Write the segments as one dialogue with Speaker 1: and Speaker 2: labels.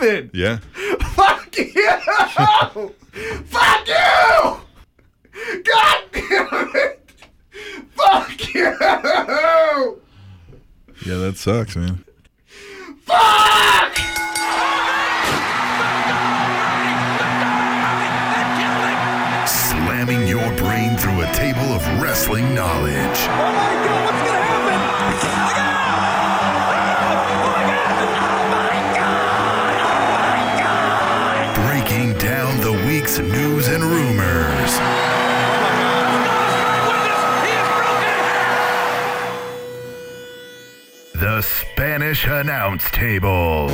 Speaker 1: women.
Speaker 2: Yeah.
Speaker 1: Fuck you! Fuck you! God damn it! Fuck you!
Speaker 2: Yeah, that sucks, man.
Speaker 1: Fuck!
Speaker 3: Slamming your brain through a table of wrestling knowledge. Breaking down the week's news and rumors. The Spanish Announce Table.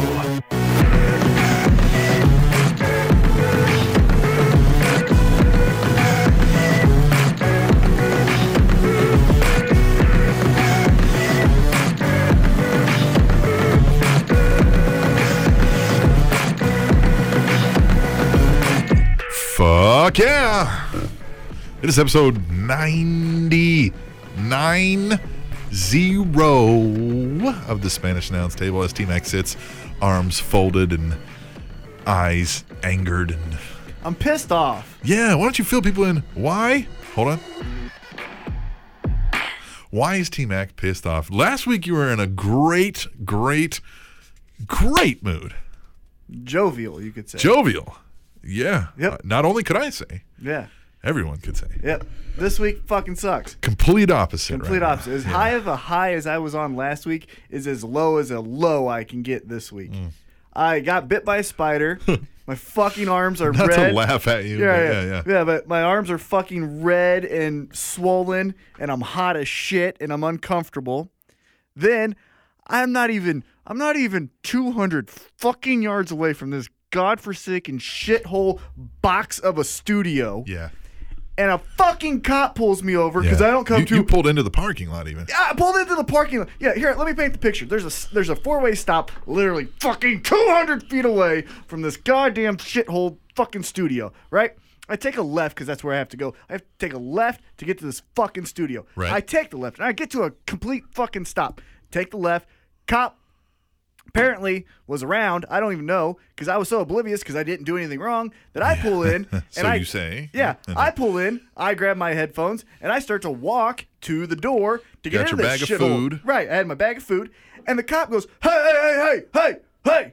Speaker 2: Fuck yeah! It is episode 99 zero of the Spanish announce table as T Mac sits, arms folded and eyes angered. And
Speaker 1: I'm pissed off.
Speaker 2: yeah, why don't you fill people in? Why? Hold on. Why is T Mac pissed off? Last week you were in a great, great, great mood.
Speaker 1: Jovial, you could say.
Speaker 2: Jovial. Yeah.
Speaker 1: Yep.
Speaker 2: Uh, Not only could I say,
Speaker 1: yeah.
Speaker 2: everyone could say.
Speaker 1: Yep. This week fucking sucks.
Speaker 2: Complete opposite. right
Speaker 1: Complete
Speaker 2: now.
Speaker 1: opposite. As high of a high as I was on last week is as low as a low I can get this week.
Speaker 2: Mm.
Speaker 1: I got bit by a spider. my fucking arms are
Speaker 2: Not
Speaker 1: red.
Speaker 2: to laugh at you.
Speaker 1: Yeah,
Speaker 2: but
Speaker 1: yeah, yeah,
Speaker 2: yeah,
Speaker 1: but my arms are fucking red and swollen, and I'm hot as shit, and I'm uncomfortable. Then I'm not even I'm not even 200 fucking yards away from this godforsaken shithole box of a studio,
Speaker 2: Yeah.
Speaker 1: and a fucking cop pulls me over because
Speaker 2: Yeah.
Speaker 1: I don't come
Speaker 2: you,
Speaker 1: to
Speaker 2: You pulled into the parking lot even.
Speaker 1: I Ah, pulled into the parking lot. Yeah, here, let me paint the picture. There's a there's a four way stop, literally fucking 200 feet away from this goddamn shithole fucking studio. Right? I take a left because that's where I have to go. I have to take a left to get to this fucking studio.
Speaker 2: Right.
Speaker 1: I take the left and I get to a complete fucking stop. Take the left. Cop apparently was around. I don't even know because I was so oblivious because I didn't do anything wrong that I pull in.
Speaker 2: So
Speaker 1: and I,
Speaker 2: you say.
Speaker 1: Yeah,
Speaker 2: And
Speaker 1: I pull in, I grab my headphones, and I start to walk to the door to get
Speaker 2: Got
Speaker 1: into
Speaker 2: your
Speaker 1: this
Speaker 2: bag of
Speaker 1: shithole.
Speaker 2: food.
Speaker 1: Right, I had my bag of food, and the cop goes, "Hey, hey, hey, hey, hey, hey!"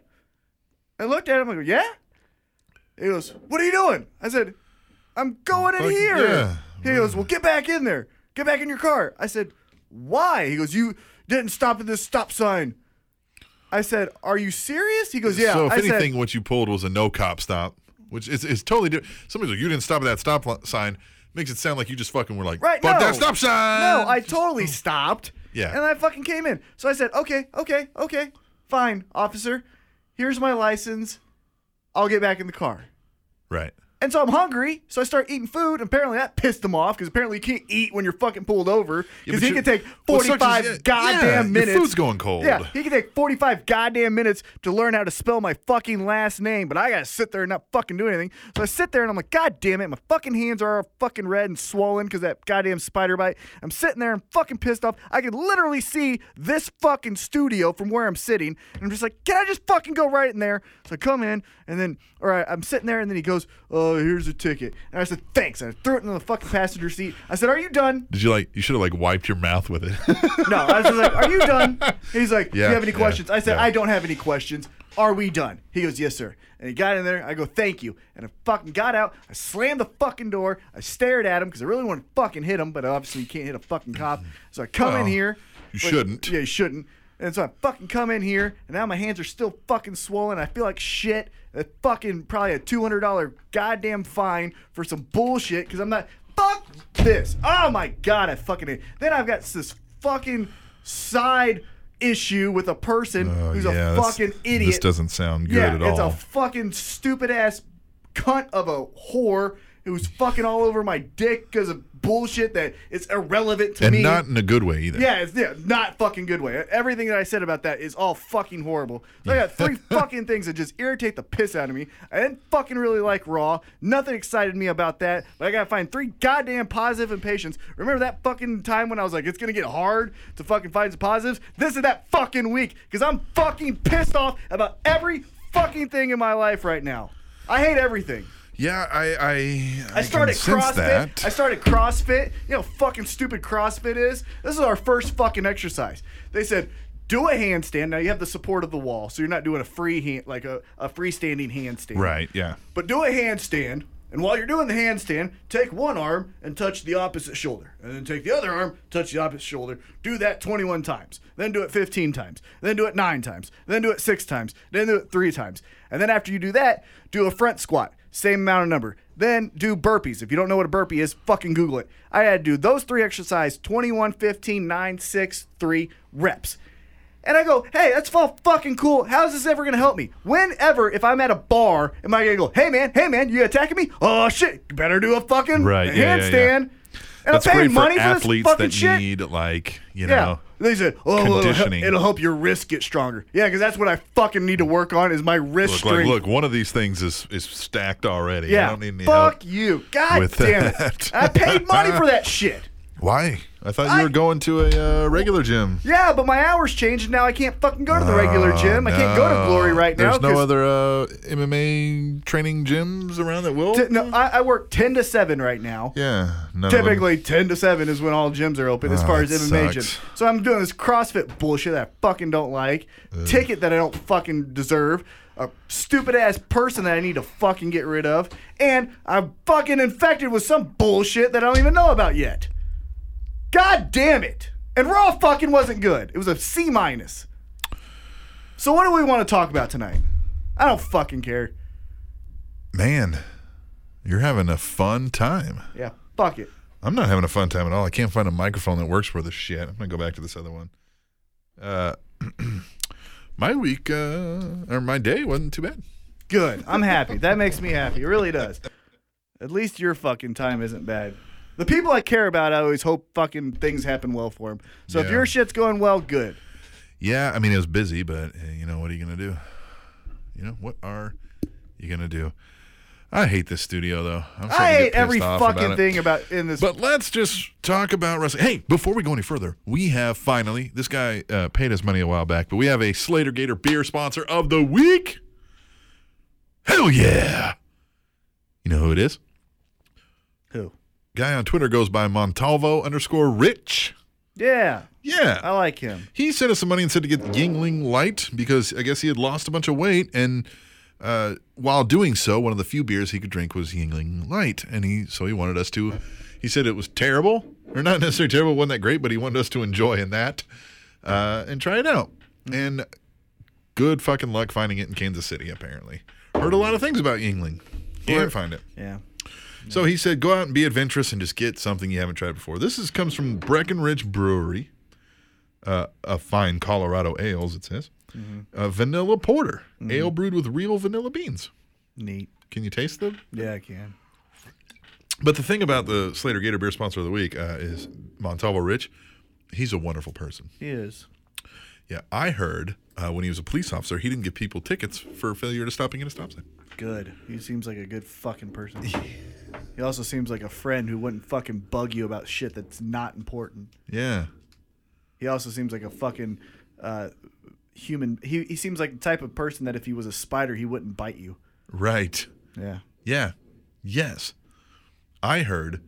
Speaker 1: I looked at him. I go, "Yeah." He goes, "What are you doing?" I said, "I'm going in
Speaker 2: Fuck,
Speaker 1: here."
Speaker 2: yeah.
Speaker 1: He goes, "Well, get back in there. Get back in your car." I said, "Why?" He goes, "You didn't stop at this stop sign." I said, "Are you serious?" He goes, "Yeah."
Speaker 2: So if
Speaker 1: I said,
Speaker 2: anything, what you pulled was a no cop stop, which is, is totally different. Somebody's like, you didn't stop at that stop li- sign. Makes it sound like you just fucking were like,
Speaker 1: Right,
Speaker 2: fuck
Speaker 1: no.
Speaker 2: that stop sign.
Speaker 1: No, I totally stopped.
Speaker 2: Um, oh. Yeah.
Speaker 1: And I fucking came in. So I said, okay, okay, okay, fine, officer. Here's my license. I'll get back in the car.
Speaker 2: Right.
Speaker 1: And so I'm hungry, so I start eating food. Apparently that pissed him off because apparently you can't eat when you're fucking pulled over
Speaker 2: Yeah,
Speaker 1: because he
Speaker 2: but you-
Speaker 1: can take
Speaker 2: what sucks is-
Speaker 1: 45
Speaker 2: yeah,
Speaker 1: goddamn
Speaker 2: yeah, your
Speaker 1: minutes.
Speaker 2: food's going cold.
Speaker 1: Yeah, he can take 45 goddamn minutes to learn how to spell my fucking last name, but I gotta sit there and not fucking do anything. So I sit there and I'm like, God damn it, my fucking hands are all fucking red and swollen because that goddamn spider bite. I'm sitting there and fucking pissed off. I can literally see this fucking studio from where I'm sitting, and I'm just like, can I just fucking go right in there? So I come in, and then, all right, I'm sitting there, and then he goes, oh, here's a ticket. And I said, thanks. And I threw it in the fucking passenger seat. I said, are you done?
Speaker 2: Did you like, you should have like wiped your mouth with it.
Speaker 1: No, I was just like, "Are you done?" He's like, "Do you
Speaker 2: Yeah,
Speaker 1: have any
Speaker 2: yeah,
Speaker 1: questions?" I said,
Speaker 2: yeah.
Speaker 1: "I don't have any questions." Are we done? He goes, "Yes, sir." And he got in there. I go, "Thank you." And I fucking got out. I slammed the fucking door. I stared at him because I really wanted to fucking hit him, but obviously you can't hit a fucking cop. So I come
Speaker 2: Well,
Speaker 1: in here.
Speaker 2: you shouldn't.
Speaker 1: Yeah, you shouldn't. And so I fucking come in here, and now my hands are still fucking swollen. I feel like shit. A fucking probably a two hundred dollar goddamn fine for some bullshit because I'm not. Fuck this. Oh my god, I fucking. hate- Then I've got this fucking side issue with a person
Speaker 2: Oh,
Speaker 1: who's
Speaker 2: yeah,
Speaker 1: a
Speaker 2: this-
Speaker 1: fucking idiot.
Speaker 2: This doesn't sound good
Speaker 1: yeah,
Speaker 2: at
Speaker 1: it's
Speaker 2: all.
Speaker 1: a fucking stupid ass cunt of a whore who's fucking all over my dick because of bullshit that is irrelevant to
Speaker 2: and
Speaker 1: me.
Speaker 2: not in a good way either.
Speaker 1: Yeah, it's yeah, not fucking good way. Everything that I said about that is all fucking horrible. So I got three fucking things that just irritate the piss out of me. I didn't fucking really like Raw. Nothing excited me about that. But I gotta find three goddamn positive impatience. Remember that fucking time when I was like, it's gonna get hard to fucking find some positives? This is that fucking week because I'm fucking pissed off about every fucking thing in my life right now. I hate everything.
Speaker 2: Yeah, I I,
Speaker 1: I started
Speaker 2: can sense
Speaker 1: CrossFit.
Speaker 2: that.
Speaker 1: I started CrossFit. You know, how fucking stupid CrossFit is. This is our first fucking exercise. They said do a handstand. Now you have the support of the wall, so you're not doing a free hand like a, a freestanding handstand.
Speaker 2: right. Yeah.
Speaker 1: But do a handstand, and while you're doing the handstand, take one arm and touch the opposite shoulder, and then take the other arm, touch the opposite shoulder. Do that 21 times, then do it 15 times, then do it nine times, then do it six times, then do it three times, and then after you do that, do a front squat, same amount of number. Then do burpees. If you don't know what a burpee is, fucking Google it. I had to do those three exercises 21, 15, 9, 6, 3 reps. And I go, hey, that's all fucking cool. How is this ever gonna help me? Whenever, if I'm at a bar, am I gonna go, hey man, hey man, you attacking me? Oh shit, you better do a fucking
Speaker 2: Right, yeah, yeah,
Speaker 1: handstand.
Speaker 2: yeah.
Speaker 1: And
Speaker 2: That's
Speaker 1: I'm
Speaker 2: great
Speaker 1: paying
Speaker 2: for
Speaker 1: money for, this
Speaker 2: athletes
Speaker 1: fucking
Speaker 2: that
Speaker 1: shit.
Speaker 2: need like
Speaker 1: yeah.
Speaker 2: you know.
Speaker 1: They said, oh, well, it'll, help,
Speaker 2: Conditioning.
Speaker 1: it'll help your wrist get stronger. Yeah, because that's what I fucking need to work on is my wrist
Speaker 2: Look, like,
Speaker 1: strength.
Speaker 2: look, one of these things is is stacked already.
Speaker 1: yeah,
Speaker 2: I don't need any
Speaker 1: fuck
Speaker 2: help.
Speaker 1: you. God
Speaker 2: with
Speaker 1: damn
Speaker 2: that.
Speaker 1: it. I paid money for that shit.
Speaker 2: Why? I thought
Speaker 1: I-
Speaker 2: you were going to a uh, regular gym.
Speaker 1: Yeah, but my hours changed and now I can't fucking go to the regular gym. I can't go to Glory right now.
Speaker 2: There's Oh, no
Speaker 1: 'cause-
Speaker 2: other uh, MMA training gyms around that will.
Speaker 1: T- no, I, I work 10 to 7 right now.
Speaker 2: yeah, none of them.
Speaker 1: Typically, 10 to 7 is when all gyms are open as
Speaker 2: Oh,
Speaker 1: far as
Speaker 2: that
Speaker 1: MMA
Speaker 2: sucks.
Speaker 1: gyms. So I'm doing this CrossFit bullshit that I fucking don't like, ticket that I don't fucking deserve, a stupid ass person that I need to fucking get rid of, and I'm fucking infected with some bullshit that I don't even know about yet. God damn it. And Raw fucking wasn't good. It was a C minus. So what do we want to talk about tonight? I don't fucking care.
Speaker 2: Man, you're having a fun time.
Speaker 1: Yeah, fuck it.
Speaker 2: I'm not having a fun time at all. I can't find a microphone that works for this shit. I'm gonna go back to this other one. Uh, my week uh, or my day wasn't too bad.
Speaker 1: Good. I'm happy. That makes me happy. It really does. At least your fucking time isn't bad. The people I care about, I always hope fucking things happen well for them. So if
Speaker 2: Yeah.
Speaker 1: your shit's going well, good.
Speaker 2: Yeah, I mean it was busy, but uh, you know what are you gonna do? You know what are you gonna do? I hate this studio though. I'm starting
Speaker 1: I
Speaker 2: to get
Speaker 1: hate every
Speaker 2: pissed off about
Speaker 1: fucking
Speaker 2: it.
Speaker 1: thing about in this.
Speaker 2: But let's just talk about wrestling. Hey, before we go any further, we have finally this guy uh, paid us money a while back, but we have a Slater Gator beer sponsor of the week. Hell yeah! You know who it is?
Speaker 1: who?
Speaker 2: Guy on Twitter goes by Montalvo underscore Rich.
Speaker 1: Yeah,
Speaker 2: Yeah,
Speaker 1: I like him.
Speaker 2: he sent us some money and said to get Yingling Light because I guess he had lost a bunch of weight. And uh, while doing so, one of the few beers he could drink was Yingling Light. And he so he wanted us to, he said it was terrible, or not necessarily terrible, wasn't that great, but he wanted us to enjoy in that uh, and try it out. And good fucking luck finding it in Kansas City, apparently. Heard a lot of things about Yingling. Can't find it.
Speaker 1: Yeah.
Speaker 2: So he said, go out and be adventurous and just get something you haven't tried before. This is comes from Breckenridge Brewery, uh, a fine Colorado ales. It says, a vanilla porter, ale brewed with real vanilla beans.
Speaker 1: Neat.
Speaker 2: Can you taste them?
Speaker 1: Yeah, I can.
Speaker 2: But the thing about the Slater Gator beer sponsor of the week uh, is Montalvo Rich. He's a wonderful person.
Speaker 1: He is.
Speaker 2: Yeah, I heard uh, when he was a police officer, he didn't give people tickets for failure to stopping at a stop sign.
Speaker 1: Good. He seems like a good fucking person. he also seems like a friend who wouldn't fucking bug you about shit that's not important.
Speaker 2: Yeah,
Speaker 1: He also seems like a fucking uh, human. He, he seems like the type of person that if he was a spider, he wouldn't bite you.
Speaker 2: right.
Speaker 1: Yeah.
Speaker 2: Yeah, yes. I heard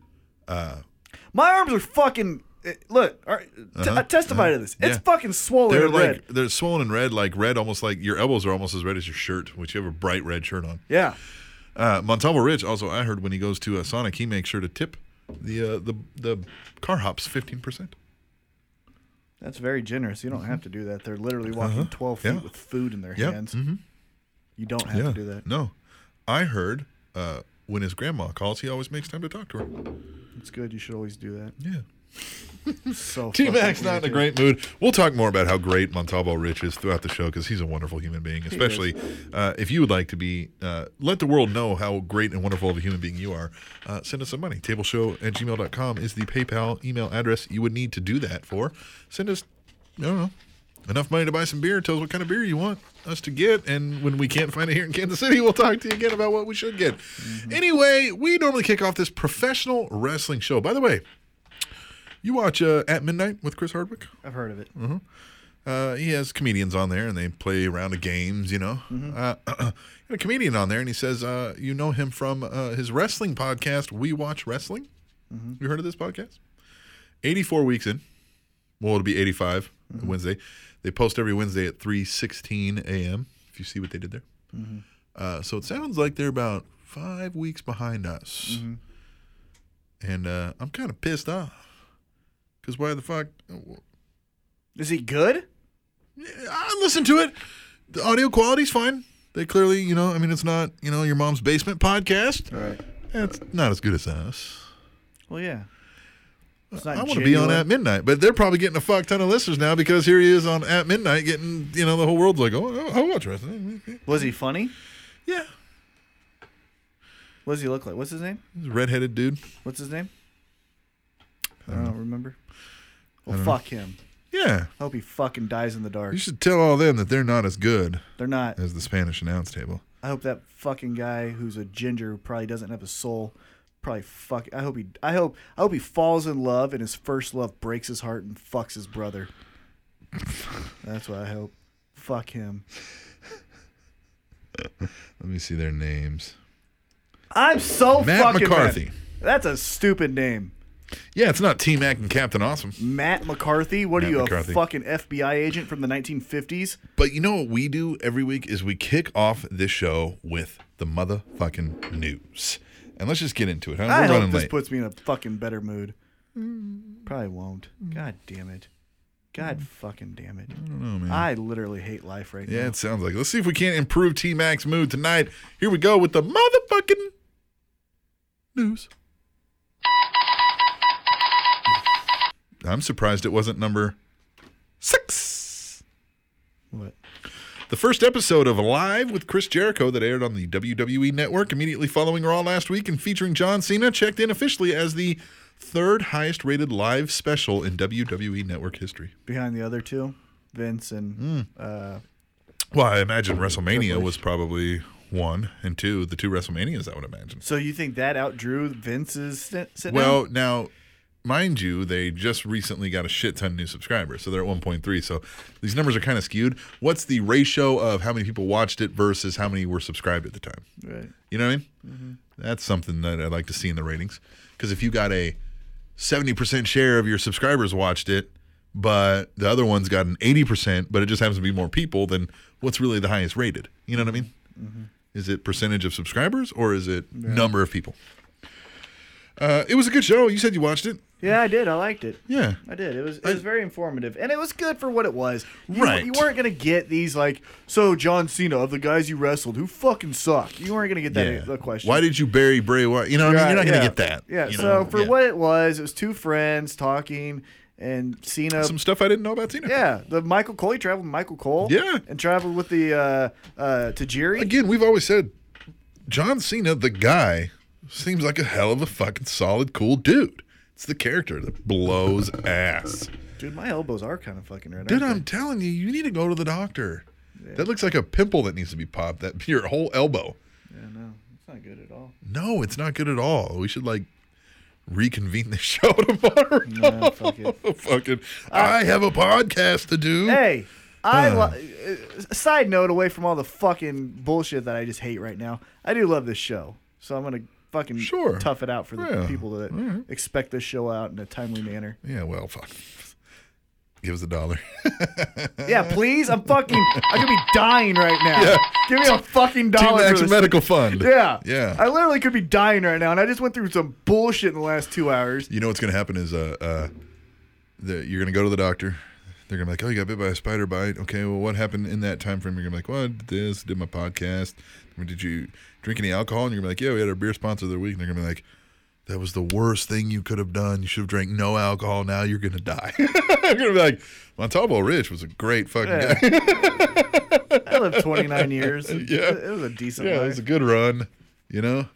Speaker 1: My arms are fucking. eh, Look, all right, t- I testify to this. It's
Speaker 2: Uh-huh. yeah.
Speaker 1: fucking swollen.
Speaker 2: They're
Speaker 1: and
Speaker 2: like
Speaker 1: red.
Speaker 2: they're swollen and red, like red, almost like your elbows are almost as red as your shirt, which you have a bright red shirt on.
Speaker 1: Yeah.
Speaker 2: Uh, Montalvo Rich also, I heard when he goes to uh, Sonic, he makes sure to tip the uh, the the car hops fifteen percent.
Speaker 1: That's very generous. You don't have to do that. They're literally walking 12 feet
Speaker 2: Uh-huh. Yeah.
Speaker 1: with food in their
Speaker 2: Yep. Mm-hmm.
Speaker 1: hands. You don't have to do that.
Speaker 2: No, I heard uh, when his grandma calls, he always makes time to talk to her.
Speaker 1: It's good. You should always do that.
Speaker 2: Yeah.
Speaker 1: It's So
Speaker 2: T
Speaker 1: fucking
Speaker 2: Mac's not in a
Speaker 1: irritating.
Speaker 2: great mood. We'll talk more about how great Montalvo Rich is throughout the show because he's a wonderful human being. Especially uh, if you would like to be, uh, let the world know how great and wonderful of a human being you are. Uh, send us some money. Tableshow at gmail.com is the PayPal email address you would need to do that for. Send us, I don't know, enough money to buy some beer. Tell us what kind of beer you want us to get. And when we can't find it here in Kansas City, we'll talk to you again about what we should get. Anyway, we normally kick off this professional wrestling show. By the way, you watch uh, At Midnight with Chris Hardwick?
Speaker 1: I've heard of it.
Speaker 2: uh, he has comedians on there and they play a round of games, you know. Uh, had a comedian on there and he says, uh, You know him from uh, his wrestling podcast, We Watch Wrestling. You heard of this podcast? 84 weeks in. Well, it'll be 85 Wednesday. They post every Wednesday at 3:16 a.m. If you see what they did there. Uh, so it sounds like they're about five weeks behind us, and uh, I'm kind of pissed off. Cause why the fuck?
Speaker 1: Is he good?
Speaker 2: I listened to it. The audio quality's fine. They clearly, you know, I mean, it's not, you know, your mom's basement podcast.
Speaker 1: Right.
Speaker 2: It's not as good as us.
Speaker 1: Well, yeah. It's not
Speaker 2: I want to be on
Speaker 1: genuine.
Speaker 2: at midnight, but they're probably getting a fuck ton of listeners now because here he is on at midnight, getting you know the whole world's like, oh, I watch wrestling.
Speaker 1: Was he funny?
Speaker 2: Yeah,
Speaker 1: What does he look like? What's his name?
Speaker 2: he's a redheaded dude.
Speaker 1: What's his name? I don't, remember. Well, fuck him.
Speaker 2: Yeah,
Speaker 1: I hope he fucking dies in the dark.
Speaker 2: you should tell all them that they're not as good
Speaker 1: They're not.
Speaker 2: as the Spanish announce table.
Speaker 1: I hope that fucking guy who's a ginger who probably doesn't have a soul. Probably fuck. I hope he. I hope. I hope he falls in love and his first love breaks his heart and fucks his brother. That's what I hope. Fuck him.
Speaker 2: Let me see their names.
Speaker 1: I'm so
Speaker 2: Matt
Speaker 1: fucking mad.
Speaker 2: McCarthy.
Speaker 1: That's a stupid name.
Speaker 2: Yeah, it's not T Mac and Captain Awesome.
Speaker 1: Matt McCarthy. What
Speaker 2: Matt
Speaker 1: are you,
Speaker 2: McCarthy.
Speaker 1: a fucking FBI agent from the 1950s?
Speaker 2: But you know what we do every week is we kick off this show with the motherfucking news. And let's just get into it. Huh? We're
Speaker 1: I
Speaker 2: running
Speaker 1: hope this
Speaker 2: late.
Speaker 1: puts me in a fucking better mood. Probably won't. God damn it. God fucking damn it. I don't know, man. I literally hate life right
Speaker 2: yeah, it sounds like. it. Let's see if we can't improve T Mac's mood tonight. Here we go with the motherfucking news. I'm surprised it wasn't number six.
Speaker 1: now. What?
Speaker 2: The first episode of Live with Chris Jericho that aired on the WWE Network immediately following Raw last week and featuring John Cena checked in officially as the third highest rated live special in WWE Network history.
Speaker 1: Behind the other two? Vince and
Speaker 2: Mm.
Speaker 1: uh,
Speaker 2: Well, I imagine WrestleMania was probably one and two, the two WrestleManias, I would imagine.
Speaker 1: so you think that outdrew Vince's sit- sit
Speaker 2: Well, now, mind you, they just recently got a shit ton of new subscribers, so they're at 1.3. So these numbers are kind of skewed. What's the ratio of how many people watched it versus how many were subscribed at the time?
Speaker 1: down? Right.
Speaker 2: You know what I mean? That's something that I'd like to see in the ratings. Because if you got a 70% share of your subscribers watched it, but the other one's got an 80%, but it just happens to be more people, then what's really the highest rated? You know what I mean?
Speaker 1: Mm-hmm.
Speaker 2: Is it percentage of subscribers or is it number of people? Uh, it was a good show. You said you watched it.
Speaker 1: Yeah, I did. I liked it.
Speaker 2: Yeah.
Speaker 1: I did. It was it was very informative, and it was good for what it was. You,
Speaker 2: Right.
Speaker 1: You weren't gonna get these like so John Cena of the guys you wrestled who fucking sucked. You weren't gonna get that e,
Speaker 2: yeah.
Speaker 1: the question.
Speaker 2: Why did you bury Bray Wyatt? You know what I mean? You're not going
Speaker 1: yeah.
Speaker 2: to get that.
Speaker 1: Yeah.
Speaker 2: you
Speaker 1: so
Speaker 2: know?
Speaker 1: for
Speaker 2: Yeah.
Speaker 1: what it was, it was two friends talking, and Cena.
Speaker 2: Some stuff I didn't know about Cena.
Speaker 1: yeah, the Michael Cole he traveled with Michael Cole.
Speaker 2: Yeah.
Speaker 1: and traveled with the uh, uh, Tajiri.
Speaker 2: again, we've always said John Cena, the guy, seems like a hell of a fucking solid, cool dude. It's the character that blows ass.
Speaker 1: Dude, my elbows are kind of fucking right.
Speaker 2: Dude,
Speaker 1: aren't
Speaker 2: I'm telling you, you need to go to the doctor. That looks like a pimple that needs to be popped. That your whole elbow.
Speaker 1: they? Yeah, no, it's not good at all.
Speaker 2: No, it's not good at all. We should like reconvene the show tomorrow.
Speaker 1: Nah, fuck it.
Speaker 2: fucking, I have a podcast to do.
Speaker 1: Hey, I li- uh, side note away from all the fucking bullshit that I just hate right now. I do love this show, so I'm gonna fucking
Speaker 2: Sure.
Speaker 1: tough it out for the
Speaker 2: Yeah.
Speaker 1: people that expect this show out in a timely manner.
Speaker 2: Yeah, well, fuck. Give us a dollar.
Speaker 1: Yeah, please. I'm fucking. I could be dying right now.
Speaker 2: Uh-huh. Yeah.
Speaker 1: Give me a fucking
Speaker 2: Team
Speaker 1: dollar
Speaker 2: Max
Speaker 1: for this.
Speaker 2: Medical Fund.
Speaker 1: Yeah.
Speaker 2: Yeah.
Speaker 1: I literally could be dying right now, and I just went through some bullshit in the last two hours.
Speaker 2: You know what's going to happen is uh, uh, the, you're going to go to the doctor. They're going to be like, oh, you got bit by a spider bite. Okay, well, what happened in that time frame? You're going to be like, well, I did this, did my podcast. Or Did you drink any alcohol? And you're going to be like, yeah, we had our beer sponsor of the week. And they're going to be like, that was the worst thing you could have done. You should have drank no alcohol. Now you're going to die. I'm going to be like, Montalvo Rich was a great fucking
Speaker 1: Yeah.
Speaker 2: guy.
Speaker 1: I lived 29 years. It-
Speaker 2: Yeah.
Speaker 1: It was a decent
Speaker 2: yeah, it
Speaker 1: life.
Speaker 2: was a good run, you know?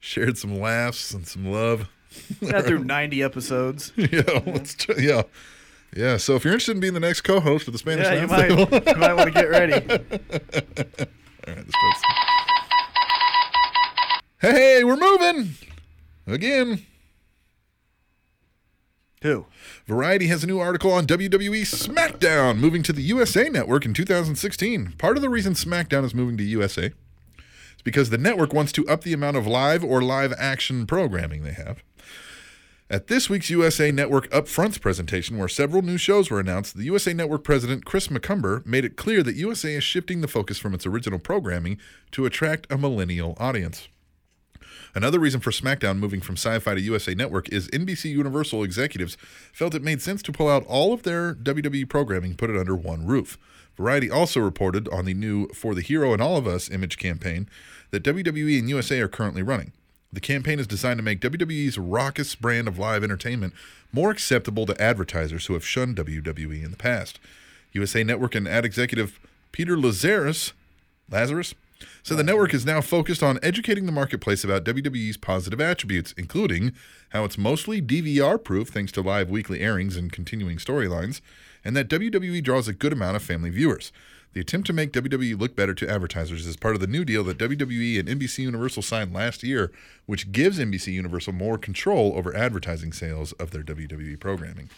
Speaker 2: Shared some laughs and some love.
Speaker 1: Got through 90 episodes.
Speaker 2: yeah, let's try, yeah, yeah. So if you're interested in being the next co-host of the Spanish
Speaker 1: Yeah, you might,
Speaker 2: Announce Table,
Speaker 1: you might want to get ready.
Speaker 2: All right, let's start. Hey, we're moving again.
Speaker 1: Who?
Speaker 2: Variety has a new article on WWE SmackDown moving to the USA network in 2016. Part of the reason SmackDown is moving to USA is because the network wants to up the amount of live or live action programming they have. At this week's USA Network Upfronts presentation, where several new shows were announced, the USA Network president Chris McCumber made it clear that USA is shifting the focus from its original programming to attract a millennial audience. Another reason for SmackDown moving from Sci Fi to USA Network is NBC Universal executives felt it made sense to pull out all of their WWE programming and put it under one roof. Variety also reported on the new For the Hero and All of Us image campaign that WWE and USA are currently running. The campaign is designed to make WWE's raucous brand of live entertainment more acceptable to advertisers who have shunned WWE in the past. USA Network and ad executive Peter Lazarus Lazarus. So the network is now focused on educating the marketplace about WWE's positive attributes, including how it's mostly DVR proof thanks to live weekly airings and continuing storylines, and that WWE draws a good amount of family viewers. The attempt to make WWE look better to advertisers is part of the new deal that WWE and NBC Universal signed last year, which gives NBC Universal more control over advertising sales of their WWE programming.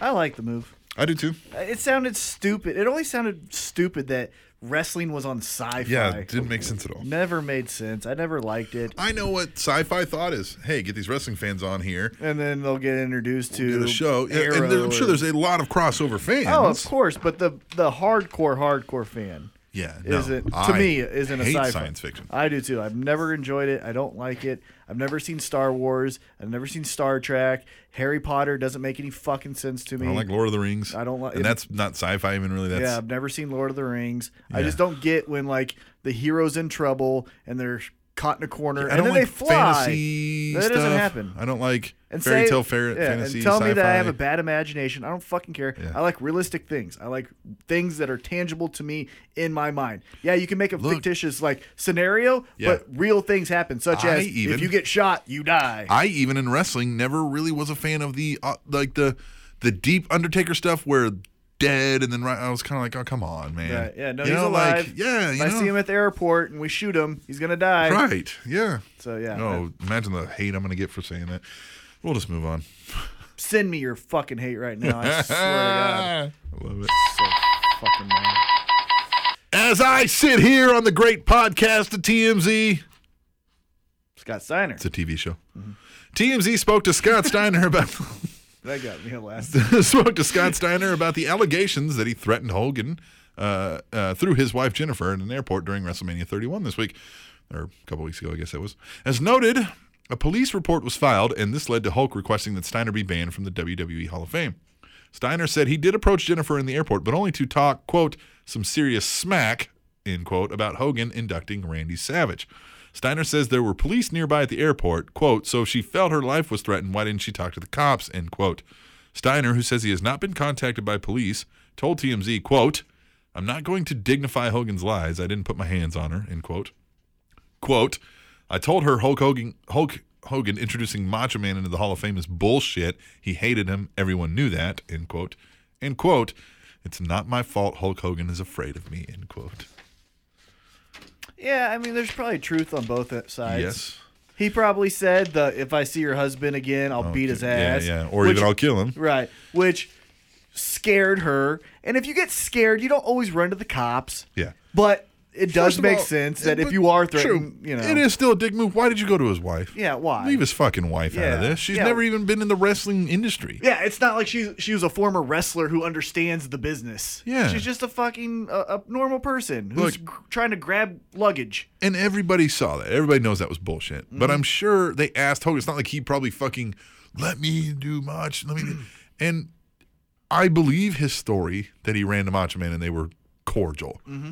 Speaker 1: I like the move.
Speaker 2: I do too.
Speaker 1: Uh, It sounded stupid. It only sounded stupid that wrestling was on sci-fi.
Speaker 2: Yeah, it didn't make sense at all.
Speaker 1: Never made sense. I never liked it.
Speaker 2: I know what sci-fi thought is. Hey, get these wrestling fans on here.
Speaker 1: And then they'll get introduced to
Speaker 2: to the show. Yeah,
Speaker 1: Arrow
Speaker 2: and there, I'm sure
Speaker 1: and-
Speaker 2: there's a lot of crossover fans.
Speaker 1: Oh, of course, but the the hardcore hardcore fan
Speaker 2: Yeah, no,
Speaker 1: isn't to
Speaker 2: I
Speaker 1: me isn't a
Speaker 2: hate
Speaker 1: sci-fi.
Speaker 2: science fiction.
Speaker 1: I do too. I've never enjoyed it. I don't like it. I've never seen Star Wars. I've never seen Star Trek. Harry Potter doesn't make any fucking sense to me.
Speaker 2: I don't like Lord of the Rings.
Speaker 1: I don't like-
Speaker 2: and that's not sci-fi even really. That's
Speaker 1: yeah, I've never seen Lord of the Rings. I
Speaker 2: Yeah.
Speaker 1: just don't get when like the hero's in trouble and they're caught in a corner
Speaker 2: I
Speaker 1: and
Speaker 2: don't
Speaker 1: then
Speaker 2: like
Speaker 1: they fly.
Speaker 2: fantasy.
Speaker 1: That doesn't
Speaker 2: stuff.
Speaker 1: happen.
Speaker 2: I don't like
Speaker 1: and
Speaker 2: fairy
Speaker 1: say-
Speaker 2: tale, fair,
Speaker 1: yeah,
Speaker 2: fantasy,
Speaker 1: and tell
Speaker 2: sci-fi.
Speaker 1: me that I have a bad imagination. I don't fucking care.
Speaker 2: Yeah.
Speaker 1: I like realistic things. I like things that are tangible to me in my mind. Yeah, you can make a
Speaker 2: Look.
Speaker 1: fictitious like scenario,
Speaker 2: Yeah.
Speaker 1: but real things happen, such
Speaker 2: I
Speaker 1: as
Speaker 2: even-
Speaker 1: if you get shot, you die.
Speaker 2: I even in wrestling never really was a fan of the uh, like the the deep Undertaker stuff where dead and then right. I was kind of like, oh come on, man.
Speaker 1: Right, yeah, no,
Speaker 2: You
Speaker 1: he's
Speaker 2: know,
Speaker 1: alive.
Speaker 2: Like, yeah,
Speaker 1: if
Speaker 2: you
Speaker 1: I
Speaker 2: know,
Speaker 1: see him at the airport and we shoot him, he's gonna die.
Speaker 2: right. Yeah.
Speaker 1: So yeah,
Speaker 2: Oh, imagine the hate I'm gonna get for saying that. We'll just move on.
Speaker 1: send me your fucking hate right now. I swear to God,
Speaker 2: I love it.
Speaker 1: so fucking mad.
Speaker 2: As I sit here on the great podcast of TMZ,
Speaker 1: Scott Steiner.
Speaker 2: it's a TV show. TMZ spoke to Scott Steiner about
Speaker 1: That got me last.
Speaker 2: spoke to Scott Steiner about the allegations that he threatened Hogan uh, uh, through his wife Jennifer in an airport during WrestleMania 31 this week, or a couple weeks ago, I guess that was. As noted, a police report was filed, and this led to Hulk requesting that Steiner be banned from the WWE Hall of Fame. Steiner said he did approach Jennifer in the airport, but only to talk, quote, some serious smack, end quote, about Hogan inducting Randy Savage. Steiner says there were police nearby at the airport, quote, so if she felt her life was threatened, why didn't she talk to the cops, end quote. Steiner, who says he has not been contacted by police, told TMZ, quote, I'm not going to dignify Hogan's lies. I didn't put my hands on her, end quote. Quote, I told her Hulk Hogan, Hulk Hogan introducing Macho Man into the Hall of Fame is bullshit. He hated him. Everyone knew that, end quote. End quote. It's not my fault Hulk Hogan is afraid of me, end quote.
Speaker 1: Yeah, I mean, there's probably truth on both sides.
Speaker 2: yes.
Speaker 1: He probably said the if I see your husband again, I'll beat his ass.
Speaker 2: Oh, Yeah, yeah. Or
Speaker 1: which,
Speaker 2: even I'll kill him.
Speaker 1: right, which scared her. And if you get scared, you don't always run to the cops.
Speaker 2: Yeah.
Speaker 1: But it does
Speaker 2: First of
Speaker 1: make
Speaker 2: all,
Speaker 1: sense that
Speaker 2: it-
Speaker 1: if you are
Speaker 2: true.
Speaker 1: threatened, you know,
Speaker 2: It is still a dick move. Why did you go to his wife?
Speaker 1: Yeah, why?
Speaker 2: Leave his fucking wife out of
Speaker 1: Yeah,
Speaker 2: this. She's
Speaker 1: yeah.
Speaker 2: never even been in the wrestling industry.
Speaker 1: Yeah, it's not like she she was a former wrestler who understands the business.
Speaker 2: Yeah.
Speaker 1: she's just a fucking uh, a normal person who's
Speaker 2: Look-
Speaker 1: gr- trying to grab luggage.
Speaker 2: And everybody saw that. Everybody knows that was bullshit.
Speaker 1: Mm-hmm.
Speaker 2: But I'm sure they asked Hogan. It's not like he probably fucking let me do much. Let me. do-" and I believe his story that he ran to Macho Man and they were cordial.
Speaker 1: Mm-hmm.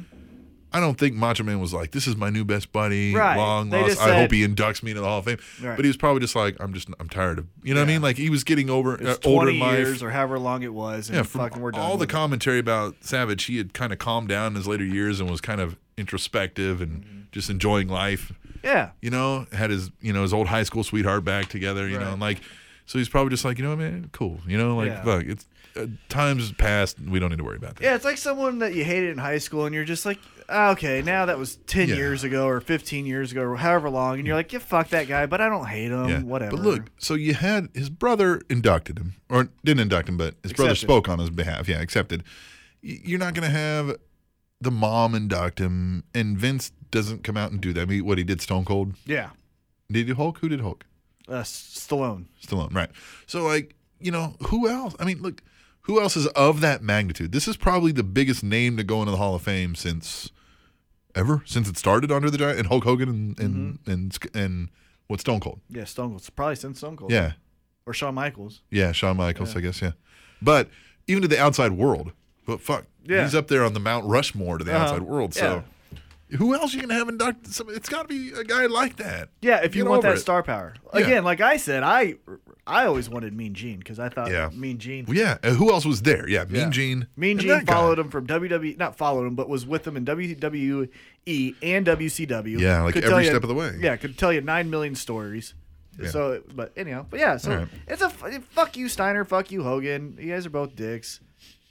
Speaker 2: I don't think Macho Man was like, "This is my new best buddy,
Speaker 1: Right.
Speaker 2: long
Speaker 1: They
Speaker 2: lost.
Speaker 1: just
Speaker 2: I hope
Speaker 1: said-
Speaker 2: he inducts me into the Hall of Fame."
Speaker 1: Right.
Speaker 2: But he was probably just like, "I'm just, I'm tired of." You know what I mean? Like he was getting over uh,
Speaker 1: It's
Speaker 2: older
Speaker 1: twenty
Speaker 2: in life.
Speaker 1: years or however long it was. And
Speaker 2: Yeah, from
Speaker 1: fucking we're done.
Speaker 2: all the
Speaker 1: with it.
Speaker 2: commentary about Savage, he had kind of calmed down in his later years and was kind of introspective and
Speaker 1: Mm-hmm.
Speaker 2: just enjoying life.
Speaker 1: yeah.
Speaker 2: You know, had his you know his old high school sweetheart back together. You know,
Speaker 1: Right.
Speaker 2: and like So he's probably just like, you know, what, man, cool. You know, like
Speaker 1: Yeah.
Speaker 2: fuck, it's uh, times past. We don't need to worry about that.
Speaker 1: Yeah, it's like someone that you hated in high school, and you're just like, "Ah, okay, now that was ten
Speaker 2: Yeah.
Speaker 1: years ago or fifteen years ago or however long, and you're like, yeah, fuck that guy, but I don't hate him.
Speaker 2: Yeah.
Speaker 1: um, Whatever.
Speaker 2: But look, so you had his brother inducted him, or didn't induct him, but his brother
Speaker 1: Accepted.
Speaker 2: spoke on his behalf. Yeah, accepted. Y- You're not going to have the mom induct him, and Vince doesn't come out and do that. I mean, what he did, Stone Cold.
Speaker 1: yeah,
Speaker 2: Did he do Hulk? Who did Hulk?
Speaker 1: uh, Stallone.
Speaker 2: Stallone, right? So like, you know, who else? I mean, look, who else is of that magnitude? This is probably the biggest name to go into the Hall of Fame since ever, since it started under the giant and Hulk Hogan and and
Speaker 1: Mm-hmm.
Speaker 2: and, Sk- and what Stone Cold?
Speaker 1: Yeah, Stone Cold. Probably since Stone Cold.
Speaker 2: Yeah,
Speaker 1: Or Shawn Michaels.
Speaker 2: yeah, Shawn Michaels, I guess, yeah. But even to the outside world, but fuck,
Speaker 1: Yeah.
Speaker 2: he's up there on the Mount Rushmore to the
Speaker 1: Uh-huh.
Speaker 2: outside world. So. Who else you gonna have inducted? Some, it's got to be a guy like that.
Speaker 1: Yeah, if you
Speaker 2: Get
Speaker 1: want
Speaker 2: over
Speaker 1: that
Speaker 2: it.
Speaker 1: star power.
Speaker 2: Yeah.
Speaker 1: Again, like I said, I I always wanted Mean Gene because I thought
Speaker 2: Yeah.
Speaker 1: Mean Gene.
Speaker 2: Well, yeah. and who else was there? Yeah, Mean
Speaker 1: Yeah.
Speaker 2: Gene.
Speaker 1: Mean
Speaker 2: and
Speaker 1: Gene
Speaker 2: that guy.
Speaker 1: followed him from WWE, not followed him, but was with him in WWE and WCW.
Speaker 2: Yeah, like
Speaker 1: tell
Speaker 2: every
Speaker 1: you-
Speaker 2: step of the way.
Speaker 1: Yeah, could tell you nine million stories.
Speaker 2: Yeah.
Speaker 1: So, but anyhow, but yeah, so
Speaker 2: All right.
Speaker 1: it's a f- fuck you Steiner, fuck you Hogan. You guys are both dicks.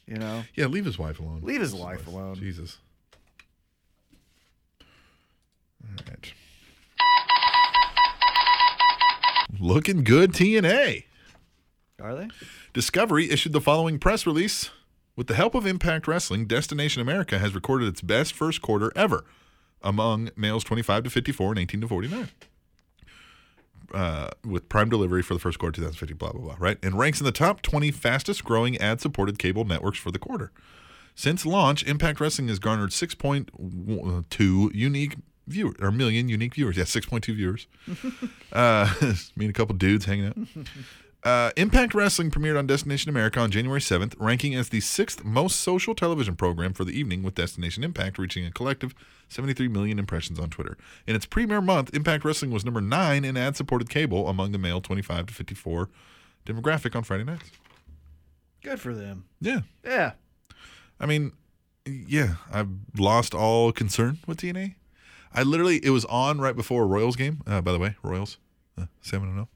Speaker 1: You know,
Speaker 2: Yeah, leave his wife alone.
Speaker 1: Leave his wife alone.
Speaker 2: Jesus. All right. Looking good, TNA.
Speaker 1: are they?
Speaker 2: Discovery issued the following press release. With the help of Impact Wrestling, Destination America has recorded its best first quarter ever among males 25 to 54 and 18 to 49. Uh, with prime delivery for the first quarter 2050, blah, blah, blah, right? And ranks in the top 20 fastest growing ad supported cable networks for the quarter. Since launch, Impact Wrestling has garnered 6.2 unique viewers, or million unique viewers. Yeah, 6.2 viewers. uh, me and a couple dudes hanging out. Uh, Impact Wrestling premiered on Destination America on January 7th, ranking as the sixth most social television program for the evening, with Destination Impact reaching a collective 73 million impressions on Twitter. In its premiere month, Impact Wrestling was number nine in ad supported cable among the male 25 to 54 demographic on Friday nights.
Speaker 1: Good for them.
Speaker 2: Yeah.
Speaker 1: Yeah,
Speaker 2: I mean, yeah, I've lost all concern with TNA. I literally, it was on right before a Royals game. Uh, by the way, Royals, uh, 7 0.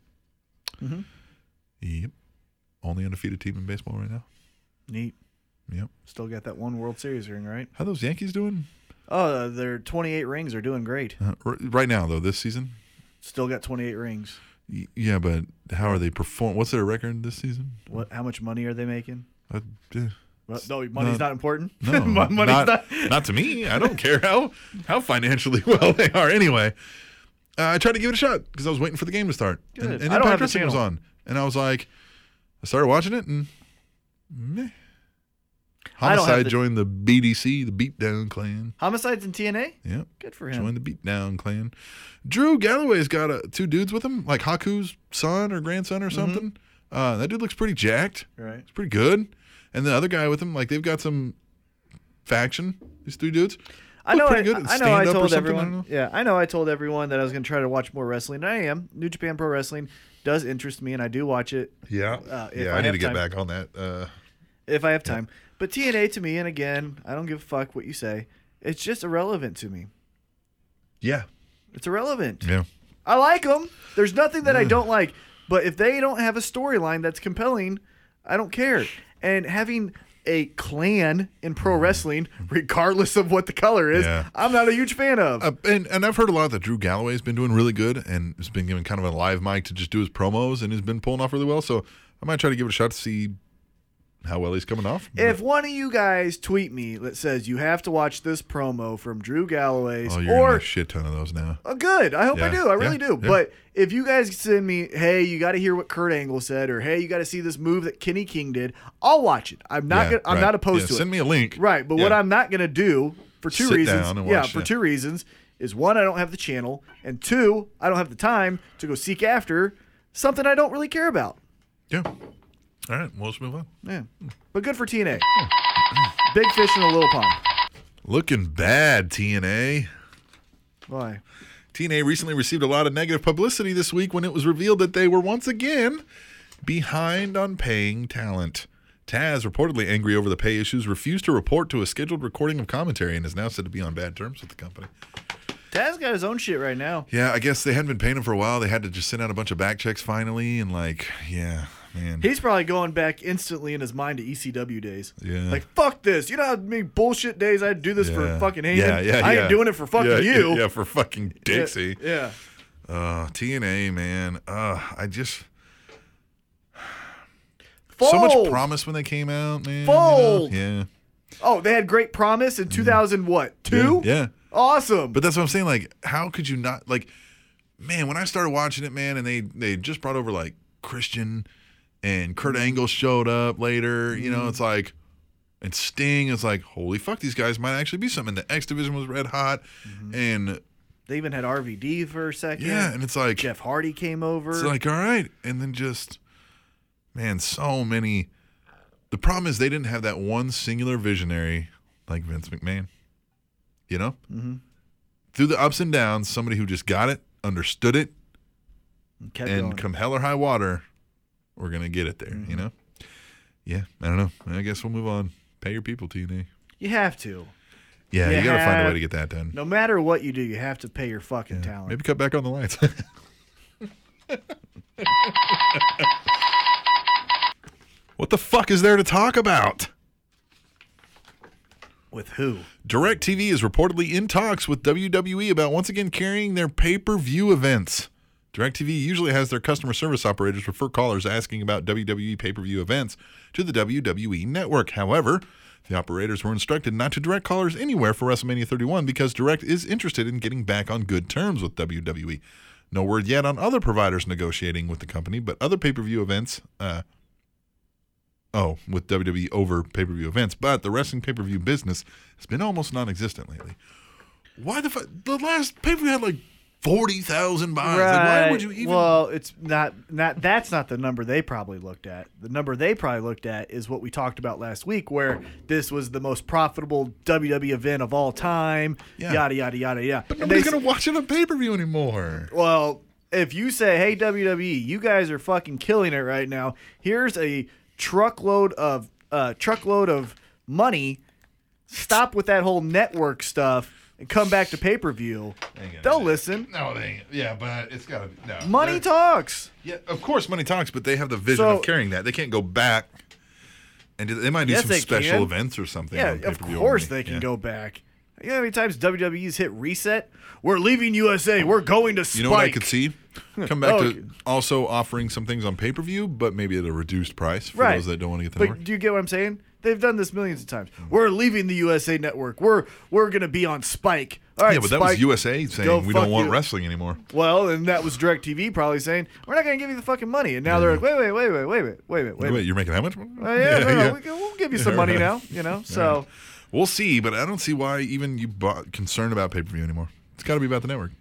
Speaker 1: Mhm.
Speaker 2: Yep. Only undefeated team in baseball right now.
Speaker 1: neat.
Speaker 2: Yep.
Speaker 1: Still got that one World Series ring, right?
Speaker 2: How those Yankees doing
Speaker 1: Oh, their 28 rings are doing great.
Speaker 2: uh, r- right now though this season?
Speaker 1: Still got 28 rings.
Speaker 2: Y- yeah, but how are they perform? What's their record this season?
Speaker 1: What? How much money are they making?
Speaker 2: Uh, eh,
Speaker 1: Well, no, money's
Speaker 2: not-
Speaker 1: not, important.
Speaker 2: no,
Speaker 1: Mon- money's
Speaker 2: not,
Speaker 1: not.
Speaker 2: not to me. I don't care how how financially well they are. Anyway, uh, I tried to give it a shot because I was waiting for the game to start,
Speaker 1: Good.
Speaker 2: and, and
Speaker 1: I don't
Speaker 2: Impact
Speaker 1: have the
Speaker 2: Wrestling was
Speaker 1: channel.
Speaker 2: on, and I was like, I started watching it, and meh.
Speaker 1: I don't have
Speaker 2: Homicide
Speaker 1: the-
Speaker 2: joined the BDC, the Beatdown Clan.
Speaker 1: Homicides in TNA.
Speaker 2: Yep.
Speaker 1: Good for him.
Speaker 2: Join the Beatdown Clan. Drew Galloway's got uh, two dudes with him, like Haku's son or grandson
Speaker 1: Mm-hmm.
Speaker 2: or something. Uh, that dude looks pretty jacked.
Speaker 1: Right.
Speaker 2: It's pretty good. And the other guy with him, like they've got some faction. These three dudes.
Speaker 1: I know. I,
Speaker 2: pretty good at
Speaker 1: I know. I
Speaker 2: stand-up or
Speaker 1: told
Speaker 2: something, I
Speaker 1: everyone.
Speaker 2: don't
Speaker 1: yeah, I know. I told everyone that I was going to try to watch more wrestling. And I am. New Japan Pro Wrestling does interest me, and I do watch it
Speaker 2: Yeah,
Speaker 1: Uh, if
Speaker 2: yeah.
Speaker 1: I
Speaker 2: I, need
Speaker 1: have
Speaker 2: to get
Speaker 1: time.
Speaker 2: back on that. Uh,
Speaker 1: if I have time. But TNA to me, and again, I don't give a fuck what you say. It's just irrelevant to me.
Speaker 2: yeah,
Speaker 1: It's irrelevant.
Speaker 2: yeah.
Speaker 1: I like them. There's nothing that I don't like. But if they don't have a storyline that's compelling, I don't care. And having a clan in pro wrestling, regardless of what the color is,
Speaker 2: Mm-hmm. Yeah.
Speaker 1: I'm not a huge fan of.
Speaker 2: Uh, and and I've heard a lot that Drew Galloway's been doing really good and has been given kind of a live mic to just do his promos and has been pulling off really well. So I might try to give it a shot to see how well he's coming off.
Speaker 1: If one of you guys tweet me that says you have to watch this promo from Drew Galloway's,
Speaker 2: oh, you're gonna get
Speaker 1: or
Speaker 2: a shit ton of those now.
Speaker 1: oh, good, I hope I
Speaker 2: Yeah,
Speaker 1: do, I really
Speaker 2: yeah,
Speaker 1: do.
Speaker 2: yeah.
Speaker 1: But if you guys send me, hey, you got to hear what Kurt Angle said, or hey, you got to see this move that Kenny King did, I'll watch it. I'm not,
Speaker 2: Yeah,
Speaker 1: gonna, I'm
Speaker 2: right.
Speaker 1: not opposed
Speaker 2: Yeah,
Speaker 1: to
Speaker 2: Send
Speaker 1: it,
Speaker 2: me a link.
Speaker 1: right? But what
Speaker 2: Yeah.
Speaker 1: I'm not gonna do for two
Speaker 2: Sit
Speaker 1: reasons,
Speaker 2: down and
Speaker 1: yeah,
Speaker 2: watch
Speaker 1: for
Speaker 2: that.
Speaker 1: two reasons is one, I don't have the channel, and two, I don't have the time to go seek after something I don't really care about.
Speaker 2: yeah. All right, well, let's move on.
Speaker 1: Yeah, but good for TNA. Big fish in a little pond.
Speaker 2: Looking bad, TNA.
Speaker 1: Why?
Speaker 2: TNA recently received a lot of negative publicity this week when it was revealed that they were once again behind on paying talent. Taz, reportedly angry over the pay issues, refused to report to a scheduled recording of commentary and is now said to be on bad terms with the company.
Speaker 1: Taz got his own shit right now.
Speaker 2: Yeah, I guess they hadn't been paying him for a while. They had to just send out a bunch of back checks finally, and like, yeah, man.
Speaker 1: He's probably going back instantly in his mind to ECW days.
Speaker 2: Yeah.
Speaker 1: Like, fuck this. You know how many bullshit days I'd do this
Speaker 2: Yeah.
Speaker 1: for fucking Heyman?
Speaker 2: Yeah, yeah,
Speaker 1: I
Speaker 2: yeah.
Speaker 1: ain't doing it for fucking
Speaker 2: Yeah,
Speaker 1: you.
Speaker 2: Yeah, for fucking Dixie.
Speaker 1: Yeah. yeah.
Speaker 2: Uh, TNA, man. Uh, I just so
Speaker 1: Fold.
Speaker 2: much promise when they came out, man. you know?
Speaker 1: Fold.
Speaker 2: Yeah.
Speaker 1: Oh, they had great promise in 2000, what, two?
Speaker 2: Mm. Yeah.
Speaker 1: Awesome.
Speaker 2: But that's what I'm saying. Like, how could you not like, man? When I started watching it, man, and they they just brought over like Christian and Kurt Angle showed up later. You know, it's like, and Sting is like, holy fuck, these guys might actually be something. The X Division was red hot, and
Speaker 1: they even had RVD for a second.
Speaker 2: yeah, and it's like,
Speaker 1: Jeff Hardy came over.
Speaker 2: it's like, all right, and then just, man, so many. The problem is they didn't have that one singular visionary like Vince McMahon. You know,
Speaker 1: Mm-hmm.
Speaker 2: through the ups and downs, somebody who just got it, understood it,
Speaker 1: Kept
Speaker 2: and
Speaker 1: going. Mm-hmm.
Speaker 2: come hell or high water, we're gonna get it there. You know? Yeah, I don't know. I guess we'll move on. Pay your people, TNA.
Speaker 1: you have to.
Speaker 2: Yeah, you,
Speaker 1: You
Speaker 2: gotta find a way
Speaker 1: have-
Speaker 2: to get that done.
Speaker 1: No matter what you do, you have to pay your fucking talent.
Speaker 2: Maybe cut back on the lights. what the fuck is there to talk about?
Speaker 1: With who?
Speaker 2: DirecTV is reportedly in talks with WWE about once again carrying their pay per view events. DirecTV usually has their customer service operators refer callers asking about WWE pay per view events to the WWE network. However, the operators were instructed not to direct callers anywhere for WrestleMania 31 because Direct is interested in getting back on good terms with WWE. No word yet on other providers negotiating with the company, but other pay per view events, uh, oh, with WWE over pay per view events, but the wrestling pay per view business has been almost non existent lately. Why the fuck? The last pay per view had like 40,000 buys. Like, why would you even.
Speaker 1: Well, it's not not that's not the number they probably looked at. The number they probably looked at is what we talked about last week, where this was the most profitable WWE event of all time.
Speaker 2: Yeah.
Speaker 1: Yada yada yada yeah.
Speaker 2: but
Speaker 1: And
Speaker 2: nobody's
Speaker 1: they-
Speaker 2: going to watch it on pay per view anymore.
Speaker 1: Well, if you say, "Hey WWE, you guys are fucking killing it right now. Here's a truckload of uh, truckload of money. Stop with that whole network stuff and come back to pay per view. They'll listen.
Speaker 2: No, they ain't. Yeah, but it's got to be. No.
Speaker 1: Money
Speaker 2: They're-
Speaker 1: talks.
Speaker 2: Yeah, of course, money talks, but they have the vision
Speaker 1: So-
Speaker 2: of carrying that. They can't go back. And do- they might do
Speaker 1: Yes,
Speaker 2: some
Speaker 1: they
Speaker 2: special
Speaker 1: can.
Speaker 2: events or something.
Speaker 1: Yeah,
Speaker 2: on
Speaker 1: of
Speaker 2: pay-per-view
Speaker 1: course
Speaker 2: only.
Speaker 1: they can
Speaker 2: Yeah.
Speaker 1: go back. You know how many times WWE's hit reset? We're leaving USA. We're going to Spike.
Speaker 2: You know what I could see? Come back
Speaker 1: Oh,
Speaker 2: to also offering some things on pay per view, but maybe at a reduced price for
Speaker 1: right.
Speaker 2: those that don't want to get the
Speaker 1: But
Speaker 2: network.
Speaker 1: do you get what I'm saying? They've done this millions of times. We're leaving the USA network. We're we're gonna be on Spike. All right,
Speaker 2: yeah, but that
Speaker 1: Spike.
Speaker 2: was USA
Speaker 1: go
Speaker 2: saying we don't
Speaker 1: fuck
Speaker 2: want
Speaker 1: you."
Speaker 2: wrestling anymore.
Speaker 1: Well, and that was DirecTV probably saying we're not gonna give you the fucking money. And now they're like, wait, wait, wait, wait, wait, wait, wait, wait.
Speaker 2: Wait,
Speaker 1: wait,
Speaker 2: you're making how much? money?
Speaker 1: Uh, yeah, no, no,
Speaker 2: yeah.
Speaker 1: We, will give you some
Speaker 2: Yeah,
Speaker 1: money
Speaker 2: right.
Speaker 1: now. You know, so
Speaker 2: We'll see, but I don't see why even you bought concerned about pay per view anymore. It's got to be about the network.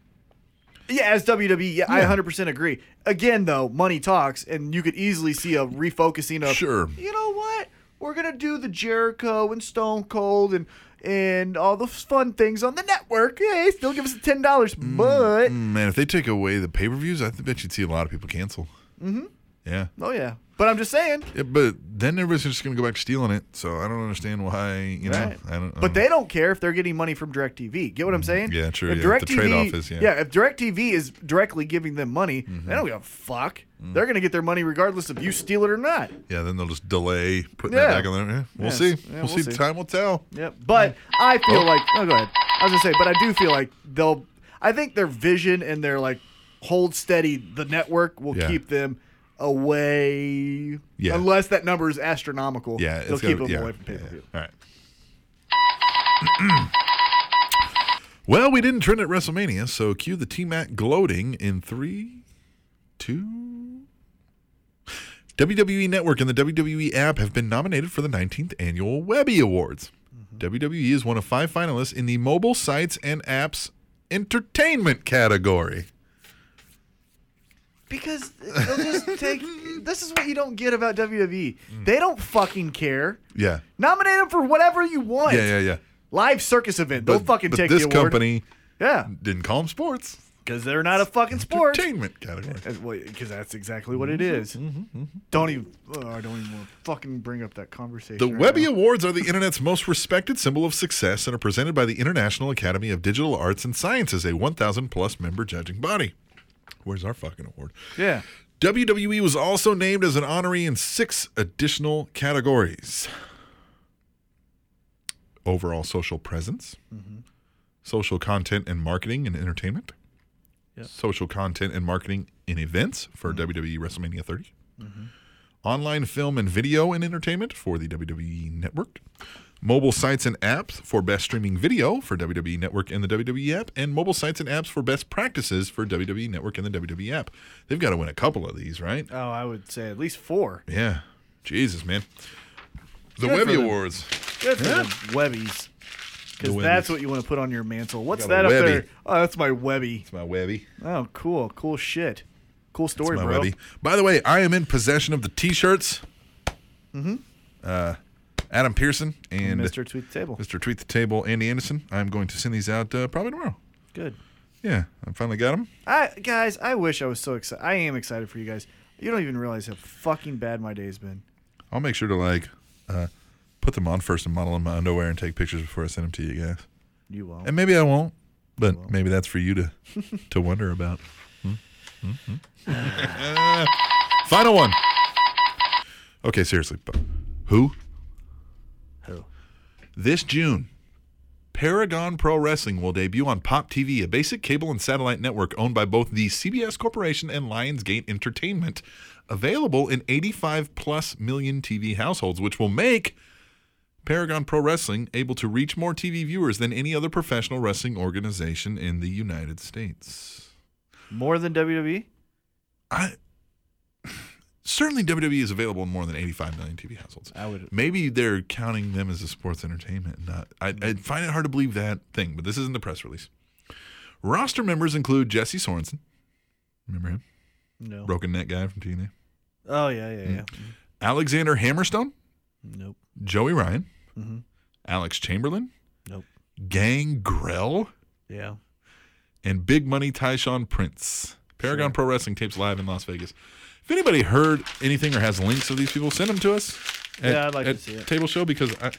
Speaker 1: yeah, as WWE, yeah, I 100% agree. Again, though, money talks, and you could easily see a refocusing of
Speaker 2: Sure.
Speaker 1: you know what? We're gonna do the Jericho and Stone Cold and and all the fun things on the network. Hey, still give us the ten dollars,
Speaker 2: Mm,
Speaker 1: but
Speaker 2: Man, if they take away the pay per views, I bet you'd see a lot of people cancel. Mm-hmm. Yeah.
Speaker 1: oh yeah. But I'm just saying,
Speaker 2: Yeah, but then everybody's just going to go back to stealing it. So I don't understand why, you know.
Speaker 1: Right.
Speaker 2: I don't, I
Speaker 1: but
Speaker 2: don't-
Speaker 1: they don't care if they're getting money from DirecTV. Get what I'm saying?
Speaker 2: Yeah, true,
Speaker 1: If
Speaker 2: yeah,
Speaker 1: DirecTV,
Speaker 2: the trade-off is, yeah. Mm-hmm.
Speaker 1: if DirecTV is directly giving them money, they don't give a fuck.
Speaker 2: Mm.
Speaker 1: They're gonna get their money regardless if you steal it or not.
Speaker 2: Yeah, then they'll just delay putting
Speaker 1: Yeah.
Speaker 2: that back on there. Yeah, we'll
Speaker 1: Yeah,
Speaker 2: see.
Speaker 1: yeah,
Speaker 2: we'll,
Speaker 1: we'll
Speaker 2: see.
Speaker 1: see.
Speaker 2: Time will tell.
Speaker 1: Yep. But I feel like oh, go ahead. I was gonna say, but I do feel like they'll. I think their vision and their like hold steady the network will
Speaker 2: Yeah.
Speaker 1: keep them away.
Speaker 2: Yeah.
Speaker 1: Unless that number is astronomical.
Speaker 2: Yeah,
Speaker 1: They'll
Speaker 2: it's
Speaker 1: keep them
Speaker 2: gotta- yeah,
Speaker 1: away from pay per view.
Speaker 2: yeah. All right. well, we didn't trend at WrestleMania, so cue the T Mac gloating in three, two. WWE Network and the WWE app have been nominated for the 19th annual Webby Awards.
Speaker 1: Mm-hmm.
Speaker 2: WWE is one of five finalists in the mobile sites and apps entertainment category.
Speaker 1: Because they'll just take. this is what you don't get about WWE.
Speaker 2: Mm.
Speaker 1: They don't fucking care.
Speaker 2: Yeah.
Speaker 1: Nominate them for whatever you want.
Speaker 2: Yeah, yeah, yeah.
Speaker 1: Live circus event. They'll fucking
Speaker 2: but
Speaker 1: take
Speaker 2: this
Speaker 1: the award.
Speaker 2: company
Speaker 1: yeah.
Speaker 2: didn't call them sports.
Speaker 4: because they're not a fucking sport.
Speaker 2: Entertainment category.
Speaker 4: Because that's exactly what it
Speaker 2: Mm-hmm,
Speaker 4: is. Don't even. Oh, I don't even want to fucking bring up that conversation.
Speaker 2: The
Speaker 4: right
Speaker 2: Webby
Speaker 4: now.
Speaker 2: Awards are the internet's most respected symbol of success and are presented by the International Academy of Digital Arts and Sciences, a 1,000 plus member judging body. Where's our fucking award?
Speaker 4: Yeah.
Speaker 2: WWE E was also named as an honoree in six additional categories overall social presence, social content and marketing and entertainment,
Speaker 4: Yeah.
Speaker 2: social content and marketing in events for WWE WrestleMania 30, online film and video and entertainment for the WWE Network. Mobile sites and apps for best streaming video for WWE Network and the WWE app, and mobile sites and apps for best practices for WWE Network and the WWE app. They've got to win a couple of these, right?
Speaker 4: Oh, I would say at least four.
Speaker 2: Yeah. Jesus, man. The
Speaker 4: Good for
Speaker 2: Webby
Speaker 4: them.
Speaker 2: Awards.
Speaker 4: Good for the Webbies. Because
Speaker 2: The
Speaker 4: that's
Speaker 2: Webbies.
Speaker 4: what you want to put on your mantle.
Speaker 2: Got
Speaker 4: What's
Speaker 2: a
Speaker 4: that up
Speaker 2: Webby.
Speaker 4: there? Oh, that's my Webby.
Speaker 2: It's my Webby.
Speaker 4: Oh, cool. Cool shit. Cool story,
Speaker 2: my
Speaker 4: bro.
Speaker 2: Webby. By the way, I am in possession of the T-shirts. Mm-hmm. Uh, Adam Pearson and uh,
Speaker 4: Mr. Tweet the Table.
Speaker 2: Mr. Tweet the Table, Andy Anderson. I'm going to send these out uh, probably tomorrow.
Speaker 4: Good.
Speaker 2: Yeah, I finally got them.
Speaker 4: I guys, I wish I was so excited. I am excited for you guys. You don't even realize how fucking bad my day's been.
Speaker 2: I'll make sure to like uh, put them on first and model them in my underwear and take pictures before I send them to you guys.
Speaker 4: You won't.
Speaker 2: And maybe I won't, but maybe that's for you to to wonder about. Hmm? Hmm? Hmm? Final one. Okay, seriously, but who?
Speaker 4: Who?
Speaker 2: This June, Paragon Pro Wrestling will debut on Pop TV, a basic cable and satellite network owned by both the CBS Corporation and Lionsgate Entertainment, available in 85 plus million TV households, which will make Paragon Pro Wrestling able to reach more TV viewers than any other professional wrestling organization in the United States.
Speaker 4: More than E? WWE?
Speaker 2: I certainly WWE is available in more than 85 million TV households.
Speaker 4: I would.
Speaker 2: Maybe they're counting them as a sports entertainment. Not, I, I find it hard to believe that thing, but this isn't the press release. Roster members include Jesse Sorensen, remember him,
Speaker 4: No.
Speaker 2: broken neck guy from TNA,
Speaker 4: Oh yeah,
Speaker 2: Mm.
Speaker 4: yeah, yeah.
Speaker 2: Alexander Hammerstone,
Speaker 4: Nope.
Speaker 2: Joey Ryan,
Speaker 4: Mhm.
Speaker 2: Alex Chamberlain,
Speaker 4: Nope.
Speaker 2: Gangrel,
Speaker 4: Yeah.
Speaker 2: and Big Money Tyshawn Prince. Paragon Pro Wrestling tapes live in Las Vegas. If anybody heard anything or has links of these people, send them to us. At,
Speaker 4: Yeah, I'd like to
Speaker 2: at
Speaker 4: see it.
Speaker 2: Table show because I.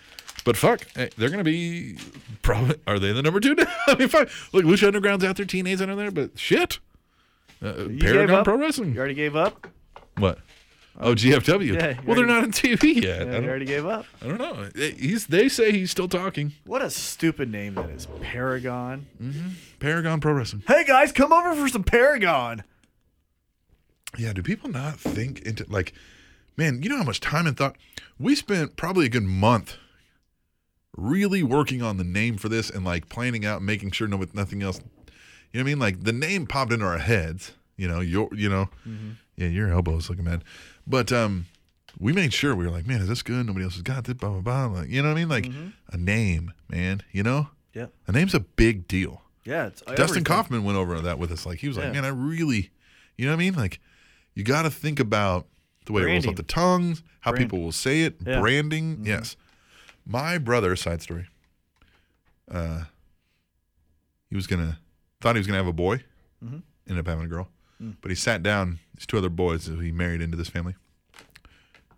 Speaker 2: But fuck, eh, they're gonna be probably. Are they the number two? now? I mean, fuck. Look, Lucha Underground's out there, TNA's under there, but shit. Uh,
Speaker 4: You gave
Speaker 2: Paragon
Speaker 4: up?
Speaker 2: Pro Wrestling.
Speaker 4: You already gave up.
Speaker 2: What? Oh, GFW.
Speaker 4: yeah, you
Speaker 2: well, they're
Speaker 4: already-
Speaker 2: not on TV yet.
Speaker 4: Yeah,
Speaker 2: I,
Speaker 4: you
Speaker 2: don't,
Speaker 4: already gave up.
Speaker 2: I don't know. Eh, He's. They say he's still talking.
Speaker 4: What a stupid name that is. Paragon.
Speaker 2: Mm-hmm. Paragon Pro Wrestling.
Speaker 4: Hey guys, come over for some Paragon.
Speaker 2: Yeah, do people not think into like, man, you know how much time and thought we spent probably a good month really working on the name for this and like planning out and making sure no with nothing else. You know what I mean? Like the name popped into our heads, you know, your you know. Yeah, your elbows looking bad. But um we made sure we were like, man, is this good? Nobody else has got this, blah blah blah. Like, you know what I mean? Like a name, man, you know?
Speaker 4: Yeah.
Speaker 2: A name's a big deal.
Speaker 4: Yeah. It's
Speaker 2: Dustin
Speaker 4: everything.
Speaker 2: Kaufman went over that with us. Like he was like,
Speaker 4: Yeah.
Speaker 2: man, I really, you know what I mean? Like you got to think about the way it rolls
Speaker 4: Branding.
Speaker 2: off the tongues, how
Speaker 4: Brand-
Speaker 2: people will say it,
Speaker 4: Yeah. Mm-hmm.
Speaker 2: branding. Yes, my brother. Side story. Uh, he was gonna thought he was gonna have a boy,
Speaker 4: Mm-hmm.
Speaker 2: ended up having a girl,
Speaker 4: Mm.
Speaker 2: but he sat down. These two other boys who he married into this family,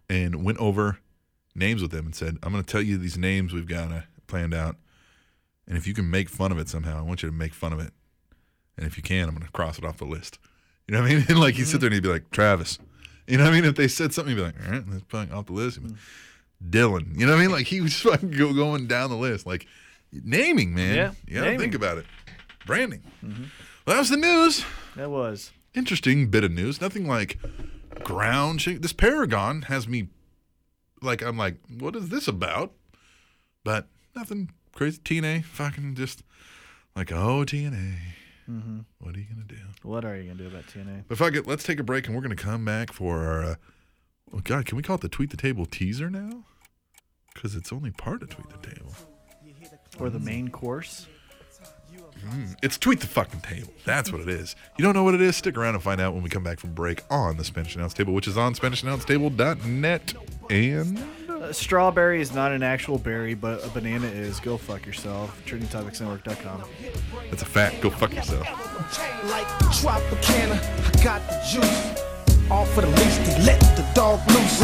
Speaker 2: and went over names with them and said, "I'm gonna tell you these names we've got uh, planned out, and if you can make fun of it somehow, I want you to make fun of it." And if you can, I'm going to cross it off the list. You know what I mean? And like he'd
Speaker 4: Mm-hmm.
Speaker 2: sit there and he'd be like, Travis. You know what I mean? If they said something, he'd be like, all right, let's put it off the list.
Speaker 4: Mm-hmm.
Speaker 2: He'd be like, Dylan. You know what I mean? Like he was fucking go, going down the list. Like naming, man.
Speaker 4: Yeah,
Speaker 2: You got to think
Speaker 4: naming. Mm-hmm.
Speaker 2: about it. Branding. Well, that was the news.
Speaker 4: That was.
Speaker 2: Interesting bit of news. Nothing like ground shake. This Paragon has me like, I'm like, what is this about? But nothing crazy. TNA, fucking just like, oh, TNA. What are you going to do?
Speaker 4: What are you gonna do about TNA?
Speaker 2: But fuck it, let's take a break and we're going to come back for our. Uh, oh, God, can we call it the Tweet the Table teaser now? Because it's only part of Tweet the Table.
Speaker 4: Or the main course?
Speaker 2: It's Tweet the fucking Table. That's what it is. You don't know what it is? Stick around and find out when we come back from break on the Spanish Announce Table, which is on SpanishAnnounceTable.net. And.
Speaker 4: Uh, strawberry is not an actual berry, but a banana is. Go fuck yourself. TrinityTopicsNetwork.com.
Speaker 2: That's a fact. Go fuck yourself.
Speaker 5: Chain like Tropicana, I got the juice. All for the least, they let the dog loose.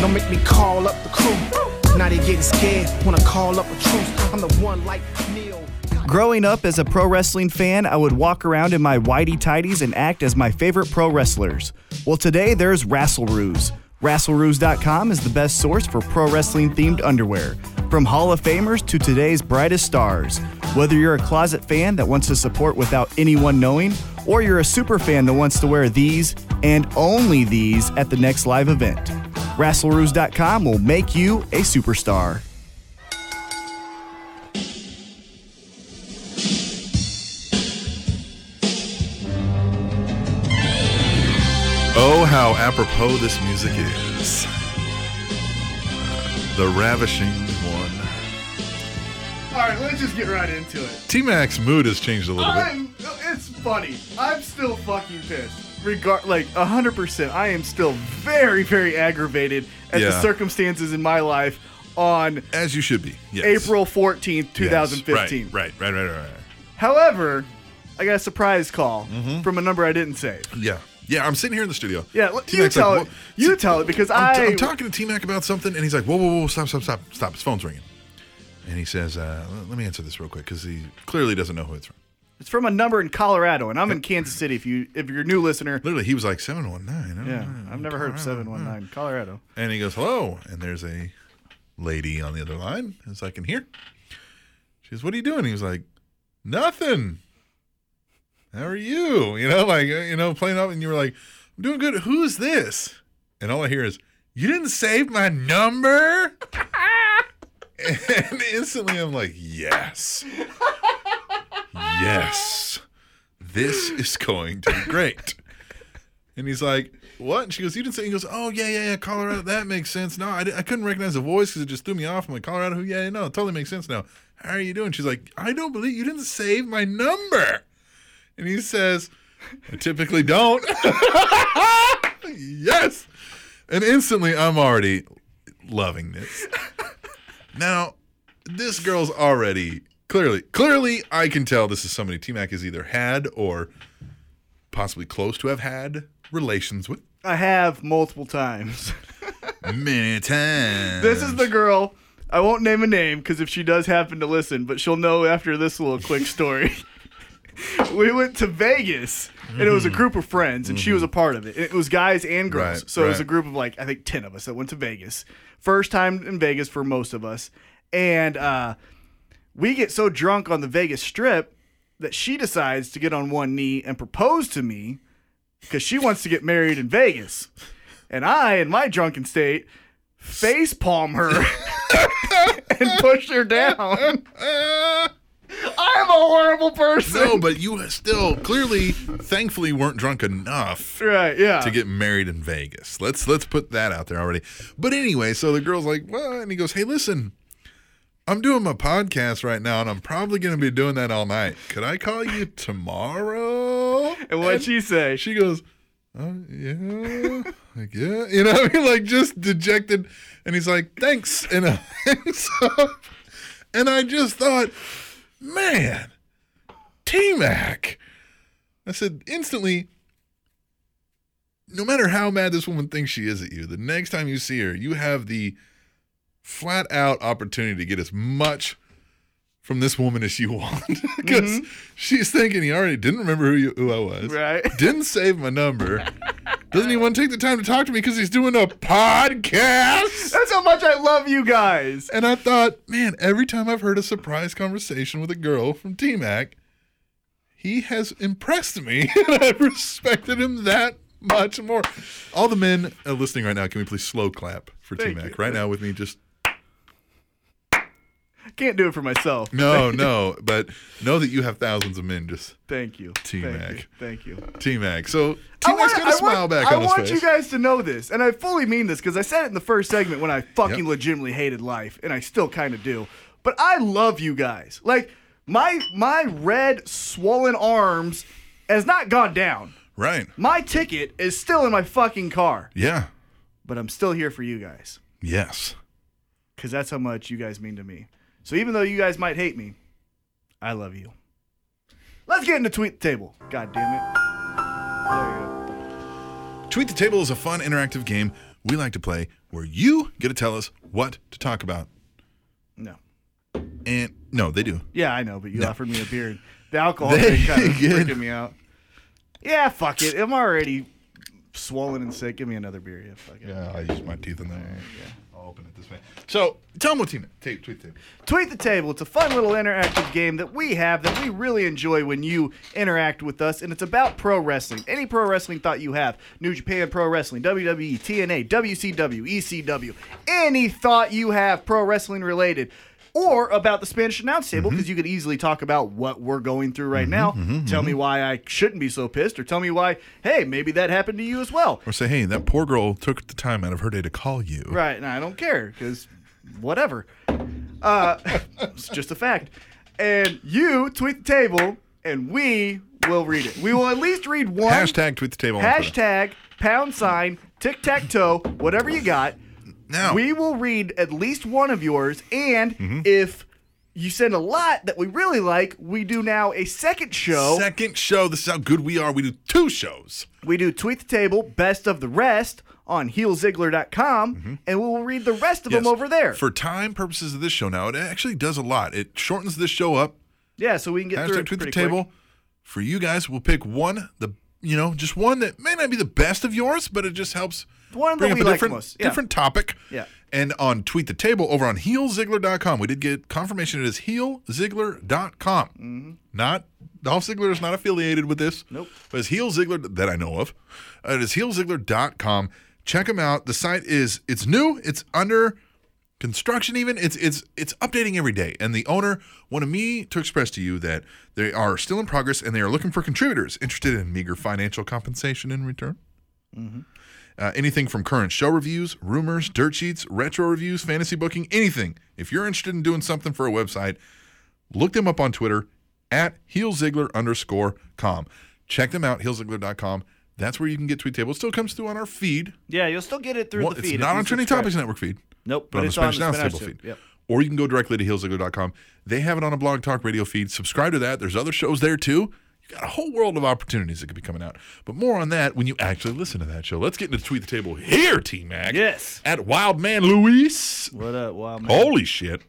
Speaker 5: Don't make me call up the crew. Now they getting scared when I call up a truce. I'm the one like Neil.
Speaker 4: Growing up as a pro wrestling fan, I would walk around in my whitey tidies and act as my favorite pro wrestlers. Well, today there's Rasselroos. Rasselroos.com is the best source for pro wrestling themed underwear. From Hall of Famers to today's brightest stars. Whether you're a closet fan that wants to support without anyone knowing, or you're a super fan that wants to wear these and only these at the next live event, Rasselroos.com will make you a superstar.
Speaker 2: Oh, how apropos this music is. The ravishing one.
Speaker 4: All right, let's just get right into it.
Speaker 2: T Mac's mood has changed a little bit.
Speaker 4: I'm. It's funny. I'm still fucking pissed. Regard like hundred percent. I am still very, very aggravated at
Speaker 2: Yeah.
Speaker 4: the circumstances in my life on
Speaker 2: As you should be. Yes.
Speaker 4: April fourteenth, two
Speaker 2: Yes.
Speaker 4: thousand fifteen.
Speaker 2: Right, right, right, right, right. right. Mm-hmm.
Speaker 4: However, I got a surprise call from a number I didn't save.
Speaker 2: Yeah. Yeah, I'm sitting here in the studio.
Speaker 4: Yeah, let- you
Speaker 2: T-Mac's
Speaker 4: tell
Speaker 2: like,
Speaker 4: it.
Speaker 2: "Whoa."
Speaker 4: You tell it because
Speaker 2: I'm, t-
Speaker 4: I-
Speaker 2: I'm talking to T Mac about something, and he's like, whoa, whoa, whoa, stop, stop, stop, stop. His phone's ringing. And he says, uh, let- let me answer this real quick because he clearly doesn't know who it's from.
Speaker 4: It's from a number in Colorado, and I'm in Kansas City. If you, if you're a new listener,
Speaker 2: Literally, he was like, 719.
Speaker 4: yeah, I've never heard of seven one nine
Speaker 2: Hmm.
Speaker 4: Colorado.
Speaker 2: And he goes, hello. And there's a lady on the other line. It's like, in here. She goes, what are you doing? He was like, nothing. How are you? You know, like, uh, you know, playing up. And you were like, I'm doing good. Who's this? And all I hear is, you didn't save my number? and instantly I'm like, yes. Yes. This is going to be great. And he's like, "What?" And she goes, "You didn't say." He goes, "Oh yeah, yeah, yeah, Colorado. That makes sense. No, I, di- I couldn't recognize the voice because it just threw me off. I'm like, Colorado. Who? Yeah, yeah, no, it totally makes sense now. How are you doing?" She's like, "I don't believe you didn't save my number." And he says, "I typically don't." yes. And instantly, I'm already loving this. Now, this girl's already clearly, clearly, I can tell this is somebody T Mac has either had or possibly close to have had relations with
Speaker 4: I have multiple times.
Speaker 2: many times.
Speaker 4: This is the girl. I won't name a name because if she does happen to listen, but she'll know after this little quick story. we went to Vegas and it was a group of friends and she was a part of it. It was guys and girls.
Speaker 2: Mm-hmm. Right,
Speaker 4: so it was
Speaker 2: right.
Speaker 4: a group of like, I think 10 of us that went to Vegas. First time in Vegas for most of us. And uh, we get so drunk on the Vegas strip that she decides to get on one knee and propose to me because she wants to get married in Vegas. And I, in my drunken state, face palm her and push her down.
Speaker 2: Uh,
Speaker 4: I'm a horrible person.
Speaker 2: no, but you still clearly, thankfully, weren't drunk enough
Speaker 4: Right, yeah.
Speaker 2: to get married in Vegas. Let's let's put that out there already. But anyway, so the girl's like, well, and he goes, hey, listen, I'm doing my podcast right now, and I'm probably going to be doing that all night. Could I call you tomorrow?
Speaker 4: and what'd she say?
Speaker 2: She goes, oh, yeah, like, yeah. You know, what I mean, like just dejected. And he's like, thanks. And I hangs up. And I just thought, man, T Mac. I said, instantly, no matter how mad this woman thinks she is at you, the next time you see her, you have the flat out opportunity to get as much from this woman as you want. Because she's thinking he already didn't remember who, you, who I was
Speaker 4: Right.
Speaker 2: didn't save my number. Doesn't even want to take the time to talk to me because he's doing a podcast.
Speaker 4: That's how much I love you guys.
Speaker 2: And I thought, man, every time I've heard a surprise conversation with a girl from T Mac, he has impressed me. And I've respected him that much more. All the men uh, listening right now, can we please slow clap for T
Speaker 4: Thank
Speaker 2: Mac
Speaker 4: you.
Speaker 2: right now with me? Just
Speaker 4: Can't do it for myself.
Speaker 2: no, no, but know that you have thousands of men just
Speaker 4: Thank you.
Speaker 2: T-Mac.
Speaker 4: Thank you. Thank you.
Speaker 2: T Mac. So
Speaker 4: I
Speaker 2: T Mac's
Speaker 4: wanna-
Speaker 2: got a
Speaker 4: I want-
Speaker 2: smile back
Speaker 4: I
Speaker 2: on his
Speaker 4: want
Speaker 2: face.
Speaker 4: you guys to know this, and I fully mean this because I said it in the first segment when I fucking
Speaker 2: Yep.
Speaker 4: legitimately hated life, and I still kind of do. But I love you guys. Like my my red swollen arms has not gone down.
Speaker 2: right.
Speaker 4: My ticket is still in my fucking car,
Speaker 2: Yeah.
Speaker 4: but I'm still here for you guys.
Speaker 2: Yes.
Speaker 4: because that's how much you guys mean to me. So even though you guys might hate me, I love you. Let's get into tweet the table. God damn it. There you go.
Speaker 2: Tweet the Table is a fun, interactive game we like to play where you get to tell us what to talk about.
Speaker 4: No.
Speaker 2: And no, they do.
Speaker 4: Yeah, I know, but you offered me a beer. and The alcohol
Speaker 2: There
Speaker 4: thing kind of
Speaker 2: you go.
Speaker 4: freaking me out. Yeah, fuck it. I'm already swollen and sick. Give me another beer. Yeah, fuck it.
Speaker 2: Yeah, I use my teeth in there. I'll open it this way. So tell them what team it. Tape, tweet the table.
Speaker 4: Tweet the Table. It's a fun little interactive game that we have that we really enjoy when you interact with us, and it's about pro wrestling. Any pro wrestling thought you have New Japan Pro Wrestling, E, WWE, TNA, WCW, ECW, E any thought you have pro wrestling related. Or about the Spanish announce table, because you could easily talk about what we're going through right now. tell me why I shouldn't be so pissed, or tell me why, hey, maybe that happened to you as well.
Speaker 2: Or say, hey, that poor girl took the time out of her day to call you.
Speaker 4: Right, and I don't care because whatever. Uh, it's just a fact. And you tweet the table, and we will read it. We will at least read one
Speaker 2: Hashtag tweet the table. on Twitter.
Speaker 4: hashtag pound sign tic tac toe whatever you got.
Speaker 2: Now,
Speaker 4: We will read at least one of yours, and
Speaker 2: Mm-hmm.
Speaker 4: if you send a lot that we really like, we do now a second show.
Speaker 2: second show. This is how good we are. We do two shows.
Speaker 4: We do Tweet the Table, Best of the Rest on heelzigler.com, and we will read the rest of them
Speaker 2: Mm-hmm. Yes.
Speaker 4: over there.
Speaker 2: For time purposes of this show now, it actually does a lot. It shortens this show up.
Speaker 4: yeah, so we can get through
Speaker 2: Hashtag
Speaker 4: it
Speaker 2: tweet the
Speaker 4: pretty quick.
Speaker 2: table. For you guys, we'll pick one, the you know, just one that may not be the best of yours, but it just helps
Speaker 4: One that
Speaker 2: bring
Speaker 4: we
Speaker 2: up a
Speaker 4: like
Speaker 2: different,
Speaker 4: most. Yeah.
Speaker 2: different topic.
Speaker 4: Yeah.
Speaker 2: And on Tweet the Table over on heelzigler.com, we did get confirmation it is heelzigler.com. Mm-hmm. Not Dolph Ziggler is not affiliated with this.
Speaker 4: Nope.
Speaker 2: But it's heelzigler that I know of. Uh, it is heelzigler.com. Check them out. The site is it's new. It's under construction even it's it's it's updating every day and the owner wanted me to express to you that they are still in progress and they are looking for contributors interested in meager financial compensation in return uh, anything from current show reviews, rumors, dirt sheets, retro reviews, fantasy booking, anything. If you're interested in doing something for a website, look them up on Twitter at heelzigler underscore com. Check them out, heelzigler.com. That's where you can get Tweet Table. It still comes through on our feed.
Speaker 4: Yeah, you'll still get it through
Speaker 2: Well,
Speaker 4: the
Speaker 2: it's
Speaker 4: feed. if
Speaker 2: not
Speaker 4: you
Speaker 2: on Trending
Speaker 4: subscribe.
Speaker 2: Topics Network feed.
Speaker 4: Nope,
Speaker 2: But, on the Spanish Downs Table feed.
Speaker 4: Yep.
Speaker 2: Or you can go directly to heelzigler.com. They have it on a blog talk radio feed. Subscribe to that. There's other shows there too. You got a whole world of opportunities that could be coming out. But more on that when you actually listen to that show. Let's get into Tweet the Table here, T Mac.
Speaker 4: Yes.
Speaker 2: At Wild Man Luis.
Speaker 4: What up, wow, man?
Speaker 2: Holy shit.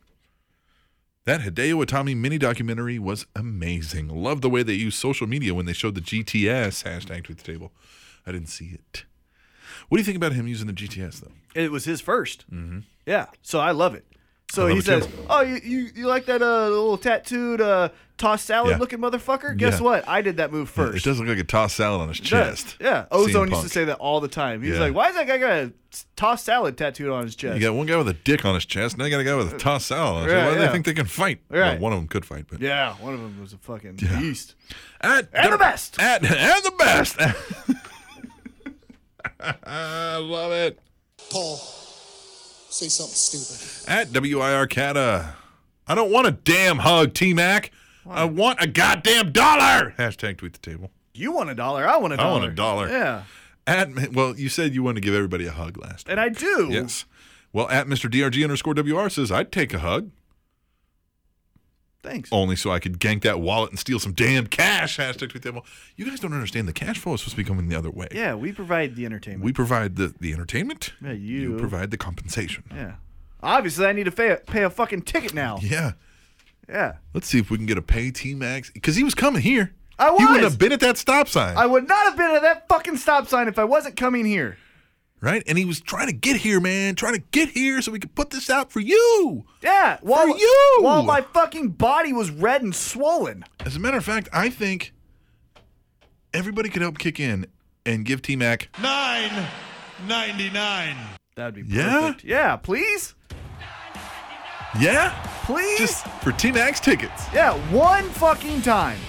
Speaker 2: That Hideo Itami mini documentary was amazing. Love the way they used social media when they showed the GTS hashtag tweet the table. I didn't see it. What do you think about him using the GTS though?
Speaker 4: It was his 1st Mm-hmm. Yeah, so I love it. So
Speaker 2: love
Speaker 4: he
Speaker 2: it
Speaker 4: says,
Speaker 2: too.
Speaker 4: "Oh, you, you, you like that uh, little tattooed uh, tossed salad
Speaker 2: Yeah.
Speaker 4: looking motherfucker? Guess
Speaker 2: Yeah.
Speaker 4: what? I did that move
Speaker 2: Yeah,
Speaker 4: first.
Speaker 2: It does look like a tossed salad on his
Speaker 4: It does.
Speaker 2: chest.
Speaker 4: Yeah,
Speaker 2: CM
Speaker 4: Ozone used
Speaker 2: Punk.
Speaker 4: to say that all the time. He was
Speaker 2: Yeah.
Speaker 4: like, "Why is that guy got a tossed salad tattooed on his chest?"
Speaker 2: You got one guy with a dick on his chest, now you got a guy with a tossed salad. on his chest.
Speaker 4: Right,
Speaker 2: Why do
Speaker 4: yeah.
Speaker 2: they think they can fight?
Speaker 4: Right.
Speaker 2: Well, one of them could fight, but
Speaker 4: yeah, one of them was a fucking beast.
Speaker 2: At
Speaker 4: And the best.
Speaker 2: At, and the best. I love it.
Speaker 6: Paul, say something stupid.
Speaker 2: At WIR Cata. I don't want a damn hug, T Mac. I want a goddamn dollar. Hashtag tweet the table.
Speaker 4: You want a dollar? I want a
Speaker 2: I
Speaker 4: dollar.
Speaker 2: want a dollar.
Speaker 4: Yeah,
Speaker 2: At well, you said you wanted to give everybody a hug last.
Speaker 4: and I do.
Speaker 2: Yes. Well, at Mr. DRG underscore WR says I'd take a hug
Speaker 4: Thanks.
Speaker 2: only so I could gank that wallet and steal some damn cash. Hashtag tweet the table. You guys don't understand. The cash flow is supposed to be coming the other way.
Speaker 4: Yeah, we provide the entertainment.
Speaker 2: We provide the, the entertainment.
Speaker 4: Yeah, you.
Speaker 2: provide the compensation.
Speaker 4: Yeah. Obviously, I need to pay, pay a fucking ticket now.
Speaker 2: Yeah.
Speaker 4: Yeah.
Speaker 2: Let's see if we can get a pay T Max because he was coming here.
Speaker 4: I
Speaker 2: He wouldn't
Speaker 4: was.
Speaker 2: have been at that stop sign,
Speaker 4: I would not have been at that fucking stop sign if I wasn't coming here.
Speaker 2: right? And he was trying to get here, man, trying to get here so we could put this out for you.
Speaker 4: Yeah. While,
Speaker 2: For you!
Speaker 4: While my fucking body was red and swollen.
Speaker 2: As a matter of fact, I think everybody could help kick in and give T Mac.
Speaker 7: Nine ninety nine.
Speaker 4: That'd be
Speaker 2: Yeah?
Speaker 4: perfect. Yeah, please?
Speaker 2: Yeah,
Speaker 4: Please?
Speaker 2: just for T Mac's tickets.
Speaker 4: yeah, one fucking time.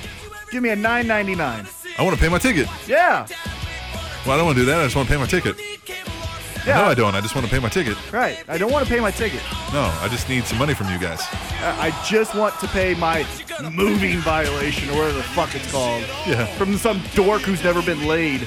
Speaker 4: Give me a 9.99.
Speaker 2: I want to pay my ticket.
Speaker 4: Yeah.
Speaker 2: Well, I don't want to do that. I just want to pay my ticket.
Speaker 4: Yeah.
Speaker 2: No, I don't. I just want to pay my ticket.
Speaker 4: Right. I don't want to pay my ticket.
Speaker 2: No, I just need some money from you guys.
Speaker 4: I I just want to pay my moving violation or whatever the fuck it's called.
Speaker 2: Yeah.
Speaker 4: From some dork who's never been laid.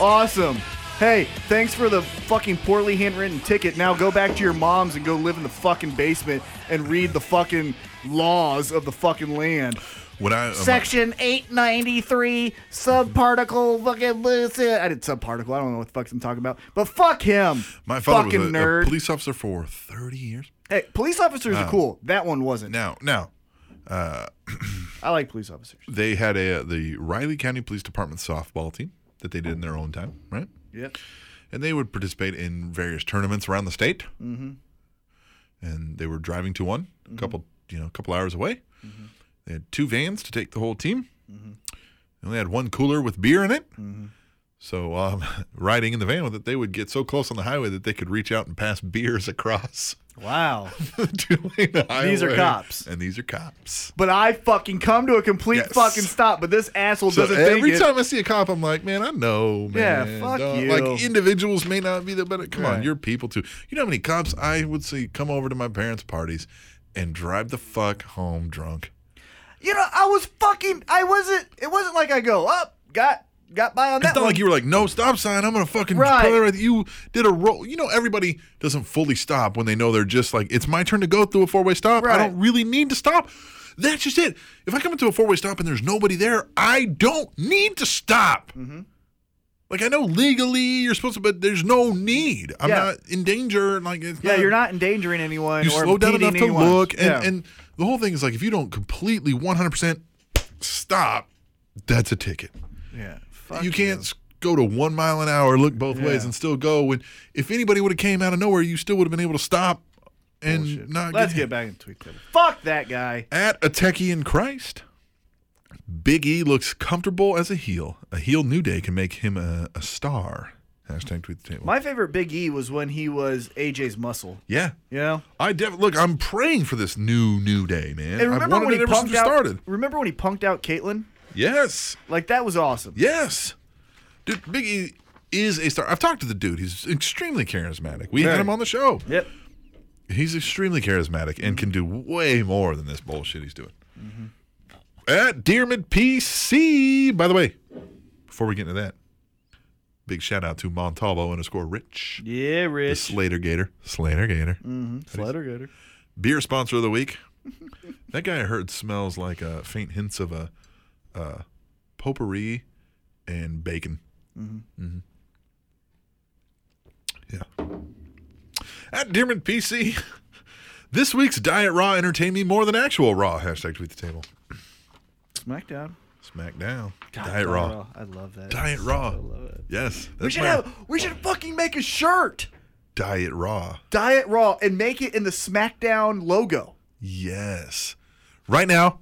Speaker 4: Awesome. Hey, thanks for the fucking poorly handwritten ticket. Now go back to your mom's and go live in the fucking basement and read the fucking laws of the fucking land.
Speaker 2: When I um,
Speaker 4: Section 893, subparticle, fucking lucid. I did subparticle. I don't know what the fuck I'm talking about. But fuck him.
Speaker 2: my father
Speaker 4: fucking
Speaker 2: was a, a
Speaker 4: nerd.
Speaker 2: police officer for 30 years.
Speaker 4: hey, police officers are cool. That one wasn't.
Speaker 2: Now, now
Speaker 4: I like police officers.
Speaker 2: they had a the Riley County Police Department softball team that they did in their own time, right?
Speaker 4: Yep.
Speaker 2: and they would participate in various tournaments around the state. Mm-hmm. And they were driving to one,
Speaker 4: Mm-hmm.
Speaker 2: a couple, you know, a couple hours away. They had two vans to take the whole team.
Speaker 4: Mm-hmm.
Speaker 2: They only had one cooler with beer in it. So um, riding in the van with it, they would get so close on the highway that they could reach out and pass beers across
Speaker 4: Wow.
Speaker 2: the two-lane highway.
Speaker 4: These are cops.
Speaker 2: and these are cops.
Speaker 4: But I fucking come to a complete
Speaker 2: Yes.
Speaker 4: fucking stop. But this asshole
Speaker 2: So
Speaker 4: doesn't
Speaker 2: every
Speaker 4: think it.
Speaker 2: time I see a cop, I'm like, man, I know,
Speaker 4: Yeah,
Speaker 2: man.
Speaker 4: fuck
Speaker 2: dog."
Speaker 4: you.
Speaker 2: Like individuals may not be the better. Come on,
Speaker 4: Right.
Speaker 2: you're people too. You know how many cops I would see come over to my parents' parties and drive the fuck home drunk.
Speaker 4: You know, I was fucking. I wasn't. It wasn't like I go up, got got by on that.
Speaker 2: It's not
Speaker 4: one.
Speaker 2: like you were like, no, stop sign. I'm gonna fucking
Speaker 4: Right.
Speaker 2: pull it right- You did a roll. You know, everybody doesn't fully stop when they know they're just like, it's my turn to go through a four way stop. I
Speaker 4: Right.
Speaker 2: don't really need to stop. That's just it. If I come into a four way stop and there's nobody there, I don't need to stop.
Speaker 4: Mm-hmm.
Speaker 2: Like I know legally you're supposed to, but there's no need. I'm
Speaker 4: Yeah.
Speaker 2: not in danger. Like it's
Speaker 4: yeah,
Speaker 2: not,
Speaker 4: you're not endangering anyone.
Speaker 2: You
Speaker 4: or
Speaker 2: slow down
Speaker 4: impeding
Speaker 2: enough to
Speaker 4: anyone.
Speaker 2: look, and,
Speaker 4: Yeah.
Speaker 2: and the whole thing is like if you don't completely 100 percent stop, that's a ticket
Speaker 4: yeah, fuck
Speaker 2: you can't s go to one mile an hour, look both ways, and still go. When if anybody would have came out of nowhere, you still would have been able to stop and not.
Speaker 4: Let's
Speaker 2: get,
Speaker 4: get back into tweet clip. Fuck that guy.
Speaker 2: at a techie in Christ. Big E looks comfortable as a heel. A heel new day can make him a, a star. Hashtag tweet the table.
Speaker 4: My favorite Big E was when he was AJ's muscle.
Speaker 2: yeah.
Speaker 4: You know.
Speaker 2: I def- look. I'm praying for this new new day, man.
Speaker 4: And
Speaker 2: I
Speaker 4: remember
Speaker 2: wanted
Speaker 4: when
Speaker 2: it
Speaker 4: he
Speaker 2: ever since
Speaker 4: punked
Speaker 2: we
Speaker 4: out?
Speaker 2: started.
Speaker 4: Remember when he punked out Caitlyn?
Speaker 2: Yes,
Speaker 4: Like that was awesome.
Speaker 2: yes, dude. Big E is a star. I've talked to the dude. He's extremely charismatic. We
Speaker 4: Right.
Speaker 2: had him on the show.
Speaker 4: Yep.
Speaker 2: He's extremely charismatic and can do way more than this bullshit he's doing. At Dearman PC, by the way, before we get into that, big shout out to Montalvo underscore Rich,
Speaker 4: Yeah,
Speaker 2: the
Speaker 4: Rich.
Speaker 2: Slater Gator, Slater Gator,
Speaker 4: Slater Gator.
Speaker 2: beer sponsor of the week. that guy I heard smells like uh, faint hints of a uh, potpourri and bacon. Mm-hmm. Yeah. At Dearman PC, this week's Diet Raw entertained me more than actual Raw. Hashtag tweet the table.
Speaker 4: SmackDown.
Speaker 2: Smackdown.
Speaker 4: God,
Speaker 2: Diet Raw.
Speaker 4: I love that.
Speaker 2: Diet Raw.
Speaker 4: love it.
Speaker 2: Yes.
Speaker 4: We
Speaker 2: that's
Speaker 4: should
Speaker 2: my-
Speaker 4: have. We should fucking make a shirt.
Speaker 2: Diet Raw.
Speaker 4: Diet Raw and make it in the SmackDown logo.
Speaker 2: Yes. Right now,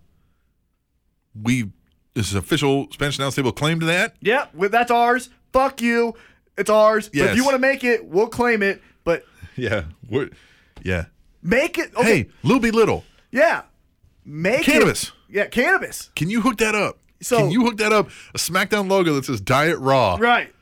Speaker 2: we this is official Spanish announce table claim to that.
Speaker 4: Yep, well, that's ours. Fuck you. It's ours. But if
Speaker 2: Yes.
Speaker 4: you want to make it, we'll claim it. But
Speaker 2: Yeah. We're, yeah.
Speaker 4: make it. Okay.
Speaker 2: Hey, Luby Little,
Speaker 4: Yeah. Make
Speaker 2: Cannabis.
Speaker 4: It, yeah, cannabis.
Speaker 2: can you hook that up?
Speaker 4: So-
Speaker 2: can you hook that up? A SmackDown logo that says Diet Raw.
Speaker 4: Right.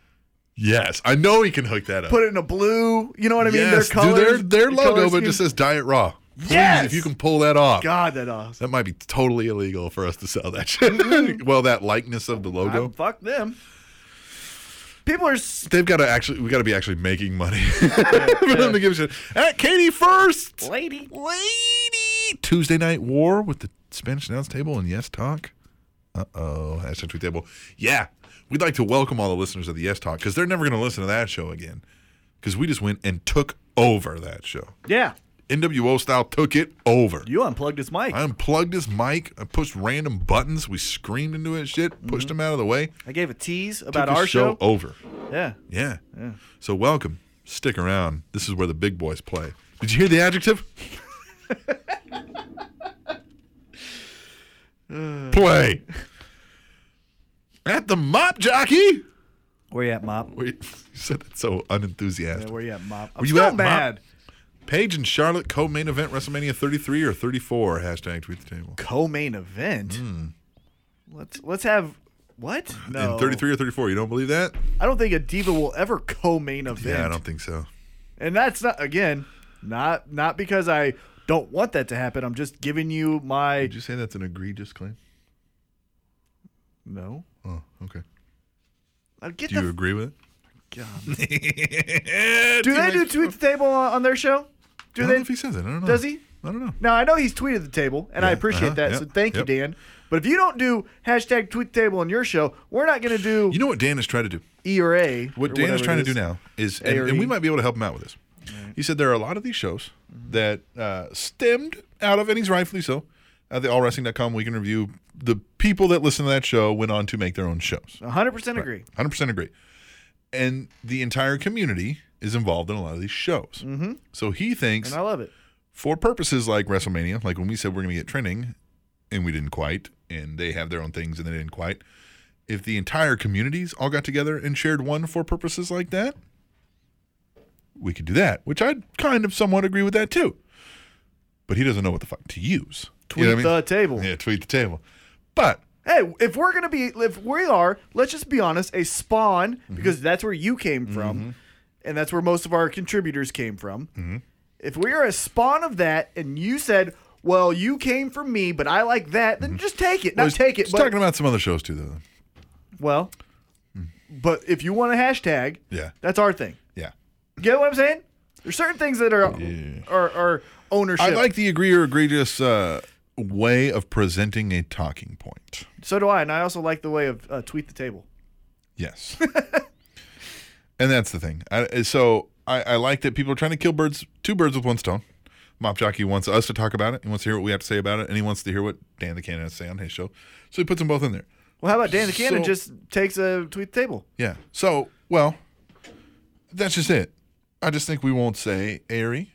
Speaker 2: Yes, I know he can hook that up.
Speaker 4: Put it in a blue. You know what I mean?
Speaker 2: yes,
Speaker 4: their colors.
Speaker 2: do their their
Speaker 4: color
Speaker 2: logo, but
Speaker 4: scheme.
Speaker 2: it just says Diet Raw. Please,
Speaker 4: Yes!
Speaker 2: if you can pull that off,
Speaker 4: God, that awesome.
Speaker 2: that might be totally illegal for us to sell that shit.
Speaker 4: Mm-hmm.
Speaker 2: well, that likeness of the logo.
Speaker 4: I'm- fuck them. People are. s-
Speaker 2: They've got to actually, we got to be actually making money for them to give a shit. At Katie first,
Speaker 4: Lady.
Speaker 2: lady. Tuesday night war with the Spanish announce table and Yes Talk. Uh oh, hashtag tweet table. Yeah, we'd like to welcome all the listeners of the Yes Talk because they're never going to listen to that show again because we just went and took over that show.
Speaker 4: Yeah.
Speaker 2: NWO style took it over.
Speaker 4: You unplugged his mic.
Speaker 2: I unplugged his mic. I pushed random buttons. We screamed into it, shit, pushed him out of the way.
Speaker 4: I gave a tease about
Speaker 2: took Oh. the
Speaker 4: Mm-hmm. our show.
Speaker 2: over.
Speaker 4: Yeah.
Speaker 2: Yeah. So welcome. Stick around. This is where the big boys play. Did you hear the adjective? play. At the mop jockey.
Speaker 4: Where you at, Mop?
Speaker 2: Wait, you said that so
Speaker 4: Yeah,
Speaker 2: unenthusiastic.
Speaker 4: where you at, Mop? I'm
Speaker 2: Were you
Speaker 4: still
Speaker 2: at, Mop?
Speaker 4: mad.
Speaker 2: Paige and Charlotte co-main event WrestleMania 33 or 34. Hashtag tweet the table.
Speaker 4: co-main event. Let's let's have what? No,
Speaker 2: Hmm. In 33 or 34, you don't believe that?
Speaker 4: I don't think a diva will ever co-main event.
Speaker 2: Yeah, I don't think so.
Speaker 4: And that's not again, not not because I don't want that to happen. I'm just giving you my
Speaker 2: Did you say that's an egregious claim?
Speaker 4: no.
Speaker 2: Oh, okay.
Speaker 4: I get
Speaker 2: Do
Speaker 4: the Uh,
Speaker 2: you agree with it?
Speaker 4: God. Do they do tweet the table on, on their show?
Speaker 2: I
Speaker 4: Do
Speaker 2: don't
Speaker 4: they?
Speaker 2: know if he says it. I don't know.
Speaker 4: Does he?
Speaker 2: I don't know.
Speaker 4: Now I know he's tweeted the table, and I
Speaker 2: Yeah,
Speaker 4: appreciate
Speaker 2: uh-huh,
Speaker 4: that.
Speaker 2: yep,
Speaker 4: so thank
Speaker 2: yep.
Speaker 4: you, Dan. But if you don't do hashtag tweet the table on your show, we're not going to do
Speaker 2: You know what Dan is trying to do?
Speaker 4: E or A.
Speaker 2: What
Speaker 4: or
Speaker 2: Dan is
Speaker 4: whatever
Speaker 2: trying
Speaker 4: it
Speaker 2: to do now is,
Speaker 4: A
Speaker 2: and,
Speaker 4: or
Speaker 2: and we
Speaker 4: E.
Speaker 2: might be able to help him out with this. He said there are a lot of these shows
Speaker 4: Mm-hmm.
Speaker 2: that uh, stemmed out of, and he's rightfully so, uh, the allwrestling.com weekend review. The people that listen to that show went on to make their own shows.
Speaker 4: 100% agree.
Speaker 2: 100% agree. And the entire community is involved in a lot of these shows. Mm-hmm. So he thinks
Speaker 4: And I love it.
Speaker 2: for purposes like WrestleMania, like when we said we're going to get trending and we didn't quite, and they have their own things and they didn't quite, if the entire communities all got together and shared one for purposes like that, we could do that, which I'd kind of somewhat agree with that too. But he doesn't know what the fuck to use.
Speaker 4: Tweet
Speaker 2: what
Speaker 4: the table.
Speaker 2: Yeah, tweet the table. But
Speaker 4: Hey, if we're gonna be, if we are, let's just be honest, a spawn
Speaker 2: Mm-hmm.
Speaker 4: because that's where you came from, and that's where most of our contributors came from.
Speaker 2: Mm-hmm.
Speaker 4: If we are a spawn of that, and you said, "Well, you came from me, but I like that," then just take it.
Speaker 2: Mm-hmm.
Speaker 4: Not
Speaker 2: he's-
Speaker 4: take it,
Speaker 2: he's
Speaker 4: but
Speaker 2: talking about some other shows too, though.
Speaker 4: well. But if you want a hashtag,
Speaker 2: Yeah.
Speaker 4: that's our thing.
Speaker 2: Yeah.
Speaker 4: Get what I'm saying? There's certain things that are are, are ownership.
Speaker 2: I like the agree or egregious uh, way of presenting a talking point.
Speaker 4: so do I, and I also like the way of uh, tweet the table.
Speaker 2: Yes. and that's the thing. I, uh, so I, I like that people are trying to kill birds, two birds with one stone. Mop Jockey wants us to talk about it. He wants to hear what we have to say about it, and he wants to hear what Dan the Cannon has to say on his show. So he puts them both in there.
Speaker 4: Well, how about Dan the Cannon
Speaker 2: So-
Speaker 4: just takes a tweet the table?
Speaker 2: Yeah. So, well, that's just it. I just think we won't say airy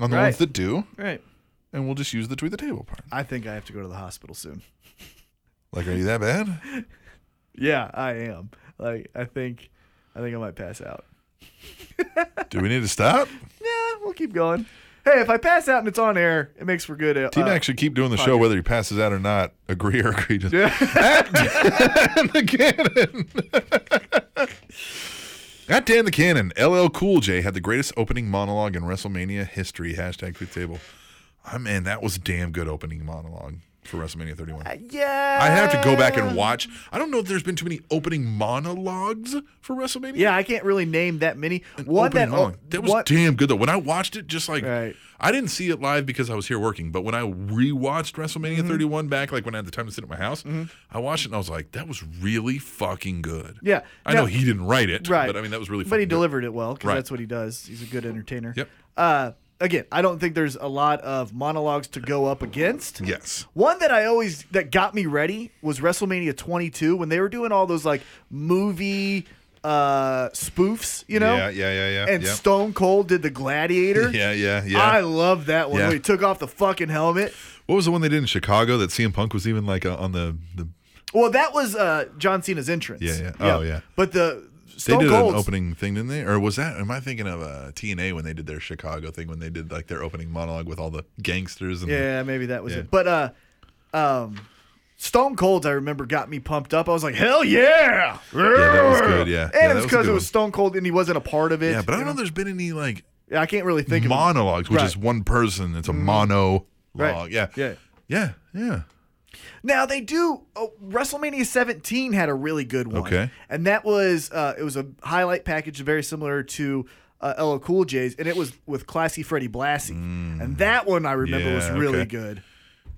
Speaker 2: on the
Speaker 4: Right.
Speaker 2: ones that do,
Speaker 4: Right.
Speaker 2: and we'll just use the tweet the table part.
Speaker 4: I think I have to go to the hospital soon.
Speaker 2: Like, are you that bad?
Speaker 4: Yeah, I am. Like, I think, I think I might pass out.
Speaker 2: Do we need to stop?
Speaker 4: Yeah, we'll keep going. Hey, if I pass out and it's on air, it makes for good. Uh,
Speaker 2: T Mac should keep doing the show whether he passes out or not. Agree or agree to At Dan the Cannon. At Dan the Cannon, LL Cool J had the greatest opening monologue in WrestleMania history. Hashtag tweet table. Oh, man, that was a damn good opening monologue for WrestleMania 31. I
Speaker 4: uh, yeah.
Speaker 2: have to go back and watch. I don't know if there's been too many opening monologues for WrestleMania.
Speaker 4: Yeah, I can't really name that many. One
Speaker 2: opening
Speaker 4: that
Speaker 2: monologue. that was
Speaker 4: one-
Speaker 2: damn good though. When I watched it, just like
Speaker 4: Right.
Speaker 2: I didn't see it live because I was here working, but when I rewatched WrestleMania
Speaker 4: Mm-hmm.
Speaker 2: 31 back, like when I had the time to sit at my house, I watched it and I was like, that was really fucking good.
Speaker 4: Yeah.
Speaker 2: I
Speaker 4: Now-
Speaker 2: know he didn't write it,
Speaker 4: right.
Speaker 2: but I mean that was really.
Speaker 4: But he
Speaker 2: fucking good.
Speaker 4: delivered it well because
Speaker 2: Right.
Speaker 4: that's what he does. He's a good entertainer.
Speaker 2: Yep.
Speaker 4: Uh, again, I don't think there's a lot of monologues to go up against.
Speaker 2: Yes.
Speaker 4: One that I always that got me ready was WrestleMania 22 when they were doing all those like movie uh spoofs, you know?
Speaker 2: Yeah, yeah, yeah, yeah,
Speaker 4: And
Speaker 2: yeah.
Speaker 4: Stone Cold did the Gladiator.
Speaker 2: Yeah, yeah, yeah.
Speaker 4: I love that one.
Speaker 2: Yeah.
Speaker 4: When he took off the fucking helmet.
Speaker 2: What was the one they did in Chicago that CM Punk was even like uh, on the the
Speaker 4: Well, that was uh John Cena's entrance.
Speaker 2: Yeah, yeah. Oh, yeah.
Speaker 4: But the
Speaker 2: they
Speaker 4: Stone
Speaker 2: did
Speaker 4: Cold's-
Speaker 2: an opening thing, didn't they? Or was that? Am I thinking of uh, TNA when they did their Chicago thing when they did like their opening monologue with all the gangsters? And the-
Speaker 4: Yeah, maybe that was
Speaker 2: Yeah.
Speaker 4: it. But uh um Stone Cold's I remember got me pumped up. I was like, "Hell yeah!"
Speaker 2: yeah, that was good. Yeah,
Speaker 4: And
Speaker 2: Yeah,
Speaker 4: it
Speaker 2: that
Speaker 4: was
Speaker 2: a
Speaker 4: because
Speaker 2: good
Speaker 4: it was
Speaker 2: one.
Speaker 4: Stone Cold and he wasn't a part of it.
Speaker 2: Yeah, but I
Speaker 4: you
Speaker 2: don't know if there's been any like
Speaker 4: Yeah, I can't really think of
Speaker 2: monologues, which
Speaker 4: Right. Mm-hmm.
Speaker 2: is one person. It's a monologue.
Speaker 4: Right.
Speaker 2: Yeah.
Speaker 4: Yeah.
Speaker 2: Yeah. Yeah.
Speaker 4: Now they do. Oh, WrestleMania 17 had a really good one.
Speaker 2: Okay.
Speaker 4: and that was uh, it was a highlight package very similar to uh, LL Cool J's, and it was with classy Freddie Blassie, and that one I remember was
Speaker 2: Mm. Yeah,
Speaker 4: really
Speaker 2: okay.
Speaker 4: good.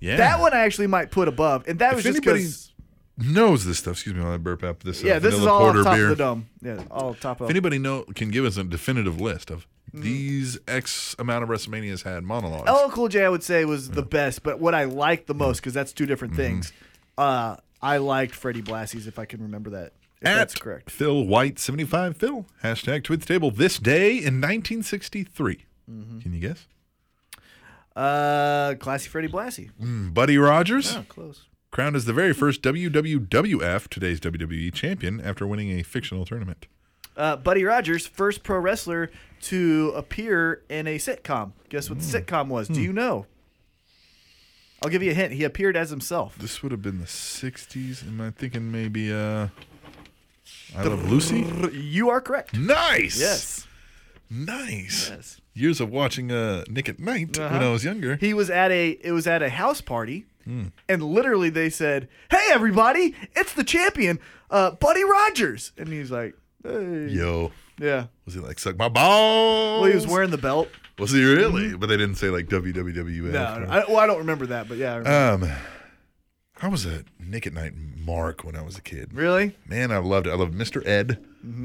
Speaker 2: Yeah.
Speaker 4: That one I actually might put above, and that
Speaker 2: If
Speaker 4: was just
Speaker 2: anybody-
Speaker 4: because
Speaker 2: knows this stuff. Excuse me while I burp up this. Uh,
Speaker 4: yeah, this is
Speaker 2: vanilla
Speaker 4: all
Speaker 2: porter
Speaker 4: off top
Speaker 2: beer.
Speaker 4: of the dome. Yeah, all off top of.
Speaker 2: If anybody know can give us a definitive list of
Speaker 4: Mm.
Speaker 2: these X amount of WrestleManias had monologues.
Speaker 4: LL Cool J I would say was the best, but what I liked the most because that's two different things. Uh, I liked Freddie Blassie's if I can remember that. If
Speaker 2: At
Speaker 4: that's correct.
Speaker 2: Phil White seventy five Phil hashtag tweet the table this day in nineteen sixty three.
Speaker 4: Mm-hmm.
Speaker 2: Can you guess?
Speaker 4: Uh, classy Freddie Blassie.
Speaker 2: Buddy Rogers.
Speaker 4: Oh, close.
Speaker 2: crowned as the very first WWWF, today's WWE champion, after winning a fictional tournament.
Speaker 4: Uh, Buddy Rogers, first pro wrestler to appear in a sitcom. Guess what the sitcom was? Do you know? I'll give you a hint. He appeared as himself.
Speaker 2: This would have been the 60s. Am I thinking maybe uh, I Love Lucy?
Speaker 4: You are correct.
Speaker 2: Nice.
Speaker 4: Yes.
Speaker 2: Nice.
Speaker 4: Yes.
Speaker 2: Years of watching uh, Nick at Night when I
Speaker 4: Uh-huh.
Speaker 2: was younger.
Speaker 4: He was at a it was at a house party,
Speaker 2: Hmm.
Speaker 4: and literally they said, "Hey everybody, it's the champion, uh, Buddy Rogers," and he's like, Hey.
Speaker 2: Yo,
Speaker 4: Yeah.
Speaker 2: was he like suck my balls?
Speaker 4: Well, he was wearing the belt.
Speaker 2: Was he really? But they didn't say like WWWF.
Speaker 4: No, no. I, well, I don't remember that, but yeah. I remember.
Speaker 2: Um, I was a Nick at Night mark when I was a kid.
Speaker 4: really?
Speaker 2: Man, I loved it. I loved Mr. Ed.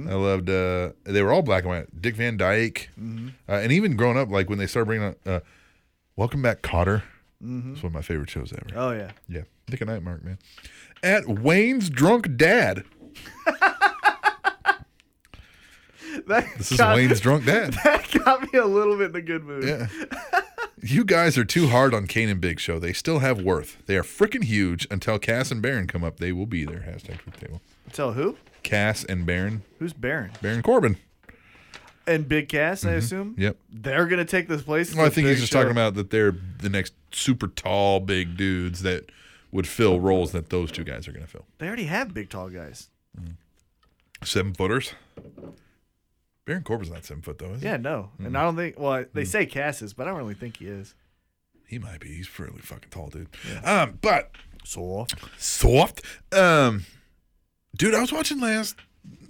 Speaker 2: I loved. Uh, they were all black and white. Dick Van Dyke, uh, and even growing up, like when they started bringing out uh, Welcome Back, Cotter. It's one of my favorite shows ever.
Speaker 4: Oh yeah.
Speaker 2: Yeah, Nick and Night Mark, man. At Wayne's drunk dad.
Speaker 4: That
Speaker 2: This is
Speaker 4: got,
Speaker 2: Wayne's drunk dad.
Speaker 4: That got me a little bit in a good mood.
Speaker 2: Yeah. You guys are too hard on Kane and Big Show. They still have worth. They are freaking huge. Until Cass and Baron come up, they will be there. Hashtag truth table.
Speaker 4: Tell who?
Speaker 2: Cass and Baron,
Speaker 4: Who's Baron?
Speaker 2: Baron Corbin.
Speaker 4: And Big Cass, I assume.
Speaker 2: Mm-hmm. Yep.
Speaker 4: They're gonna take this place.
Speaker 2: Well, I
Speaker 4: It's a
Speaker 2: think he's
Speaker 4: big
Speaker 2: just
Speaker 4: show.
Speaker 2: talking about that they're the next super tall, big dudes that would fill roles that those two guys are going to fill.
Speaker 4: They already have big tall guys.
Speaker 2: Seven footers. Baron Corbin's not seven foot though, is he?
Speaker 4: Yeah, no,
Speaker 2: Mm-hmm.
Speaker 4: and I don't think. Well, they say Cass is, but I don't really think he is.
Speaker 2: He might be. He's fairly fucking tall, dude. Um, but
Speaker 4: Soft.
Speaker 2: soft. Um, dude, I was watching last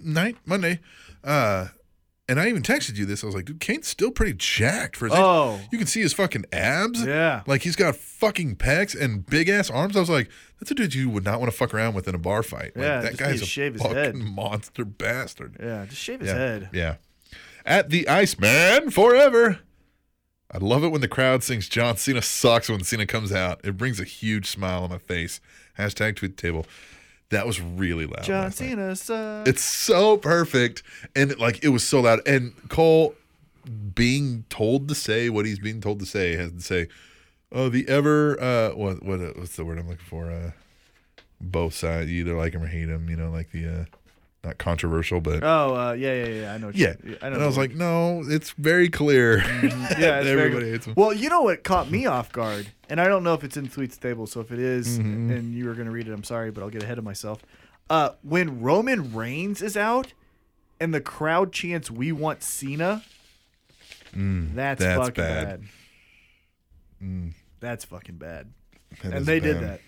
Speaker 2: night, Monday, uh, and I even texted you this. I was like, dude, Kane's still pretty jacked for his age.
Speaker 4: Oh.
Speaker 2: You can see his fucking abs.
Speaker 4: Yeah.
Speaker 2: Like he's got fucking pecs and big ass arms. I was like, that's a dude you would not want to fuck around with in a bar fight. Like,
Speaker 4: Yeah,
Speaker 2: that
Speaker 4: just need
Speaker 2: guy's
Speaker 4: to
Speaker 2: a
Speaker 4: shave his
Speaker 2: fucking
Speaker 4: head.
Speaker 2: monster bastard.
Speaker 4: Yeah, just shave his
Speaker 2: yeah.
Speaker 4: head.
Speaker 2: Yeah. At the Iceman forever. I love it when the crowd sings John Cena sucks when Cena comes out. It brings a huge smile on my face. Hashtag tweet the table. That was really loud.
Speaker 4: John
Speaker 2: last night.
Speaker 4: Cena sucks.
Speaker 2: It's so perfect. And like it was so loud. And Cole being told to say what he's being told to say has to say, oh, the ever uh what what what's the word I'm looking for? Uh both sides. You either like him or hate him, you know, like the uh not controversial, but
Speaker 4: oh uh, yeah, yeah, yeah. I know. what you-
Speaker 2: yeah.
Speaker 4: I know.
Speaker 2: and I was
Speaker 4: what
Speaker 2: like, no, it's very clear.
Speaker 4: yeah, it's very
Speaker 2: everybody
Speaker 4: good.
Speaker 2: hates him.
Speaker 4: Well, you know what caught me off guard, and I don't know if it's in Sweet's table. So if it is,
Speaker 2: Mm-hmm.
Speaker 4: and you were going to read it, I'm sorry, but I'll get ahead of myself. Uh, when Roman Reigns is out, and the crowd chants "We want Cena," that's,
Speaker 2: Mm, that's
Speaker 4: fucking bad.
Speaker 2: bad. Mm.
Speaker 4: That's fucking bad.
Speaker 2: That is
Speaker 4: and they did
Speaker 2: bad.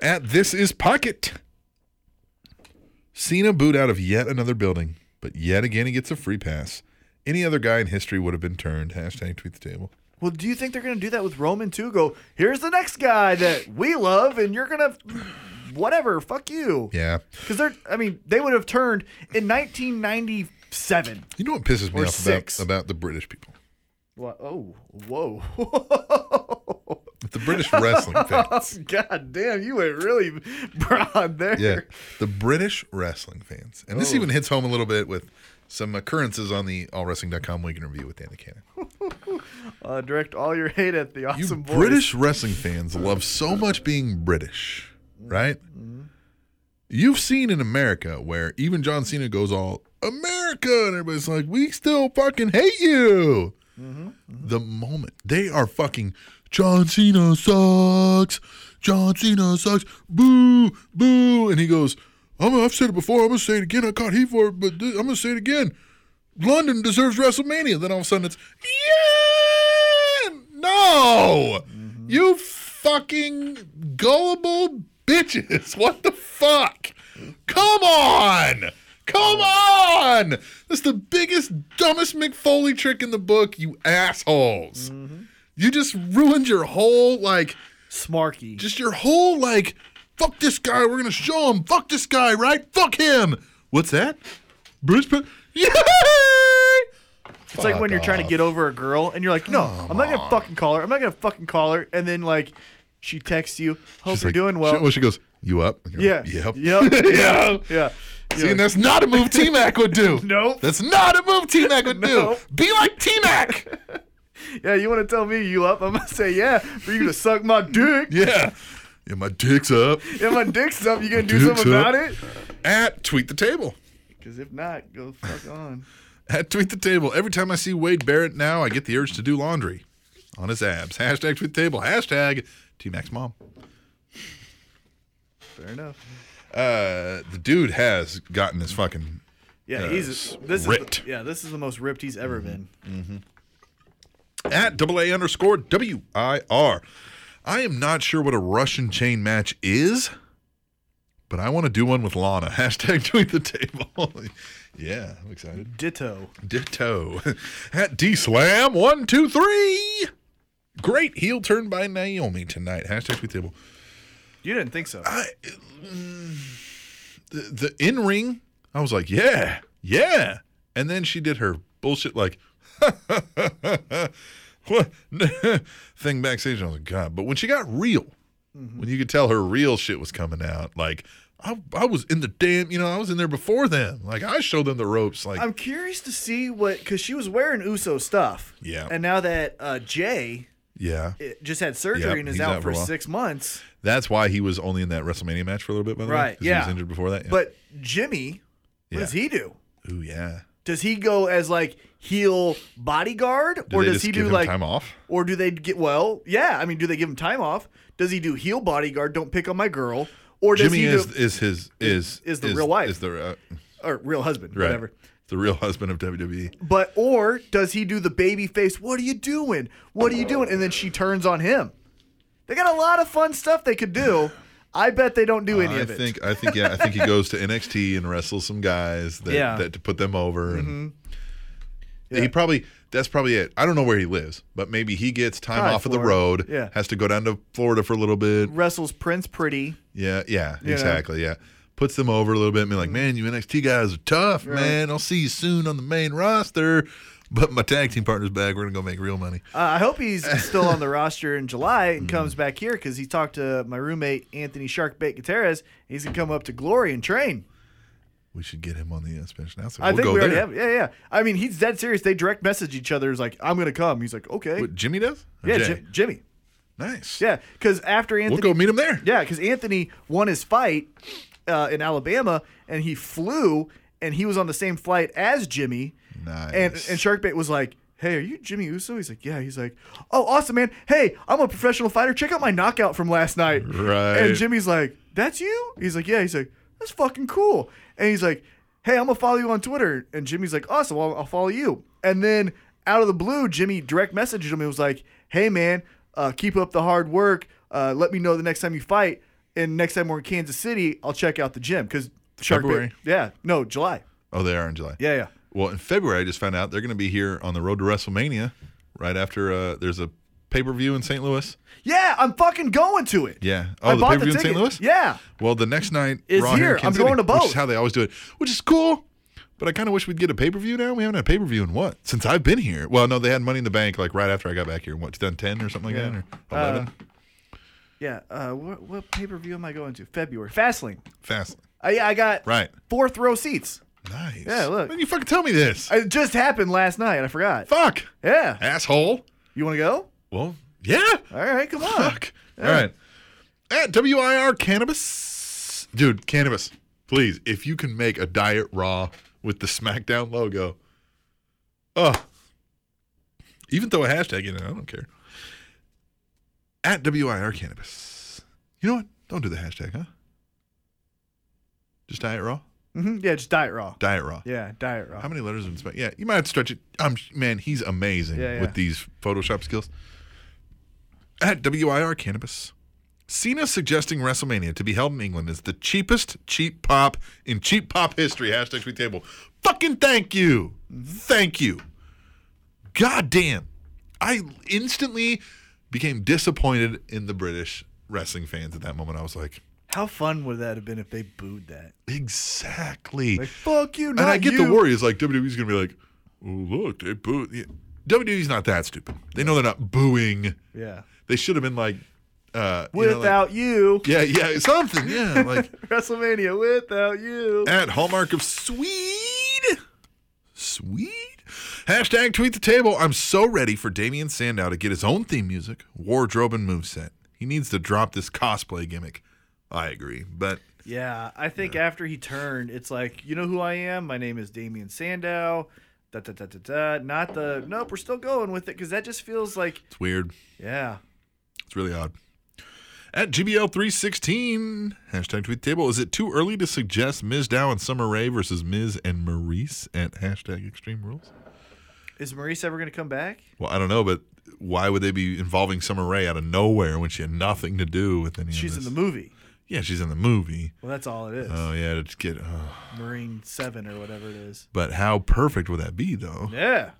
Speaker 4: that.
Speaker 2: At this is pocket. Cena booed out of yet another building, but yet again he gets a free pass. Any other guy in history would have been turned. Hashtag tweet the table.
Speaker 4: Well, do you think they're going to do that with Roman too? Go, here's the next guy that we love, and you're going to, whatever, fuck you.
Speaker 2: Yeah.
Speaker 4: Because they're, I mean, they would have turned in 1997.
Speaker 2: You know what pisses me
Speaker 4: Or
Speaker 2: off
Speaker 4: six.
Speaker 2: about, about the British people?
Speaker 4: What? Oh, whoa.
Speaker 2: The British wrestling fans.
Speaker 4: God damn, you went really broad there.
Speaker 2: Yeah. The British wrestling fans. And
Speaker 4: Oh.
Speaker 2: this even hits home a little bit with some occurrences on the allwrestling.com weekend review with Andy Cannon.
Speaker 4: Uh, direct all your hate at the
Speaker 2: You
Speaker 4: awesome boys.
Speaker 2: British wrestling fans love so much being British, right? You've seen in America where even John Cena goes all America, and everybody's like, "We still fucking hate you." The moment they are fucking John Cena sucks, John Cena sucks, boo, boo, and he goes, I'm, "I've said it before, I'm gonna say it again. I caught heat for it, but th- I'm gonna say it again." London deserves WrestleMania. Then all of a sudden it's, yeah, no, you fucking gullible bitches. What the fuck? Come on. Come on! That's the biggest, dumbest McFoley trick in the book, you assholes. You just ruined your whole, like,
Speaker 4: Smarky.
Speaker 2: just your whole like fuck this guy we're gonna show him fuck this guy right fuck him what's that bruce Pr- yeah
Speaker 4: it's like when you're trying to get over a girl and you're like, no, I'm not going to fucking call her. I'm not going to fucking call her. And then, like, she texts you, hope you're doing well.
Speaker 2: she, goes you up And you're
Speaker 4: yeah.
Speaker 2: like, yep
Speaker 4: Yep.
Speaker 2: yeah
Speaker 4: yeah.
Speaker 2: See, and that's not a move T Mac would do.
Speaker 4: Nope.
Speaker 2: That's not a move T Mac would
Speaker 4: Nope.
Speaker 2: do. Be like T Mac.
Speaker 4: Yeah, you want to tell me you up? I'm going to say, yeah, for you to suck my dick.
Speaker 2: yeah. Yeah, my dick's up.
Speaker 4: If my dick's up, you going to do
Speaker 2: Dick's
Speaker 4: something
Speaker 2: up.
Speaker 4: about it?
Speaker 2: At Tweet the Table.
Speaker 4: Because if not, go fuck on.
Speaker 2: At Tweet the Table. Every time I see Wade Barrett now, I get the urge to do laundry on his abs. Hashtag Tweet the Table. Hashtag T Mac's mom.
Speaker 4: Fair enough.
Speaker 2: Uh, the dude has gotten his fucking.
Speaker 4: Yeah,
Speaker 2: uh,
Speaker 4: he's this Is
Speaker 2: ripped. Mm-hmm.
Speaker 4: the, yeah, this is the most ripped he's ever been.
Speaker 2: At double A underscore W I R. I am not sure what a Russian chain match is, but I want to do one with Lana. Hashtag tweet the table. yeah, I'm excited.
Speaker 4: Ditto.
Speaker 2: Ditto. At D Slam, one, two, three. Great heel turn by Naomi tonight. Hashtag tweet table.
Speaker 4: You didn't think so.
Speaker 2: I, mm, the, the in ring, I was like, yeah, yeah. And then she did her bullshit, like, what thing backstage. and I was like, God. But when she got real,
Speaker 4: Mm-hmm.
Speaker 2: when you could tell her real shit was coming out, like, I, I was in the damn, you know, I was in there before them. Like, I showed them the ropes. Like,
Speaker 4: I'm curious to see what because she was wearing Uso stuff.
Speaker 2: Yeah.
Speaker 4: And now that uh, Jay
Speaker 2: yeah.
Speaker 4: eh, just had surgery
Speaker 2: Yep,
Speaker 4: and
Speaker 2: he's
Speaker 4: is out,
Speaker 2: out for
Speaker 4: for
Speaker 2: a while.
Speaker 4: six months,
Speaker 2: That's why he was only in that WrestleMania match for a little bit, by the way.
Speaker 4: right?
Speaker 2: 'cause
Speaker 4: Yeah.
Speaker 2: He was injured before that. Yeah.
Speaker 4: But Jimmy, what does
Speaker 2: Yeah.
Speaker 4: he do?
Speaker 2: Ooh, yeah.
Speaker 4: Does he go as like heel bodyguard,
Speaker 2: Do
Speaker 4: or
Speaker 2: they
Speaker 4: does
Speaker 2: just
Speaker 4: he
Speaker 2: give
Speaker 4: do
Speaker 2: him
Speaker 4: like
Speaker 2: time off?
Speaker 4: Or do they get well? Yeah, I mean, do they give him time off? Does he do heel bodyguard? Don't pick on my girl. Or does
Speaker 2: Jimmy
Speaker 4: he
Speaker 2: is
Speaker 4: do
Speaker 2: is his is
Speaker 4: is the real wife.
Speaker 2: is the uh,
Speaker 4: or real husband,
Speaker 2: right,
Speaker 4: whatever?
Speaker 2: the real husband of E. WWE.
Speaker 4: But or does he do the baby face? What are you doing? What are you doing? And then she turns on him. They got a lot of fun stuff they could do. I bet they don't do any
Speaker 2: I
Speaker 4: of it.
Speaker 2: think I think yeah I think he goes to NXT and wrestles some guys that,
Speaker 4: Yeah. Mm-hmm.
Speaker 2: that to put them over and he probably that's probably it. I don't know where he lives, but maybe he gets time
Speaker 4: Probably
Speaker 2: off of the
Speaker 4: Florida.
Speaker 2: road.
Speaker 4: Yeah.
Speaker 2: has to go down to Florida for a little bit.
Speaker 4: Wrestles Prince pretty.
Speaker 2: Yeah, yeah,
Speaker 4: You know?
Speaker 2: exactly. Yeah. Puts them over a little bit and be
Speaker 4: Mm-hmm.
Speaker 2: like, man, you NXT guys are tough, man. I'll see you soon on the main roster. But my tag team partner's back. We're going to go make real money.
Speaker 4: Uh, I hope he's still on the roster in July and
Speaker 2: Mm-hmm.
Speaker 4: comes back here because he talked to my roommate Anthony Sharkbait Gutierrez. He's gonna come up to Glory and train.
Speaker 2: We should get him on the uh, Spanish announcer.
Speaker 4: I
Speaker 2: We'll
Speaker 4: think
Speaker 2: go
Speaker 4: we already
Speaker 2: there.
Speaker 4: have. Yeah, yeah. I mean, he's dead serious. They direct message each other. Is like, I'm gonna come. He's like, okay.
Speaker 2: What, Jimmy does? Or
Speaker 4: yeah,
Speaker 2: Jay?
Speaker 4: Jim, Jimmy.
Speaker 2: Nice.
Speaker 4: Yeah, because after Anthony,
Speaker 2: We'll go meet him there.
Speaker 4: yeah, because Anthony won his fight uh, in Alabama, and he flew, and he was on the same flight as Jimmy.
Speaker 2: Nice.
Speaker 4: And and Sharkbait was like. Hey, are you Jimmy Uso? He's like, yeah. He's like, oh, awesome, man. Hey, I'm a professional fighter. Check out my knockout from last night.
Speaker 2: Right.
Speaker 4: And Jimmy's like, that's you? He's like, yeah. He's like, that's fucking cool. And he's like, hey, I'm gonna follow you on Twitter. And Jimmy's like, awesome, I'll, I'll follow you. And then out of the blue, Jimmy direct messaged him and was like, hey, man, uh, keep up the hard work. Uh, let me know the next time you fight. And next time we're in Kansas City, I'll check out the gym because Shark Bay-
Speaker 2: February.
Speaker 4: yeah, no, July.
Speaker 2: Oh, they are in July.
Speaker 4: Yeah, yeah.
Speaker 2: Well, in February, I just found out they're going to be here on the road to WrestleMania right after uh, there's a pay per view in St. Louis.
Speaker 4: Yeah, I'm fucking going to it.
Speaker 2: Yeah.
Speaker 4: I
Speaker 2: Oh, the
Speaker 4: bought
Speaker 2: pay per view in St.
Speaker 4: ticket.
Speaker 2: Louis?
Speaker 4: Yeah.
Speaker 2: Well, the next night
Speaker 4: Is
Speaker 2: Raw
Speaker 4: here.
Speaker 2: in Kansas
Speaker 4: I'm
Speaker 2: City,
Speaker 4: going to
Speaker 2: Which
Speaker 4: both.
Speaker 2: is how they always do it, which is cool. But I kind of wish we'd get a pay per view now. We haven't had a pay per view in what since I've been here. Well, no, they had Money in the Bank like right after I got back here. What 2010 or something like that, or
Speaker 4: Uh,
Speaker 2: 11?
Speaker 4: Yeah. Uh, what what pay per view am I going to? February. Fastlane.
Speaker 2: Fast.
Speaker 4: I, I got
Speaker 2: Right.
Speaker 4: fourth row seats.
Speaker 2: Nice.
Speaker 4: Yeah, look.
Speaker 2: Man, you fucking tell me this.
Speaker 4: It just happened last night. I forgot.
Speaker 2: Fuck.
Speaker 4: Yeah.
Speaker 2: Asshole.
Speaker 4: You want to go?
Speaker 2: Well, yeah.
Speaker 4: All right, come on.
Speaker 2: Fuck. All right. At WIR Cannabis. Dude, cannabis. Please, if you can make a Diet Raw with the SmackDown logo. Oh. Even throw a hashtag in it, I don't care. At WIR Cannabis. You know what? Don't do the hashtag, huh? Just Diet Raw?
Speaker 4: hmm Yeah, just diet raw.
Speaker 2: Diet Raw.
Speaker 4: Yeah, diet raw.
Speaker 2: How many letters in Spanish? Yeah, you might have to stretch it. I'm man, he's amazing
Speaker 4: Yeah, yeah.
Speaker 2: with these Photoshop skills. At WIR Cannabis, Cena suggesting WrestleMania to be held in England is the cheapest cheap pop in cheap pop history. Hashtag tweet table. Fucking thank you, thank you. God damn, I instantly became disappointed in the British wrestling fans at that moment. I was like,
Speaker 4: How fun would that have been if they booed that?
Speaker 2: exactly.
Speaker 4: Like, fuck you, not
Speaker 2: And I get the
Speaker 4: you.
Speaker 2: worry is like WWE's gonna be like, oh look, they boo. yeah." WWE's not that stupid. They know they're not booing.
Speaker 4: Yeah.
Speaker 2: They should have been like, uh, you know, like-
Speaker 4: Without you,
Speaker 2: yeah, yeah, something. Yeah, like
Speaker 4: WrestleMania. Without you.
Speaker 2: at Hallmark of Swede. Swede? Hashtag tweet the table. I'm so ready for Damian Sandow to get his own theme music, wardrobe, and moveset. He needs to drop this cosplay gimmick. I agree, but
Speaker 4: Yeah, I think after he turned, it's like, you know who I am? My name is Damian Sandow. Da, da, da, da, da. Not the, nope, we're still going with it because that just feels like,
Speaker 2: it's weird.
Speaker 4: yeah.
Speaker 2: It's really odd. At GBL316, hashtag tweet table, is it too early to suggest Ms. Dow and Summer Rae versus Ms. and Maurice at hashtag extreme rules?
Speaker 4: Is Maurice ever going to come back?
Speaker 2: Well, I don't know, but why would they be involving Summer Rae out of nowhere when she had nothing to do with any
Speaker 4: She's
Speaker 2: of
Speaker 4: in
Speaker 2: this?
Speaker 4: the movie.
Speaker 2: Yeah, she's in the movie.
Speaker 4: Well, that's all it is.
Speaker 2: Oh yeah, to get. Oh.
Speaker 4: Marine Seven or whatever it is.
Speaker 2: But how perfect would that be, though?
Speaker 4: Yeah.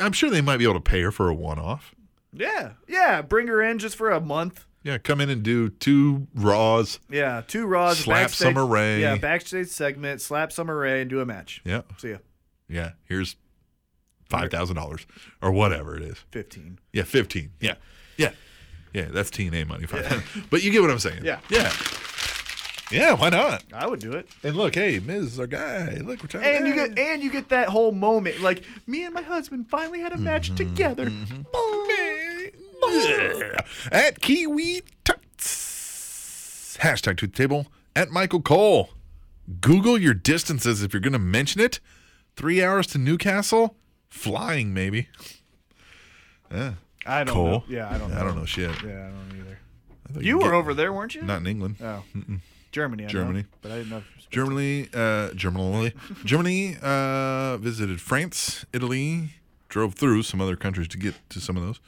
Speaker 2: I'm sure they might be able to pay her for a one-off.
Speaker 4: Yeah. Yeah. Bring her in just for a month.
Speaker 2: Yeah, come in and do two Raws.
Speaker 4: Yeah. Two Raws.
Speaker 2: Slap
Speaker 4: backstage-
Speaker 2: Summer Rae.
Speaker 4: Yeah. Backstage segment. Slap Summer Rae and do a match.
Speaker 2: Yeah,
Speaker 4: See ya.
Speaker 2: yeah. Here's five thousand dollars or whatever it is.
Speaker 4: 15.
Speaker 2: Yeah, fifteen. Yeah, yeah, yeah. That's TNA money. but you get what I'm saying.
Speaker 4: Yeah.
Speaker 2: yeah, yeah. Why not?
Speaker 4: I would do it.
Speaker 2: And look, hey, Miz is our guy. Look, we're trying.
Speaker 4: And you get and you get that whole moment like me and my husband finally had a match
Speaker 2: Mm-hmm.
Speaker 4: together.
Speaker 2: at Kiwi Tuts. Hashtag to the table at Michael Cole. Google your distances if you're going to mention it. Three hours to Newcastle, flying maybe.
Speaker 4: I don't
Speaker 2: Cole.
Speaker 4: know. Yeah, I don't know.
Speaker 2: I don't know shit.
Speaker 4: Yeah, I don't either.
Speaker 2: I thought
Speaker 4: You
Speaker 2: could
Speaker 4: were
Speaker 2: get-
Speaker 4: over there, weren't you?
Speaker 2: not in England.
Speaker 4: Oh. Germany. I know,
Speaker 2: Germany.
Speaker 4: but I didn't know.
Speaker 2: Germany, uh, Germany, Germany uh, visited France, Italy, drove through some other countries to get to some of those.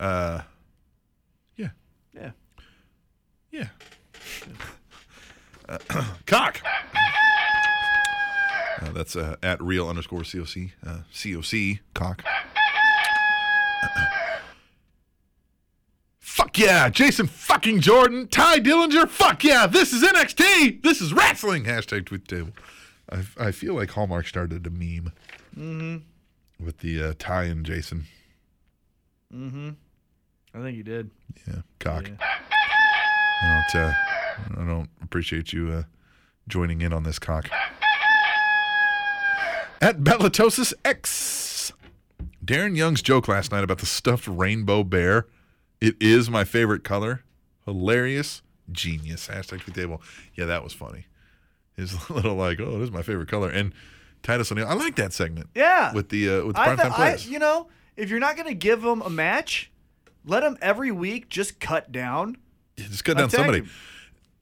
Speaker 2: Uh, yeah,
Speaker 4: Yeah.
Speaker 2: yeah. Uh, cock. Uh, that's uh, at real underscore coc uh, coc cock. Fuck yeah, Jason fucking Jordan, Ty Dillinger. Fuck yeah, this is NXT. This is wrestling. Hashtag tweet the table. I, I feel like Hallmark started a meme with the uh, Ty and Jason.
Speaker 4: I think you did.
Speaker 2: Yeah, cock. I don't. Uh, I don't appreciate you uh, joining in on this cock. At Bellatosis X, Darren Young's joke last night about the stuffed rainbow bear. It is my favorite color. Hilarious, genius. Hashtag tweet table. Yeah, that was funny. His little like, oh, this is my favorite color. And Titus O'Neil, I like that segment.
Speaker 4: Yeah.
Speaker 2: with the uh, with the
Speaker 4: I
Speaker 2: primetime
Speaker 4: thought, I,
Speaker 2: players.
Speaker 4: you know, if you're not gonna give them a match, let them every week just cut down.
Speaker 2: Yeah, just cut down
Speaker 4: Attack
Speaker 2: somebody.
Speaker 4: him.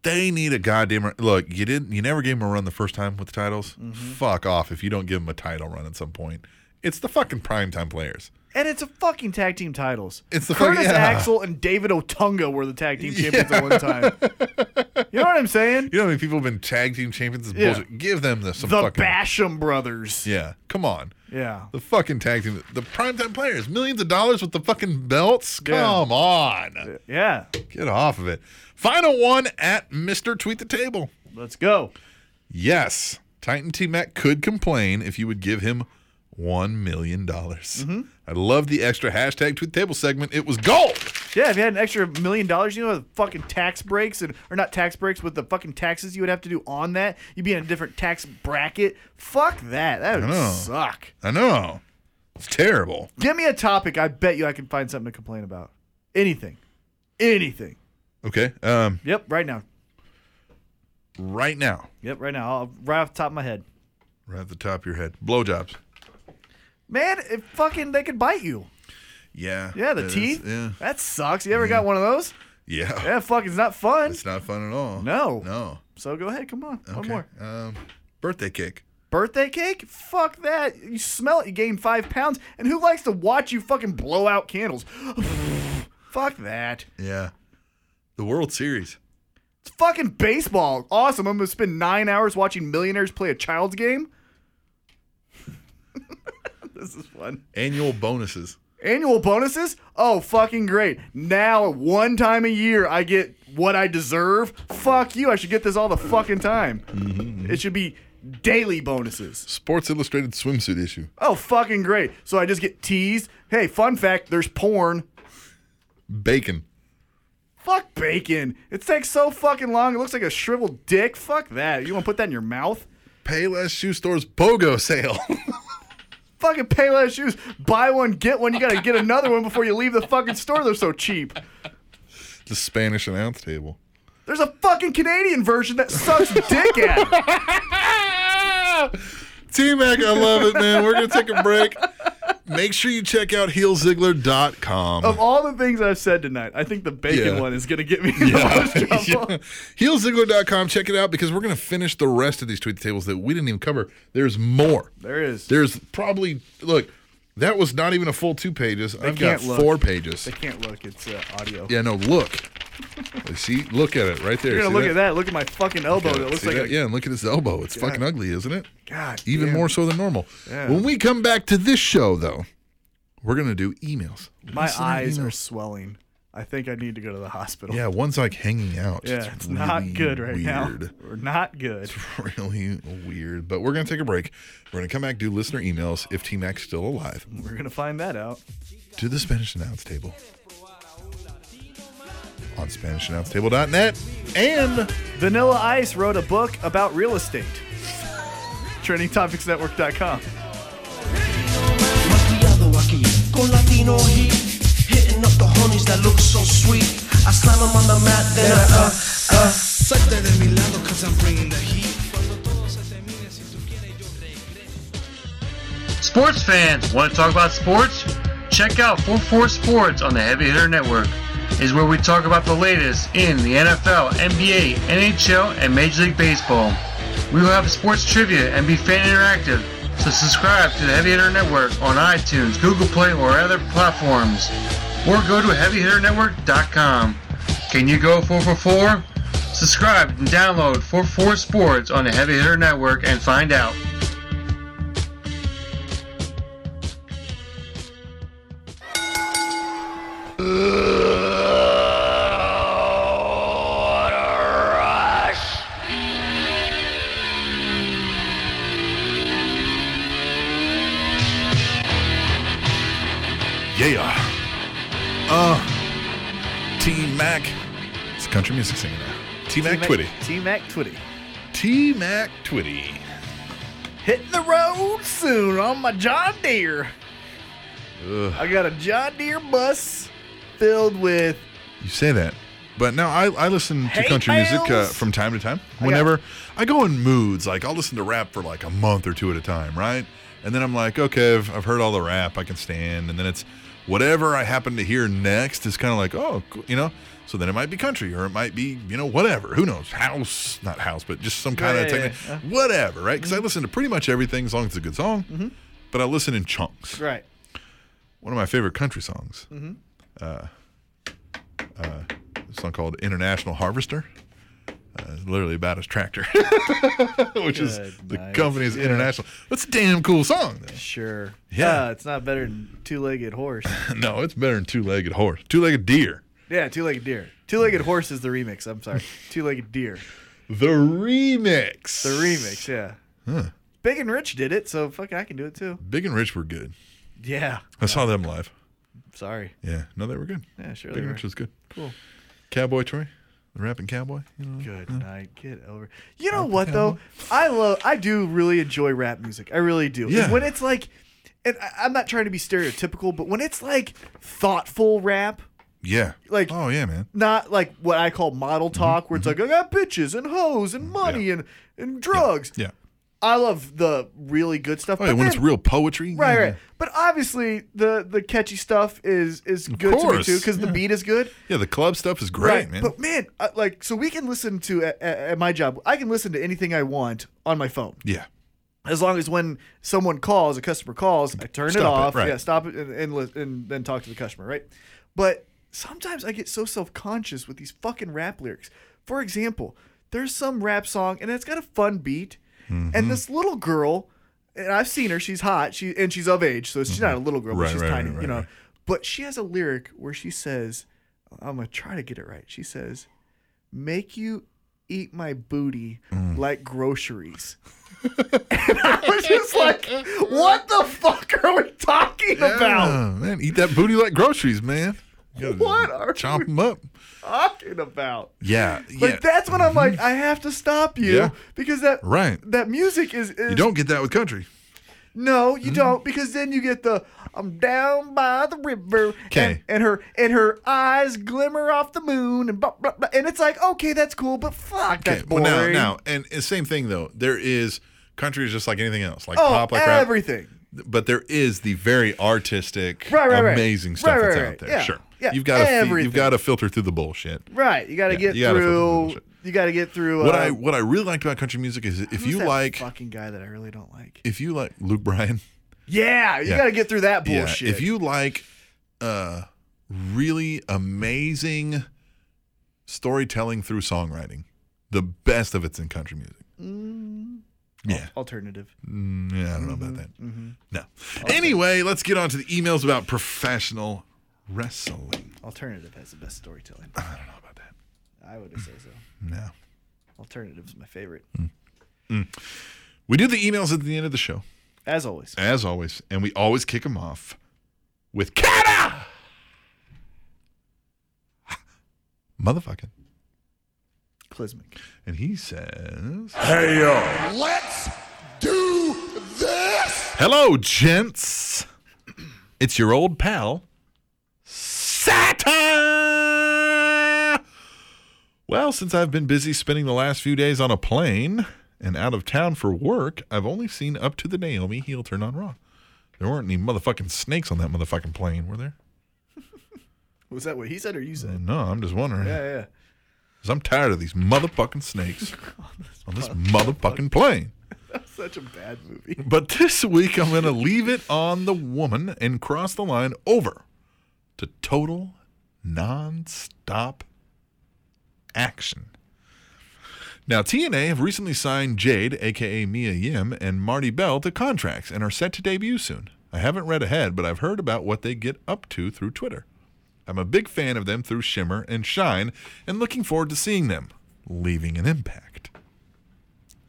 Speaker 2: They need a goddamn run. look. You didn't. You never gave him a run the first time with the titles.
Speaker 4: Mm-hmm.
Speaker 2: Fuck off if you don't give him a title run at some point. It's the fucking primetime players.
Speaker 4: And it's a fucking tag team titles.
Speaker 2: It's the fucking-
Speaker 4: Curtis
Speaker 2: yeah.
Speaker 4: Axel and David Otunga were the tag team champions at one time. You know what I'm saying?
Speaker 2: You know how many people have been tag team champions? It's
Speaker 4: Yeah.
Speaker 2: bullshit. Give them the some
Speaker 4: the
Speaker 2: fucking
Speaker 4: Basham brothers.
Speaker 2: yeah. Come on,
Speaker 4: Yeah.
Speaker 2: the fucking tag team, the primetime players, millions of dollars with the fucking belts.
Speaker 4: Yeah.
Speaker 2: Come on,
Speaker 4: Yeah.
Speaker 2: get off of it. Final one at Mister Tweet the Table.
Speaker 4: Let's go.
Speaker 2: Yes, Titan T Mac could complain if you would give him one million dollars.
Speaker 4: Mm-hmm.
Speaker 2: I love the extra hashtag tweet table segment. It was gold.
Speaker 4: Yeah, if you had an extra million dollars, you know the fucking tax breaks and or not tax breaks with the fucking taxes you would have to do on that, you'd be in a different tax bracket. Fuck that. That
Speaker 2: know.
Speaker 4: would suck.
Speaker 2: I know. It's terrible.
Speaker 4: Give me a topic. I bet you I can find something to complain about. Anything. Anything.
Speaker 2: Okay. Um.
Speaker 4: Yep, right now.
Speaker 2: Right now,
Speaker 4: Yep, right now. I'll, right off the top of my head.
Speaker 2: right at the top of your head, blowjobs.
Speaker 4: Man, it fucking they could bite you.
Speaker 2: Yeah.
Speaker 4: Yeah, the
Speaker 2: it is.
Speaker 4: teeth.
Speaker 2: Yeah. Mm-hmm.
Speaker 4: That sucks. You ever got one of those?
Speaker 2: Yeah.
Speaker 4: Yeah, fuck, it's not fun.
Speaker 2: It's not fun at all.
Speaker 4: No.
Speaker 2: No.
Speaker 4: So go ahead, come on. One
Speaker 2: Okay.
Speaker 4: more.
Speaker 2: Um. Birthday cake.
Speaker 4: Birthday cake? Fuck that. You smell it, you gain five pounds. And who likes to watch you fucking blow out candles? Fuck that.
Speaker 2: Yeah. The World Series.
Speaker 4: It's fucking baseball. Awesome. I'm gonna spend nine hours watching millionaires play a child's game. this is fun.
Speaker 2: Annual bonuses.
Speaker 4: Annual bonuses? Oh, fucking great. Now, one time a year, I get what I deserve. Fuck you. I should get this all the fucking time. It should be daily bonuses.
Speaker 2: Sports Illustrated swimsuit issue.
Speaker 4: Oh, fucking great. So I just get teased. Hey, fun fact there's porn.
Speaker 2: Bacon.
Speaker 4: Fuck bacon. It takes so fucking long. It looks like a shriveled dick. Fuck that. You want to put that in your mouth?
Speaker 2: Payless shoe stores BOGO sale.
Speaker 4: Fucking pay less shoes. Buy one, get one. You got to get another one before you leave the fucking store. They're so cheap.
Speaker 2: the Spanish announce table.
Speaker 4: There's a fucking Canadian version that sucks dick at. it.
Speaker 2: T Mac, I love it, man. We're going to take a break. Make sure you check out heelzigler.com.
Speaker 4: Of all the things I've said tonight, I think the bacon
Speaker 2: Yeah.
Speaker 4: one is going to get me in the most trouble.
Speaker 2: yeah. Heelzigler.com. Check it out because we're going to finish the rest of these tweet tables that we didn't even cover. There's more.
Speaker 4: There is.
Speaker 2: There's probably, look, that was not even a full two pages. I've got
Speaker 4: can't look.
Speaker 2: four pages.
Speaker 4: I can't look. It's uh, audio.
Speaker 2: Yeah, no, look. See, look at it right there.
Speaker 4: You're gonna
Speaker 2: See
Speaker 4: look at that. Look at my fucking elbow.
Speaker 2: Yeah,
Speaker 4: that looks
Speaker 2: see
Speaker 4: like
Speaker 2: that?
Speaker 4: a
Speaker 2: yeah, and look at his elbow. It's fucking ugly, isn't it?
Speaker 4: God.
Speaker 2: Even
Speaker 4: damn.
Speaker 2: more so than normal.
Speaker 4: Yeah.
Speaker 2: When we come back to this show, though, we're gonna do emails.
Speaker 4: My
Speaker 2: Listener
Speaker 4: eyes are
Speaker 2: emails.
Speaker 4: swelling. I think I need to go to the hospital.
Speaker 2: Yeah, one's like hanging out.
Speaker 4: Yeah, it's, not
Speaker 2: really
Speaker 4: good right now.
Speaker 2: weird.
Speaker 4: We're not good.
Speaker 2: Really weird. But we're gonna take a break. We're gonna come back do listener emails if T Mac's still alive
Speaker 4: We're gonna find that out.
Speaker 2: to the Spanish announce table on SpanishAnnounceTable.net and.
Speaker 4: Vanilla Ice wrote a book about real estate. TrainingTopicsNetwork.com.
Speaker 8: Must be other wacky. Go Latino heat, hitting up the homies that look so sweet. I slam 'em on the mat, then I uh uh. Salte de mi lado, cause I'm bringing the heat.
Speaker 9: Sports fans, want to talk about sports? Check out 44 Sports on the Heavy Hitter Network. Is where we talk about the latest in the NFL, NBA, NHL, and Major League Baseball. We will have sports trivia and be fan interactive. So subscribe to the Heavy Hitter Network on iTunes, Google Play, or other platforms. Or go to heavyhitternetwork.com. Can you go 444? Subscribe and download 44 Sports on the Heavy Hitter Network and find out.
Speaker 2: Yeah. Uh. T Mac. It's a country music singer now. T Mac Twitty.
Speaker 4: T Mac Twitty.
Speaker 2: T Mac Twitty.
Speaker 4: Hitting the road soon on my John Deere.
Speaker 2: Ugh.
Speaker 4: I got a John Deere bus filled with
Speaker 2: You say that. But now I, I listen to
Speaker 4: Hate
Speaker 2: country music uh,
Speaker 4: mails.
Speaker 2: from time to time. Whenever I go in moods, like I'll listen to rap for like a month or two at a time, right? And then I'm like, okay, I've, I've heard all the rap I can stand. And then it's whatever I happen to hear next is kind of like, oh, cool, you know? So then it might be country or it might be, you know, whatever. Who knows? House, not house, but just some kind
Speaker 4: Yeah,
Speaker 2: of
Speaker 4: yeah, Mm-hmm.
Speaker 2: technique. Whatever, right? Because I listen to pretty much everything as long as it's a good song. But I listen in chunks
Speaker 4: right.
Speaker 2: one of my favorite country songs. Mm-hmm. Uh, uh, a song called "International Harvester." Uh, it's literally about his tractor, which is
Speaker 4: Good
Speaker 2: the
Speaker 4: night.
Speaker 2: company's international. That's a damn cool song. though.
Speaker 4: Sure.
Speaker 2: Yeah.
Speaker 4: Uh, it's not better than two-legged horse.
Speaker 2: no, it's better than two-legged horse, two-legged deer.
Speaker 4: yeah, two-legged deer. Two-legged horse is the remix. I'm sorry. two-legged deer.
Speaker 2: The remix.
Speaker 4: The remix. Yeah. Big and Rich did it, so fucking I can do it too.
Speaker 2: Big and Rich were good.
Speaker 4: Yeah.
Speaker 2: I saw them live.
Speaker 4: Sorry.
Speaker 2: Yeah, no, they were good.
Speaker 4: Yeah, sure.
Speaker 2: Big
Speaker 4: they
Speaker 2: and
Speaker 4: were.
Speaker 2: Rich was good.
Speaker 4: Cool.
Speaker 2: Cowboy Troy, the rapping cowboy. You know,
Speaker 4: Good night. Get over. You know what though? I love. I do really enjoy rap music. I really do. And
Speaker 2: Yeah.
Speaker 4: When it's like, and I- I'm not trying to be stereotypical, but when it's like thoughtful rap,
Speaker 2: yeah.
Speaker 4: Like-
Speaker 2: oh yeah, man.
Speaker 4: not like what I call model
Speaker 2: Mm-hmm.
Speaker 4: talk, where it's like I got bitches and hoes and money and and drugs.
Speaker 2: Yeah.
Speaker 4: I love the really good stuff.
Speaker 2: Oh yeah,
Speaker 4: but
Speaker 2: when it's
Speaker 4: then-
Speaker 2: real Mm-hmm. poetry.
Speaker 4: Right,
Speaker 2: yeah.
Speaker 4: right. But obviously, the the catchy stuff is is good to me
Speaker 2: course,
Speaker 4: too because the beat is good.
Speaker 2: Yeah, the club stuff is great, man.
Speaker 4: But man, I, like, so we can listen to at, at at my job. I can listen to anything I want on my phone
Speaker 2: yeah.
Speaker 4: as long as when someone calls, a customer calls, I turn it
Speaker 2: Stop it,
Speaker 4: off.
Speaker 2: right.
Speaker 4: Yeah, stop it and, and lis- and then talk to the customer, right? But sometimes I get so self conscious with these fucking rap lyrics. For example, there's some rap song and it's got a fun beat,
Speaker 2: Mm-hmm.
Speaker 4: and this little girl, and I've seen her. She's hot. She and she's of age, so she's not a little girl,
Speaker 2: Mm-hmm. Right,
Speaker 4: but she's
Speaker 2: right,
Speaker 4: tiny,
Speaker 2: right, right,
Speaker 4: you know.
Speaker 2: right.
Speaker 4: But she has a lyric where she says, "I'm gonna try to get it right." She says, "Make you." Eat my booty
Speaker 2: Mm.
Speaker 4: like groceries. I was just like, what the fuck are we talking about?
Speaker 2: Yeah, man, eat that booty like groceries, man. You gotta
Speaker 4: What are
Speaker 2: chomp
Speaker 4: we-
Speaker 2: them up?
Speaker 4: Talking about.
Speaker 2: Yeah,
Speaker 4: Like
Speaker 2: yeah. Mm-hmm.
Speaker 4: that's when I'm like, I have to stop you
Speaker 2: Yeah.
Speaker 4: because that
Speaker 2: Right.
Speaker 4: that music is, is
Speaker 2: you don't Mm-hmm. get that with country.
Speaker 4: no you don't because then you get the I'm down by the river and,
Speaker 2: 'Kay.
Speaker 4: and her and her eyes glimmer off the moon and blah, blah, blah. and it's like okay that's cool but fuck that's
Speaker 2: well,
Speaker 4: boring
Speaker 2: now, now, and it's same thing though. There is country is just like anything else, like
Speaker 4: oh
Speaker 2: pop, like rap.
Speaker 4: everything
Speaker 2: But there is the very artistic,
Speaker 4: Right, right, right.
Speaker 2: amazing stuff
Speaker 4: Right, right,
Speaker 2: that's
Speaker 4: right.
Speaker 2: out there.
Speaker 4: Yeah,
Speaker 2: Sure,
Speaker 4: yeah,
Speaker 2: you've got to you've
Speaker 4: everything.
Speaker 2: got to filter through the bullshit.
Speaker 4: right you got to
Speaker 2: Yeah,
Speaker 4: get
Speaker 2: you gotta filter the
Speaker 4: through
Speaker 2: bullshit.
Speaker 4: you got to get through
Speaker 2: What
Speaker 4: uh,
Speaker 2: I what I really liked about country music is if
Speaker 4: who's
Speaker 2: you
Speaker 4: that
Speaker 2: like
Speaker 4: fucking guy that I really don't like
Speaker 2: if you like Luke Bryan,
Speaker 4: Yeah, you
Speaker 2: Yeah.
Speaker 4: got to get through that bullshit.
Speaker 2: If you like uh really amazing storytelling through songwriting. The best of it's in country music.
Speaker 4: Mm.
Speaker 2: Yeah.
Speaker 4: Alternative.
Speaker 2: Yeah, I don't know
Speaker 4: Mm-hmm.
Speaker 2: about that. No. Anyway, let's get on to the emails about professional wrestling.
Speaker 4: Alternative has the best storytelling.
Speaker 2: I don't know about that.
Speaker 4: I would say so.
Speaker 2: No.
Speaker 4: Alternative's my favorite.
Speaker 2: We do the emails at the end of the show,
Speaker 4: As always.
Speaker 2: as always, and we always kick them off with Kata! Motherfucking.
Speaker 4: Clismic.
Speaker 2: And he says,
Speaker 6: Let's do this!
Speaker 2: Hello, gents. It's your old pal, Satan. Well, since I've been busy spending the last few days on a plane and out of town for work, I've only seen up to the Naomi heel turn on Raw. There weren't any motherfucking snakes on that motherfucking plane, were there?
Speaker 4: Was that what he said or you said?
Speaker 2: No, I'm just wondering.
Speaker 4: Yeah, yeah.
Speaker 2: Because I'm tired of these motherfucking snakes on this motherfucking plane.
Speaker 4: Such a bad movie.
Speaker 2: But this week, I'm going to leave it on the woman and cross the line over to total nonstop action. Now, TNA have recently signed Jade, aka Mia Yim, and Marty Bell to contracts and are set to debut soon. I haven't read ahead, but I've heard about what they get up to through Twitter. I'm a big fan of them through Shimmer and Shine and looking forward to seeing them leaving an impact.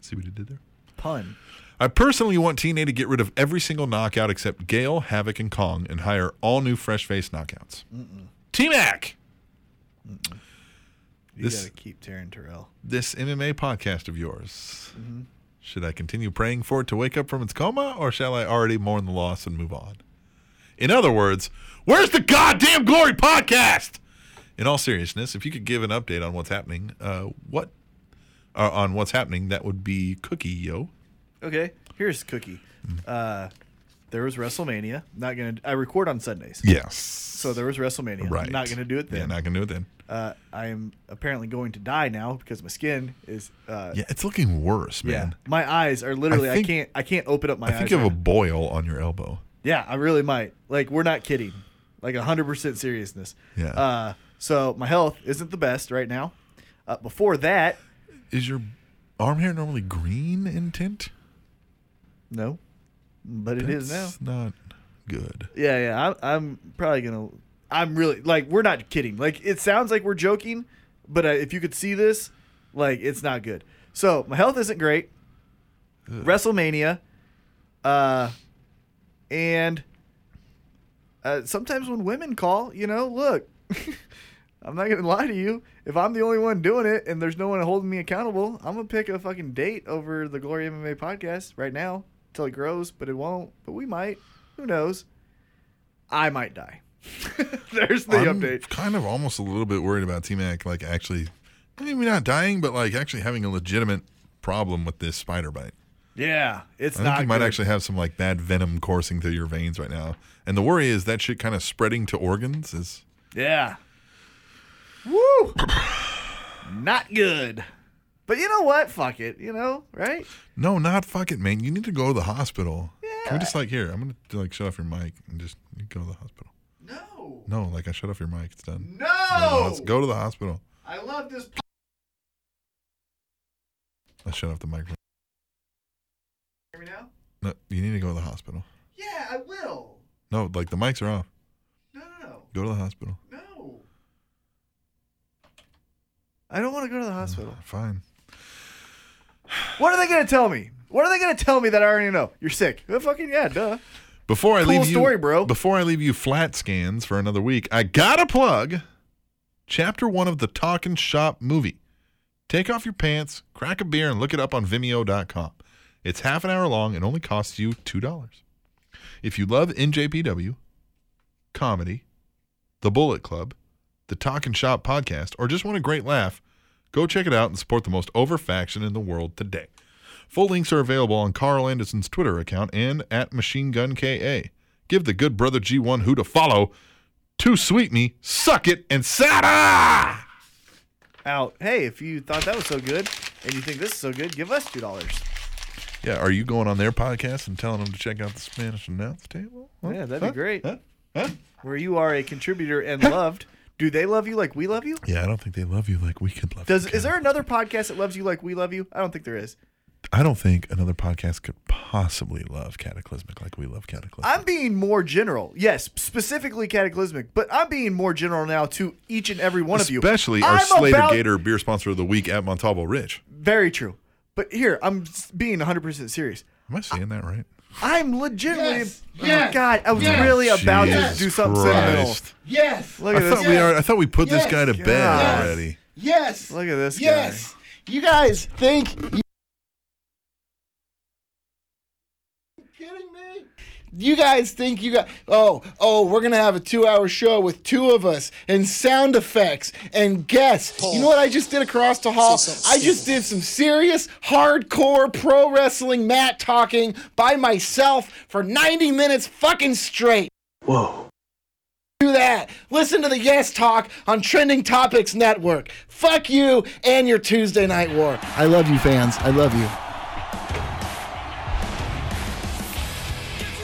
Speaker 2: See what he did there?
Speaker 4: Pun.
Speaker 2: I personally want TNA to get rid of every single knockout except Gale, Havoc, and Kong and hire all new fresh face knockouts. T Mac!
Speaker 4: You
Speaker 2: This-
Speaker 4: gotta keep Taryn Terrell.
Speaker 2: This MMA podcast of yours. Should I continue praying for it to wake up from its coma or shall I already mourn the loss and move on? In other words, where's the goddamn glory podcast? In all seriousness, if you could give an update on what's happening, uh, what uh, on what's happening, that would be cookie yo.
Speaker 4: Okay, here's Cookie.
Speaker 2: Mm.
Speaker 4: Uh, there was WrestleMania. Not gonna. I record on Sundays,
Speaker 2: Yes.
Speaker 4: so there was WrestleMania.
Speaker 2: right.
Speaker 4: Not gonna do it
Speaker 2: Yeah,
Speaker 4: then.
Speaker 2: not gonna do it then.
Speaker 4: uh, I am apparently going to die now because my skin is. Uh,
Speaker 2: Yeah, it's looking worse,
Speaker 4: yeah.
Speaker 2: man.
Speaker 4: My eyes are literally. I,
Speaker 2: think-
Speaker 4: can't. I can't open up my
Speaker 2: I
Speaker 4: eyes.
Speaker 2: think you have
Speaker 4: right
Speaker 2: a
Speaker 4: now.
Speaker 2: boil on your elbow.
Speaker 4: Yeah, I really might. Like we're not kidding. Like hundred percent seriousness.
Speaker 2: Yeah.
Speaker 4: Uh, so my health isn't the best right now. Uh, before that,
Speaker 2: Is your arm hair normally green in tint?
Speaker 4: no, but it is now.
Speaker 2: That's not good.
Speaker 4: Yeah, yeah. I'm, I'm probably gonna. I'm really like we're not kidding. Like it sounds like we're joking, but uh, if you could see this, like it's not good. So my health isn't great. WrestleMania, uh, and uh, sometimes when women call, you know, look, I'm not gonna lie to you. If I'm the only one doing it and there's no one holding me accountable, I'm gonna pick a fucking date over the Glory MMA podcast right now till it grows, but it won't. But we might. Who knows? I might die. there's the
Speaker 2: I'm
Speaker 4: update.
Speaker 2: kind of almost a little bit worried about T Mac, like actually, maybe not dying, but like actually having a legitimate problem with this spider bite.
Speaker 4: Yeah, it's
Speaker 2: I
Speaker 4: not.
Speaker 2: think you might
Speaker 4: good.
Speaker 2: actually have some like bad venom coursing through your veins right now. And the worry is that shit kind of spreading to organs is
Speaker 4: Yeah. Woo! Not good. But you know what? Fuck it. You know, right?
Speaker 2: no, not fuck it, man. You need to go to the hospital. Can we just like here? I'm gonna like shut off your mic and just you go to the hospital.
Speaker 4: No.
Speaker 2: No, like I shut off your mic. It's done.
Speaker 4: No.
Speaker 2: Let's go to the hospital.
Speaker 4: I love this.
Speaker 2: I shut off the microphone.
Speaker 4: Hear me now?
Speaker 2: No, you need to go to the hospital.
Speaker 4: Yeah, I will.
Speaker 2: No, like the mics are off.
Speaker 4: No, no,
Speaker 2: Go to the hospital.
Speaker 4: no, no. I don't want to go to the hospital.
Speaker 2: Fine.
Speaker 4: What are they gonna tell me? What are they gonna tell me that I already know? You're sick. Well, fucking yeah, duh.
Speaker 2: Before I
Speaker 4: Cool
Speaker 2: leave
Speaker 4: story,
Speaker 2: you,
Speaker 4: bro.
Speaker 2: Before I leave you flat scans for another week, I gotta plug chapter one of the Talking Shop movie. Take off your pants, crack a beer, and look it up on Vimeo.com. It's half an hour long and only costs you two dollars. If you love NJPW, comedy, The Bullet Club, the Talking Shop podcast, or just want a great laugh, go check it out and support the most over faction in the world today. Full links are available on Carl Anderson's Twitter account and at Machine Gun KA. Give the good brother G1 who to follow. Too sweet me, suck it, and sada!
Speaker 4: Out. Hey, if you thought that was so good and you think this is so good, give us two dollars.
Speaker 2: Yeah, are you going on their podcast and telling them to check out the Spanish announce table? Huh?
Speaker 4: Yeah, that'd be
Speaker 2: Huh?
Speaker 4: great.
Speaker 2: Huh? Huh?
Speaker 4: Where you are a contributor and loved, Do they love you like we love you?
Speaker 2: Yeah, I don't think they love you like we could love
Speaker 4: Does
Speaker 2: you. Ken.
Speaker 4: is there another podcast that loves you like we love you? I don't think there is.
Speaker 2: I don't think another podcast could possibly love Cataclysmic like we love Cataclysmic.
Speaker 4: I'm being more general. Yes, specifically cataclysmic, but I'm being more general now to each and every one of you.
Speaker 2: Especially our
Speaker 4: I'm
Speaker 2: Slater
Speaker 4: about-
Speaker 2: Gator beer sponsor of the week at Montalvo Ridge.
Speaker 4: Very true. But here, I'm s- being 100% serious.
Speaker 2: Am I saying that right?
Speaker 4: I'm legitimately.
Speaker 6: Yes.
Speaker 4: Oh,
Speaker 6: Yes.
Speaker 4: God, I was
Speaker 6: Yes.
Speaker 4: really about
Speaker 2: Jesus
Speaker 4: to do something sentimental.
Speaker 2: Christ.
Speaker 6: Yes.
Speaker 4: Look
Speaker 2: I
Speaker 4: at
Speaker 2: thought
Speaker 4: this.
Speaker 2: we are. I thought we put
Speaker 6: Yes.
Speaker 2: this guy to bed
Speaker 4: God.
Speaker 2: already.
Speaker 6: Yes.
Speaker 4: Look at this guy.
Speaker 6: Yes. You guys think? You kidding me? You guys think you got? Oh, oh, we're gonna have a two-hour show with two of us and sound effects and guests. You know what I just did across the hall? I just did some serious, hardcore pro wrestling mat talking by myself for 90 minutes, fucking straight. Do that. Listen to the Yes Talk on Trending Topics Network. Fuck you and your Tuesday Night War. I love you, fans. I love you.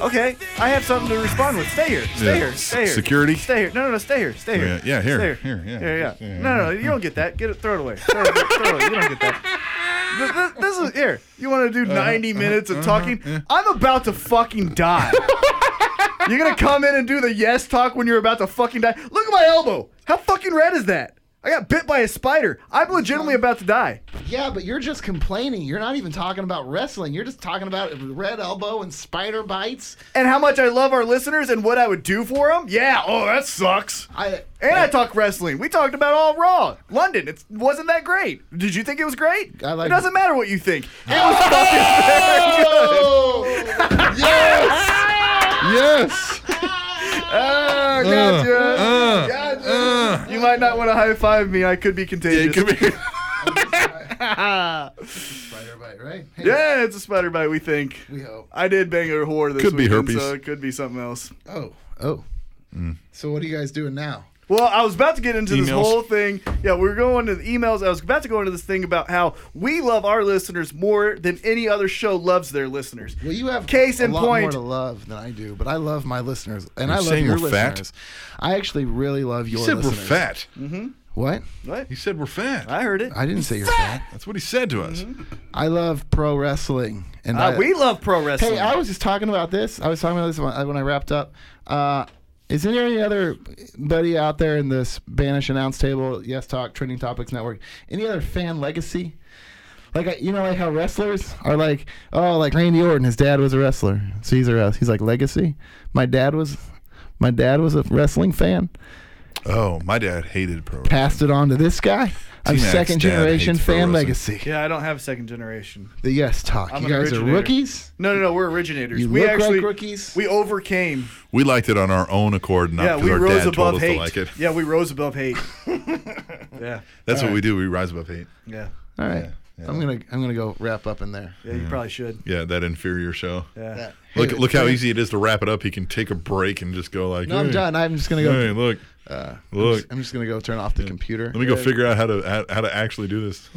Speaker 4: Okay, I have something to respond with. Stay here. Stay
Speaker 2: Yeah.
Speaker 4: here. Stay here.
Speaker 2: Security?
Speaker 4: Stay here. No, no, no. Stay here. Stay here.
Speaker 2: Yeah, yeah, here,
Speaker 4: Stay
Speaker 2: here, yeah,
Speaker 4: Yeah,
Speaker 2: just-
Speaker 4: yeah.
Speaker 2: yeah,
Speaker 4: No, no, no. You don't get that. Get it. Throw it away. Throw it, throw it away. You don't get that. Th- th- This, is here. You want
Speaker 2: Uh-huh,
Speaker 4: to do 90 minutes of talking? I'm about to fucking die. you're gonna come in and do the yes talk when you're about to fucking die. Look at my elbow. How fucking red is that? I got bit by a spider. I'm legitimately about to die.
Speaker 6: Yeah, but you're just complaining. You're not even talking about wrestling. You're just talking about red elbow and spider bites.
Speaker 4: And how much I love our listeners and what I would do for them? Yeah. Oh, that sucks.
Speaker 6: I
Speaker 4: And I talk wrestling. We talked about all Raw London. It wasn't that great. Did you think it was great?
Speaker 6: I like-
Speaker 4: it. Doesn't matter what you think. It was fucking very good.
Speaker 6: Oh! yes!
Speaker 2: Yes.
Speaker 4: Ah, gotcha.
Speaker 2: uh,
Speaker 4: Gotcha. you might not want to high five me. I could be
Speaker 2: Hey,
Speaker 4: contagious.
Speaker 2: come here.
Speaker 6: Spider bite, right? Hey,
Speaker 4: yeah, it's a spider bite. We think.
Speaker 6: We hope.
Speaker 4: I did bang a whore this
Speaker 2: Could be
Speaker 4: weekend,
Speaker 2: herpes.
Speaker 4: so it could be something else.
Speaker 6: Oh, oh. So what are you guys doing now?
Speaker 4: Well, I was about to get into this
Speaker 2: Emails.
Speaker 4: whole thing. Yeah, we were going to the emails. I was about to go into this thing about how we love our listeners more than any other show loves their listeners.
Speaker 6: Well, you have
Speaker 4: Case
Speaker 6: a
Speaker 4: in
Speaker 6: lot more
Speaker 4: point.
Speaker 6: to love than I do, but I love my listeners, and
Speaker 2: You're
Speaker 6: I love
Speaker 2: saying
Speaker 6: your
Speaker 2: we're fat?
Speaker 6: listeners. I actually really love your
Speaker 2: He said we're
Speaker 6: listeners.
Speaker 2: fat.
Speaker 6: What?
Speaker 2: He said we're fat.
Speaker 4: I heard it.
Speaker 6: I didn't say you're fat.
Speaker 2: That's what he said to us.
Speaker 4: Mm-hmm.
Speaker 6: I love pro wrestling, and
Speaker 4: Uh,
Speaker 6: I,
Speaker 4: we love pro wrestling.
Speaker 6: Hey, I was just talking about this. I was talking about this when I, when I wrapped up. Uh, is there any other buddy out there in the Spanish announce table, Yes Talk, Trending Topics Network? Any other fan legacy? Like I- you know, like how wrestlers are like, oh, like Randy Orton, his dad was a wrestler, so he's a wrestler. He's like legacy. My dad was, my dad was a wrestling fan.
Speaker 2: Oh, my dad hated pro. wrestling.
Speaker 6: Passed it on to this guy. I'm
Speaker 2: T-Mac's
Speaker 6: second
Speaker 2: dad
Speaker 6: generation
Speaker 2: hates pro
Speaker 6: fan
Speaker 2: wrestling.
Speaker 6: legacy.
Speaker 4: Yeah, I don't have second generation.
Speaker 6: The Yes Talk.
Speaker 4: I'm
Speaker 6: you
Speaker 4: an
Speaker 6: guys
Speaker 4: originator.
Speaker 6: are rookies.
Speaker 4: No, no, no. We're originators.
Speaker 6: You
Speaker 4: we
Speaker 6: look
Speaker 4: actually
Speaker 6: like rookies.
Speaker 4: we overcame.
Speaker 2: We liked it on our own accord, not
Speaker 4: yeah,
Speaker 2: because
Speaker 4: we
Speaker 2: our dad
Speaker 4: rose
Speaker 2: told
Speaker 4: above
Speaker 2: us
Speaker 4: hate.
Speaker 2: to like it.
Speaker 4: Yeah, we rose above hate. yeah,
Speaker 2: That's what we do. We rise above hate.
Speaker 4: yeah,
Speaker 6: All right.
Speaker 2: Yeah, yeah.
Speaker 6: I'm gonna I'm gonna go wrap up in there.
Speaker 4: yeah. You probably should.
Speaker 2: Yeah, that inferior show.
Speaker 4: Yeah.
Speaker 6: That-
Speaker 2: Look,
Speaker 6: Hey,
Speaker 2: look how easy it is to wrap it up. He can take a break and just go like,
Speaker 6: No, I'm
Speaker 2: hey,
Speaker 6: done. I'm just gonna go.
Speaker 2: Hey, look,
Speaker 4: Uh,
Speaker 6: I'm,
Speaker 2: look.
Speaker 6: just, I'm just gonna go turn off the computer.
Speaker 2: Let me go figure out how to how, how to actually do this.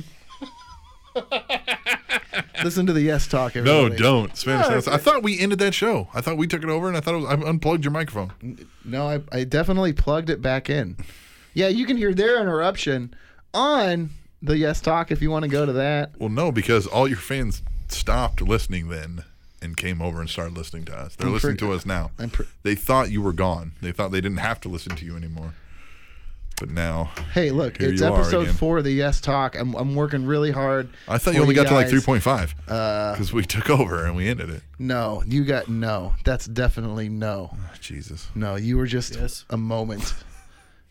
Speaker 6: Listen to the yes talk.
Speaker 2: No,
Speaker 6: Everybody.
Speaker 2: don't. Spanish. Announce- I thought we ended that show. I thought we took it over, and I thought it was, I unplugged your microphone.
Speaker 6: No, I, I definitely plugged it back in. Yeah, you can hear their interruption on the yes talk if you want to go to that.
Speaker 2: Well, no, because all your fans stopped listening then and came over and started listening to us. They're
Speaker 6: I'm
Speaker 2: listening
Speaker 6: pre-
Speaker 2: to us now.
Speaker 6: I'm pre-
Speaker 2: they thought you were gone. They thought they didn't have to listen to you anymore. But now,
Speaker 6: Hey, look,
Speaker 2: Here
Speaker 6: it's
Speaker 2: you are
Speaker 6: episode
Speaker 2: again.
Speaker 6: four of the yes talk. I'm I'm working really hard.
Speaker 2: I thought you
Speaker 6: for
Speaker 2: only got to like
Speaker 6: guys. uh,
Speaker 2: three point five because we took over and we ended it.
Speaker 6: No, you got no. That's definitely no.
Speaker 2: Jesus.
Speaker 6: No, you were just
Speaker 4: Yes.
Speaker 6: a moment.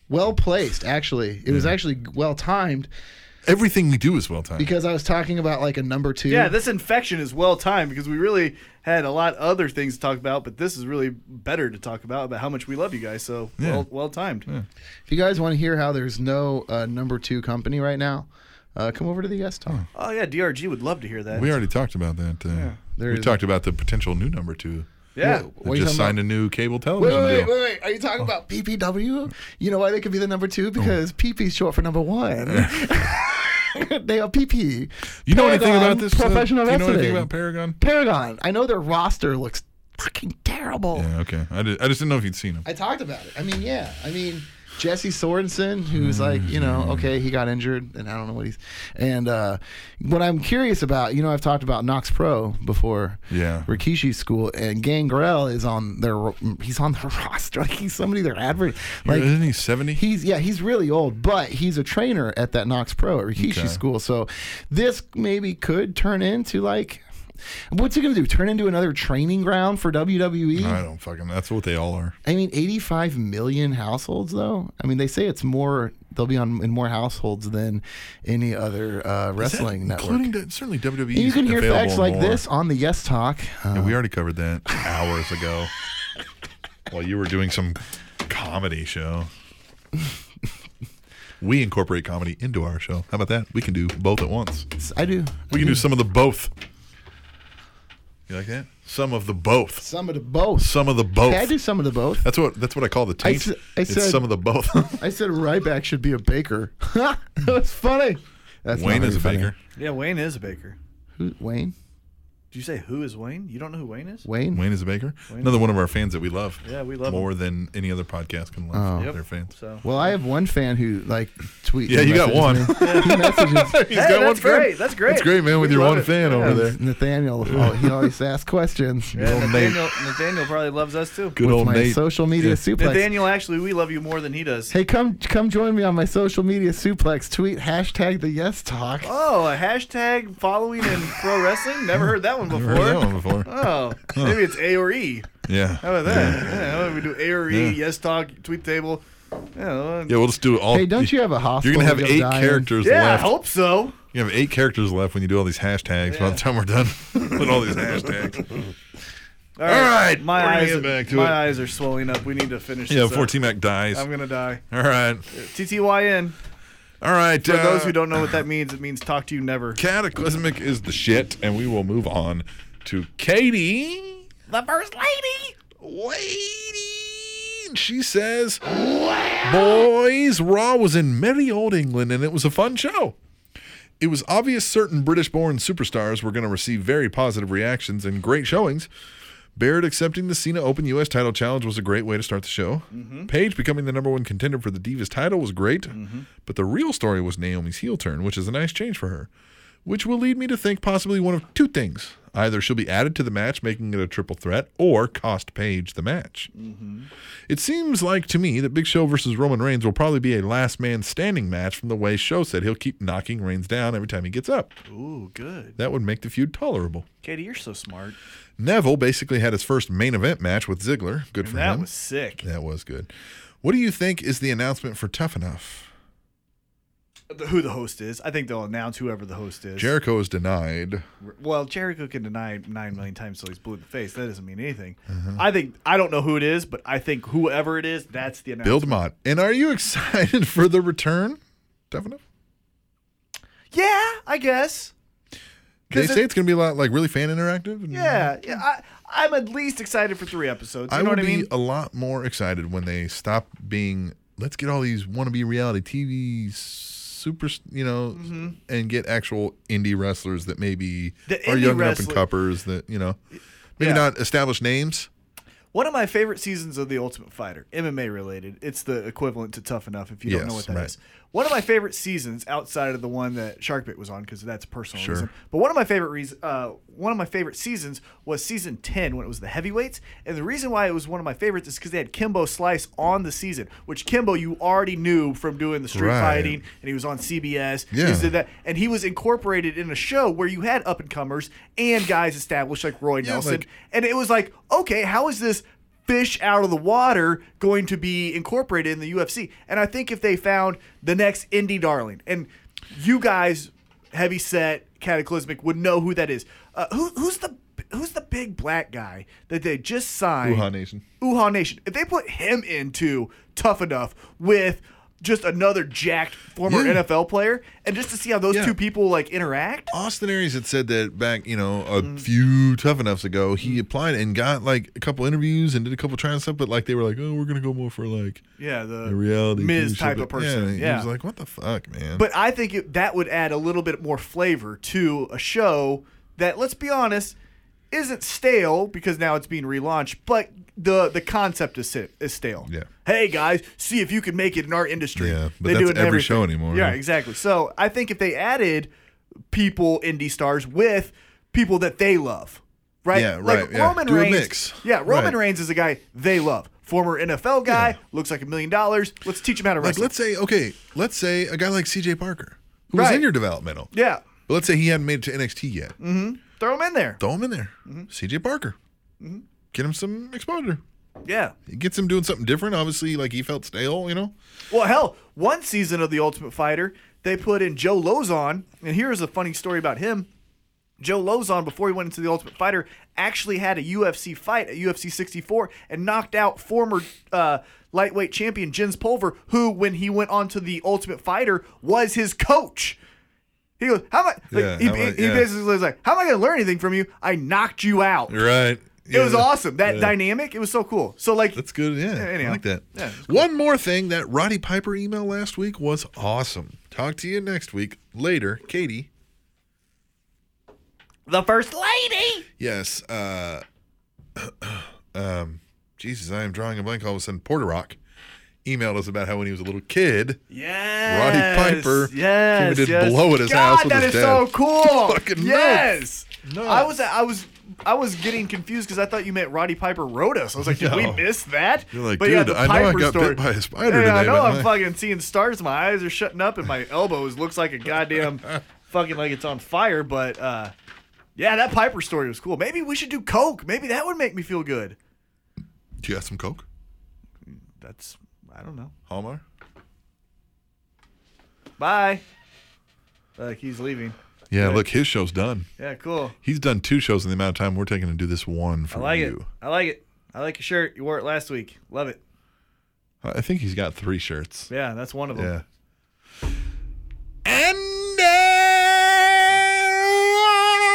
Speaker 6: Well placed, actually. It was actually well timed
Speaker 2: Everything we do is well timed.
Speaker 6: because I was talking about like a number two.
Speaker 4: Yeah, this infection is well timed because we really had a lot other things to talk about, but this is really better to talk about about how much we love you guys. So
Speaker 2: Yeah.
Speaker 4: well, well timed.
Speaker 6: If you guys want to hear how there's no uh, number two company right now, uh, come over to the Yes Talk.
Speaker 4: Oh yeah, DRG would love to hear that.
Speaker 2: we already talked about that. Uh,
Speaker 6: There
Speaker 2: we
Speaker 6: is-
Speaker 2: talked about the potential new number two.
Speaker 4: yeah.
Speaker 2: that
Speaker 6: What are you
Speaker 2: just
Speaker 6: talking
Speaker 2: signed a new cable
Speaker 6: Wait,
Speaker 2: television
Speaker 6: wait, wait,
Speaker 2: deal.
Speaker 6: wait, wait. Are you
Speaker 2: Oh.
Speaker 6: talking about PPW? You know why they could be the number two? Because PP's short for number one. they are PP.
Speaker 2: You know anything
Speaker 6: Paragon
Speaker 2: about this? uh,
Speaker 6: Professional
Speaker 2: do you know
Speaker 6: wrestling.
Speaker 2: anything about Paragon?
Speaker 6: Paragon. I know their roster looks fucking terrible.
Speaker 2: Yeah, okay. I, did, I just didn't know if you'd seen him.
Speaker 6: I talked about it. I mean, yeah. I mean, Jesse Sorensen, who's like, you know,
Speaker 2: Mm.
Speaker 6: okay, he got injured, and I don't know what he's. And uh, what I'm curious about, you know, I've talked about Knox Pro before.
Speaker 2: Yeah.
Speaker 6: Rikishi School, and Gangrel is on their. ro- He's on the roster. Like he's somebody they're advert. Like
Speaker 2: Isn't he 70?
Speaker 6: He's yeah, he's really old, but he's a trainer at that Knox Pro at Rikishi
Speaker 2: Okay.
Speaker 6: School. So this maybe could turn into like. What's it going to do? Turn into another training ground for E? WWE?
Speaker 2: I don't fucking. That's what they all are.
Speaker 6: I mean, 85 million households, though. I mean, they say it's more, they'll be on in more households than any other uh,
Speaker 2: Is that
Speaker 6: wrestling network.
Speaker 2: Including the, certainly WWE.
Speaker 6: And you can hear
Speaker 2: available
Speaker 6: facts like
Speaker 2: more.
Speaker 6: this on the Yes Talk. Uh,
Speaker 2: Yeah, we already covered that hours ago while you were doing some comedy show. We incorporate comedy into our show. How about that? We can do both at once.
Speaker 6: I do.
Speaker 2: We can do some of the both. You like that? Some of the both.
Speaker 6: Some of the both.
Speaker 2: Some of the both.
Speaker 6: Okay, I do some of the both.
Speaker 2: That's what that's what I call the taint.
Speaker 6: s- I
Speaker 2: it's
Speaker 6: said-
Speaker 2: some of the both.
Speaker 6: I said Ryback should be a baker. that was funny. That's not
Speaker 2: Wayne is
Speaker 6: very
Speaker 2: a
Speaker 6: funny.
Speaker 2: baker.
Speaker 4: Yeah, Wayne is a baker.
Speaker 6: Who, Wayne?
Speaker 4: Did you say who is Wayne? You don't know who Wayne is?
Speaker 6: Wayne?
Speaker 2: Wayne is a baker. Another one of our fans that we love.
Speaker 4: Yeah, we love him. Oh.
Speaker 2: more than any other podcast can love their fans.
Speaker 4: So
Speaker 6: Well, I have one fan who like tweets.
Speaker 2: Yeah,
Speaker 6: and
Speaker 2: you got
Speaker 6: messages
Speaker 2: one.
Speaker 6: me. he messages
Speaker 2: He's
Speaker 4: Hey,
Speaker 2: got
Speaker 4: that's
Speaker 2: fan.
Speaker 4: great. That's great.
Speaker 2: That's great, man. With
Speaker 4: We
Speaker 2: your
Speaker 4: love
Speaker 2: one
Speaker 4: it.
Speaker 2: fan over Oh, there.
Speaker 6: Nathaniel. Oh, he always asks questions.
Speaker 4: yeah,
Speaker 2: old
Speaker 4: Nathaniel, Nathaniel probably loves us too.
Speaker 2: Good old
Speaker 6: My
Speaker 2: Nate.
Speaker 6: social media
Speaker 2: Yeah.
Speaker 6: suplex.
Speaker 4: Nathaniel, actually, we love you more than he does.
Speaker 6: Hey, come come join me on my social media suplex. Tweet hashtag the Yes Talk.
Speaker 4: Oh, a hashtag following in pro wrestling? Never heard that one before.
Speaker 2: Never heard that one before.
Speaker 4: Oh, maybe it's A or E.
Speaker 2: Yeah.
Speaker 4: How about that? Yeah, how about we do A or E,
Speaker 2: Yeah.
Speaker 4: Yes Talk, Tweet Table? Yeah, well,
Speaker 2: Yeah, we'll just do all.
Speaker 6: Hey, don't you have a hospital?
Speaker 2: You're gonna have
Speaker 6: you'll
Speaker 2: eight
Speaker 6: die in?
Speaker 2: characters
Speaker 4: yeah, I
Speaker 2: left.
Speaker 4: hope so.
Speaker 2: You have eight characters left when you do all these hashtags. By the time we're done with all these hashtags,
Speaker 4: All
Speaker 2: right,
Speaker 4: my
Speaker 2: we're gonna
Speaker 4: eyes,
Speaker 2: get back to
Speaker 4: my
Speaker 2: it.
Speaker 4: eyes are swelling up. We need to finish.
Speaker 2: yeah,
Speaker 4: this
Speaker 2: before
Speaker 4: up.
Speaker 2: T Mac dies.
Speaker 4: I'm gonna die.
Speaker 2: all right,
Speaker 4: TTYN.
Speaker 2: all right. uh,
Speaker 4: For those who don't know what that means, it means talk to you never.
Speaker 2: Cataclysmic is the shit, and we will move on to Katie, the first lady. Lady, she says, "Boys, Raw was in merry old England, and it was a fun show." It was obvious certain British-born superstars were going to receive very positive reactions and great showings. Barrett accepting the Cena Open U.S. title challenge was a great way to start the show. Paige becoming the number one contender for the Divas title was great, but the real story was Naomi's heel turn, which is a nice change for her, which will lead me to think possibly one of two things. Either she'll be added to the match, making it a triple threat, or cost Paige the match. It seems like to me that Big Show versus Roman Reigns will probably be a last man standing match from the way Show said he'll keep knocking Reigns down every time he gets up.
Speaker 4: Ooh, good.
Speaker 2: That would make the feud tolerable.
Speaker 4: Katie, you're so smart.
Speaker 2: Neville basically had his first main event match with Ziggler. Good for
Speaker 4: That
Speaker 2: him.
Speaker 4: was sick.
Speaker 2: that was good. What do you think is the announcement for Tough Enough?
Speaker 4: The- Who the host is? I think they'll announce whoever the host is.
Speaker 2: Jericho is denied.
Speaker 4: well, Jericho can deny it nine million times till he's blue in the face. That doesn't mean anything.
Speaker 2: Mm-hmm.
Speaker 4: I think I don't know who it is, but I think whoever it is, that's the announcement.
Speaker 2: Build Mott. And are you excited for the return? Tough Enough?
Speaker 4: Yeah, I guess.
Speaker 2: They
Speaker 4: 'Cause
Speaker 2: say
Speaker 4: it-
Speaker 2: it's going to be a lot like really fan interactive. and-
Speaker 4: Yeah, yeah. I, I'm at least excited for three episodes.
Speaker 2: Mm-hmm.
Speaker 4: You
Speaker 2: I
Speaker 4: know
Speaker 2: would
Speaker 4: what I
Speaker 2: be
Speaker 4: mean?
Speaker 2: a lot more excited when they stop being. Let's get all these wannabe reality TV super, you know, and get actual indie wrestlers that maybe
Speaker 4: Mm-hmm. The
Speaker 2: are
Speaker 4: indie
Speaker 2: young
Speaker 4: wrestler-
Speaker 2: and up and cuppers that you know, maybe
Speaker 4: Yeah.
Speaker 2: not established names.
Speaker 4: One of my favorite seasons of The Ultimate Fighter, MMA related. It's the equivalent to Tough Enough if you don't know
Speaker 2: Yes,
Speaker 4: what that is.
Speaker 2: right.
Speaker 4: One of my favorite seasons outside of the one that Sharkbait was on because that's a personal
Speaker 2: Sure.
Speaker 4: reason. But one of my favorite reason, uh, one of my favorite seasons was season 10 when it was the heavyweights. And the reason why it was one of my favorites is because they had Kimbo Slice on the season, which Kimbo you already knew from doing the street
Speaker 2: Right.
Speaker 4: fighting and he was on CBS. He
Speaker 2: Yeah.
Speaker 4: was in that, and he was incorporated in a show where you had up and comers and guys established like Roy
Speaker 2: Yeah,
Speaker 4: Nelson.
Speaker 2: like-
Speaker 4: and it was like, okay, how is this fish out of the water going to be incorporated in the UFC? And I think if they found the next indie darling, and you guys, heavy set, cataclysmic, would know who that is. Uh, who, who's the who's the big black guy that they just signed?
Speaker 2: Wuhan Nation.
Speaker 4: Uha Nation. If they put him into tough enough with just another jacked former
Speaker 2: Yeah.
Speaker 4: NFL player, and just to see how those
Speaker 2: Yeah.
Speaker 4: two people like interact.
Speaker 2: Austin Aries had said that back, you know, a
Speaker 4: Mm.
Speaker 2: few tough enoughs ago. He applied and got like a couple interviews and did a couple tries and stuff, but like they were like, oh, we're gonna go more for like
Speaker 4: Yeah, the,
Speaker 2: a reality
Speaker 4: Miz
Speaker 2: TV show.
Speaker 4: type of
Speaker 2: But-
Speaker 4: person.
Speaker 2: he
Speaker 4: Yeah,
Speaker 2: was like, what the fuck, man?
Speaker 4: but I think it, that would add a little bit more flavor to a show that, let's be honest, isn't stale because now it's being relaunched, but the the concept is sit, is stale.
Speaker 2: Yeah.
Speaker 4: Hey guys, see if you can make it in our industry.
Speaker 2: Yeah, but
Speaker 4: they do
Speaker 2: that's
Speaker 4: it in
Speaker 2: every
Speaker 4: everything.
Speaker 2: show anymore,
Speaker 4: Yeah,
Speaker 2: huh?
Speaker 4: exactly. So I think if they added people indie stars with people that they love, right?
Speaker 2: Yeah,
Speaker 4: Like
Speaker 2: right, yeah.
Speaker 4: Roman
Speaker 2: Do a
Speaker 4: Reigns.
Speaker 2: mix.
Speaker 4: Yeah, Roman
Speaker 2: Right.
Speaker 4: Reigns is a guy they love. Former NFL guy, looks like a million dollars. Let's teach him how to
Speaker 2: Like,
Speaker 4: wrestle.
Speaker 2: let's say, okay, let's say a guy like CJ Parker, who was
Speaker 4: Right.
Speaker 2: in your developmental.
Speaker 4: yeah, Mm-hmm.
Speaker 2: But let's say he hadn't made it to NXT yet.
Speaker 4: throw him in there.
Speaker 2: Throw him in there.
Speaker 4: Mm-hmm.
Speaker 2: CJ Parker. Get him some exposure.
Speaker 4: Yeah.
Speaker 2: It gets him doing something different. Obviously, like he felt stale, you know?
Speaker 4: Well, hell, one season of The Ultimate Fighter, they put in Joe Lozon, and here's a funny story about him. Joe Lozon, before he went into The Ultimate Fighter, actually had a UFC fight at UFC 64 and knocked out former uh, lightweight champion Jens Pulver, who, when he went on to The Ultimate Fighter, was his coach. He goes, how am I? Like,
Speaker 2: Yeah,
Speaker 4: he,
Speaker 2: how am I-
Speaker 4: he
Speaker 2: yeah.
Speaker 4: basically was like, how am I going to learn anything from you? I knocked you out.
Speaker 2: Right.
Speaker 4: It was awesome. That dynamic, it was so cool. So like,
Speaker 2: That's good. Yeah, I
Speaker 4: anyhow.
Speaker 2: like that.
Speaker 4: Yeah, it's
Speaker 2: One more thing that Roddy Piper email last week was awesome. Talk to you next week. Later, Katie.
Speaker 4: the first lady.
Speaker 2: Yes. Uh, um, Jesus, I am drawing a blank all of a sudden. Porter Rock emailed us about how when he was a little kid,
Speaker 4: Yes.
Speaker 2: Piper
Speaker 4: Yes.
Speaker 2: committed
Speaker 4: yes.
Speaker 2: blow at his
Speaker 4: God,
Speaker 2: house with
Speaker 4: that
Speaker 2: his dad.
Speaker 4: is so cool.
Speaker 2: Fucking
Speaker 4: yes.
Speaker 2: nuts.
Speaker 4: I was I was I was getting confused because I thought you meant Roddy Piper wrote us. I was like, did we
Speaker 2: No.
Speaker 4: miss that?
Speaker 2: You're like,
Speaker 4: but yeah,
Speaker 2: dude,
Speaker 4: the
Speaker 2: I know I
Speaker 4: Piper
Speaker 2: got
Speaker 4: story.
Speaker 2: bit by a spider
Speaker 4: Yeah, I
Speaker 2: today,
Speaker 4: know
Speaker 2: but
Speaker 4: I'm
Speaker 2: my-
Speaker 4: fucking seeing stars. My eyes are shutting up, and my elbows looks like a goddamn fucking like it's on fire. But uh, yeah, that Piper story was cool. Maybe we should do coke. Maybe that would make me feel good.
Speaker 2: do you got some Coke?
Speaker 4: That's I don't know.
Speaker 2: Hallmark?
Speaker 4: Bye. Like he's leaving.
Speaker 2: Yeah, look, his show's done.
Speaker 4: Yeah, cool.
Speaker 2: He's done two shows in the amount of time we're taking to do this one for
Speaker 4: I like
Speaker 2: you.
Speaker 4: it. I like it. I like your shirt. You wore it last week. Love it.
Speaker 2: I think he's got three shirts.
Speaker 4: Yeah, that's one of them.
Speaker 2: Yeah. And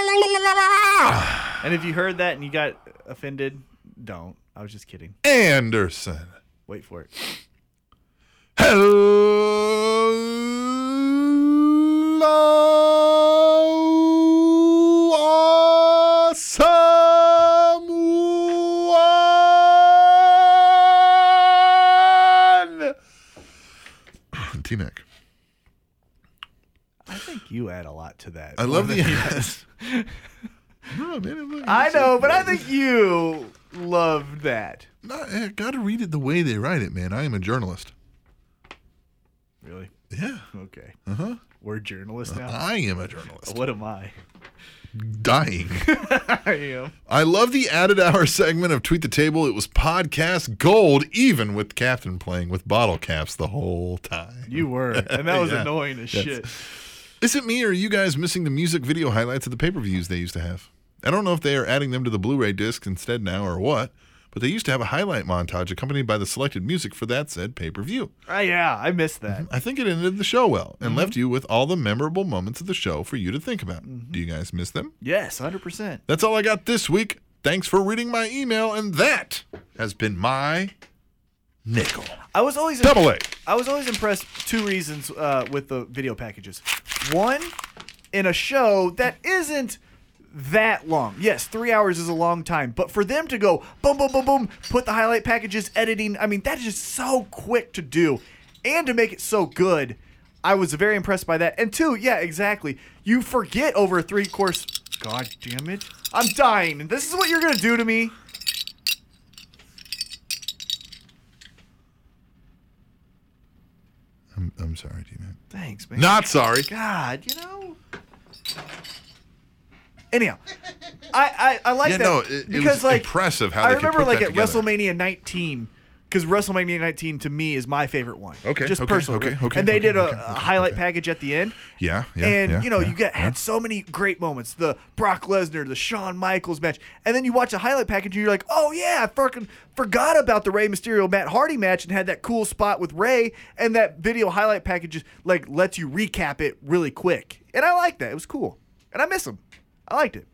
Speaker 2: uh,
Speaker 4: And if you heard that and you got offended, don't. I was just kidding.
Speaker 2: Anderson.
Speaker 4: Wait for it.
Speaker 2: Hello, awesome one. T Mac.
Speaker 4: I think you add a lot to that.
Speaker 2: I love the yes. no, man, I'm not-
Speaker 4: I know, but I think you loved that.
Speaker 2: not- I eh, gotta read it the way they write it, man. I am a journalist.
Speaker 4: Really?
Speaker 2: Yeah,
Speaker 4: Okay. Uh huh.
Speaker 2: Uh-huh.
Speaker 4: We're journalists now.
Speaker 2: I am a journalist.
Speaker 4: What am I?
Speaker 2: Dying.
Speaker 4: I am.
Speaker 2: I love the added hour segment of Tweet the Table. It was podcast gold, even with Captain playing with bottle caps the whole time.
Speaker 4: You were, and that was
Speaker 2: Yeah.
Speaker 4: annoying as
Speaker 2: Yes.
Speaker 4: shit.
Speaker 2: Is it me or are you guys missing the music video highlights of the pay per views they used to have? I don't know if they are adding them to the Blu ray disc instead now or what, but they used to have a highlight montage accompanied by the selected music for that said pay per view.
Speaker 4: Ah, yeah, I missed that.
Speaker 2: I think it ended the show well and
Speaker 4: Mm-hmm.
Speaker 2: left you with all the memorable moments of the show for you to think about. Do you guys miss them?
Speaker 4: Yes, hundred percent.
Speaker 2: That's all I got this week. Thanks for reading my email, and that has been my nickel.
Speaker 4: I was always
Speaker 2: Double A.
Speaker 4: I was always impressed. Two reasons uh, with the video packages. One, in a show that isn't that long. Yes, three hours is a long time, but for them to go boom, boom, boom, boom, put the highlight packages, editing. I mean, that is just so quick to do, and to make it so good. I was very impressed by that. And two, yeah, exactly. You forget over a three course. God damn it! I'm dying, and this is what you're gonna do to me.
Speaker 2: I'm, I'm sorry, T Man.
Speaker 4: Thanks, man.
Speaker 2: Not sorry.
Speaker 4: God, you know. Anyhow, I I, I like
Speaker 2: Yeah,
Speaker 4: that
Speaker 2: no, it- it
Speaker 4: because
Speaker 2: was
Speaker 4: like
Speaker 2: impressive how
Speaker 4: I
Speaker 2: they could
Speaker 4: remember
Speaker 2: put
Speaker 4: like
Speaker 2: that
Speaker 4: at
Speaker 2: together.
Speaker 4: WrestleMania 19 because WrestleMania 19 to me is my favorite one.
Speaker 2: Okay,
Speaker 4: just
Speaker 2: okay,
Speaker 4: personal.
Speaker 2: okay, okay,
Speaker 4: and they
Speaker 2: okay,
Speaker 4: did a,
Speaker 2: okay,
Speaker 4: a
Speaker 2: okay,
Speaker 4: highlight package at the end.
Speaker 2: Yeah, yeah,
Speaker 4: And
Speaker 2: yeah,
Speaker 4: you know
Speaker 2: yeah,
Speaker 4: you got
Speaker 2: yeah.
Speaker 4: had so many great moments. The Brock Lesnar, the Shawn Michaels match, and then you watch a highlight package and you're like, oh yeah, I fucking forgot about the Rey Mysterio Matt Hardy match and had that cool spot with Ray, and that video highlight package just like lets you recap it really quick. And I like that. It was cool. And I miss him. I liked it.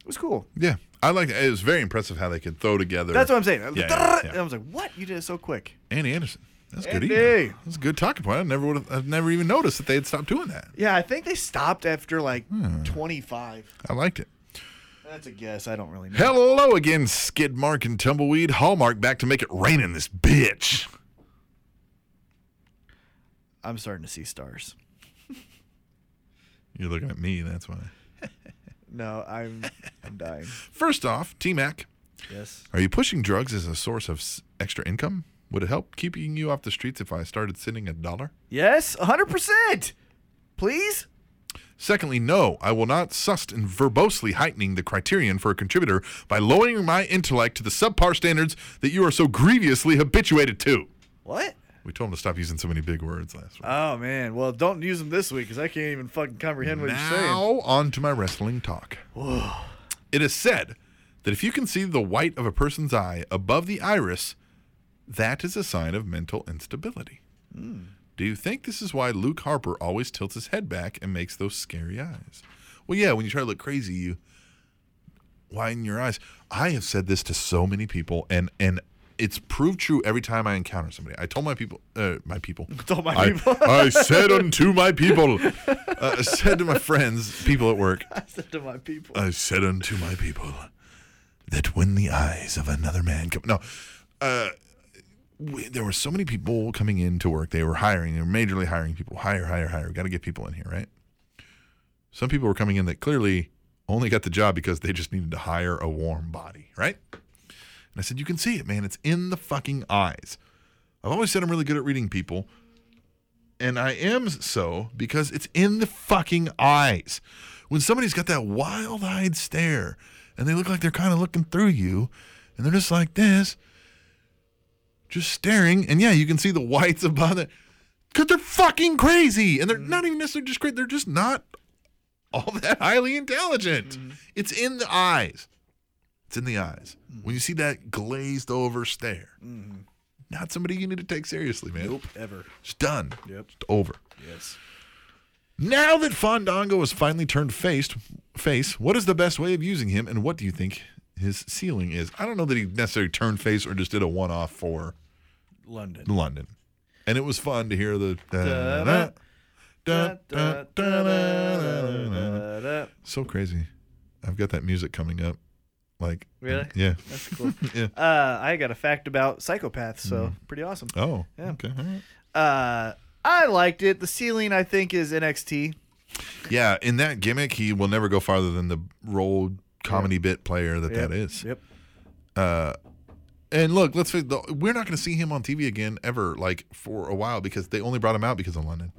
Speaker 4: It was cool.
Speaker 2: Yeah, I like it. was very impressive how they could throw together.
Speaker 4: That's what I'm saying.
Speaker 2: Yeah, yeah, yeah.
Speaker 4: And I was like, what? You did it so quick.
Speaker 2: Andy Anderson. That's good.
Speaker 4: Andy.
Speaker 2: Email. That's a good talking point. I never would have. I've never even noticed that they had stopped doing that. Hmm.
Speaker 4: Yeah, I think they stopped after like 25.
Speaker 2: I liked it.
Speaker 4: That's a guess. I don't really know.
Speaker 2: Hello again, Skidmark and Tumbleweed. Hallmark back to make it rain in this bitch.
Speaker 4: I'm starting to see stars.
Speaker 2: You're looking at me, that's why.
Speaker 4: No, I'm I'm dying.
Speaker 2: First off, T Mac,
Speaker 4: Yes.
Speaker 2: are you pushing drugs as a source of s- extra income? Would it help keeping you off the streets if I started sending a dollar?
Speaker 4: Yes, 100%. Please?
Speaker 2: Secondly, no, I will not sust and verbosely heightening the criterion for a contributor by lowering my intellect to the subpar standards that you are so grievously habituated to.
Speaker 4: What?
Speaker 2: We told him to stop using so many big words last week.
Speaker 4: Oh, man. Well, don't use them this week because I can't even fucking comprehend what you're saying.
Speaker 2: now on to my wrestling talk. It is said that if you can see the white of a person's eye above the iris, that is a sign of mental instability. Do you think this is why Luke Harper always tilts his head back and makes those scary eyes? Well, yeah, when you try to look crazy, you widen your eyes. I have said this to so many people, and and it's proved true every time I encounter somebody. I told my people, uh, my people,
Speaker 4: Told my
Speaker 2: I,
Speaker 4: people.
Speaker 2: I said unto my people, uh, I said to my friends, people at work,
Speaker 4: I said to my people.
Speaker 2: I said unto my people that when the eyes of another man come. No, uh, we, there were so many people coming in to work. They were hiring, they were majorly hiring people. Hire, hire, hire. Got to get people in here, right? Some people were coming in that clearly only got the job because they just needed to hire a warm body, right? And I said, You can see it, man. It's in the fucking eyes. I've always said I'm really good at reading people. And I am so because it's in the fucking eyes. When somebody's got that wild eyed stare and they look like they're kind of looking through you and they're just like this, just staring. And yeah, you can see the whites above it because they're fucking crazy. And they're not even necessarily just crazy, they're just not all that highly intelligent. It's in the eyes. It's in the eyes. When you see that glazed over stare, not somebody you need to take seriously, man.
Speaker 4: Nope, ever.
Speaker 2: It's done.
Speaker 4: Yep.
Speaker 2: It's over.
Speaker 4: Yes.
Speaker 2: Now that Fandango has finally turned face, face, what is the best way of using him, and what do you think his ceiling is? I don't know that he necessarily turned face or just did a one-off for
Speaker 4: London.
Speaker 2: London, and it was fun to hear the.
Speaker 4: Da-da. Da, da, da, da, da, da, da.
Speaker 2: So crazy! I've got that music coming up. Like
Speaker 4: Really?
Speaker 2: Yeah.
Speaker 4: That's cool.
Speaker 2: Yeah.
Speaker 4: Uh, I got a fact about psychopaths, so pretty awesome.
Speaker 2: Oh.
Speaker 4: Yeah.
Speaker 2: Okay. all right.
Speaker 4: Uh, I liked it. The ceiling, I think, is NXT.
Speaker 2: Yeah. In that gimmick, he will never go farther than the role comedy bit player that that is.
Speaker 4: Yep.
Speaker 2: And look, let's face it, the- we're not going to see him on TV again ever, like for a while, because they only brought him out because of London.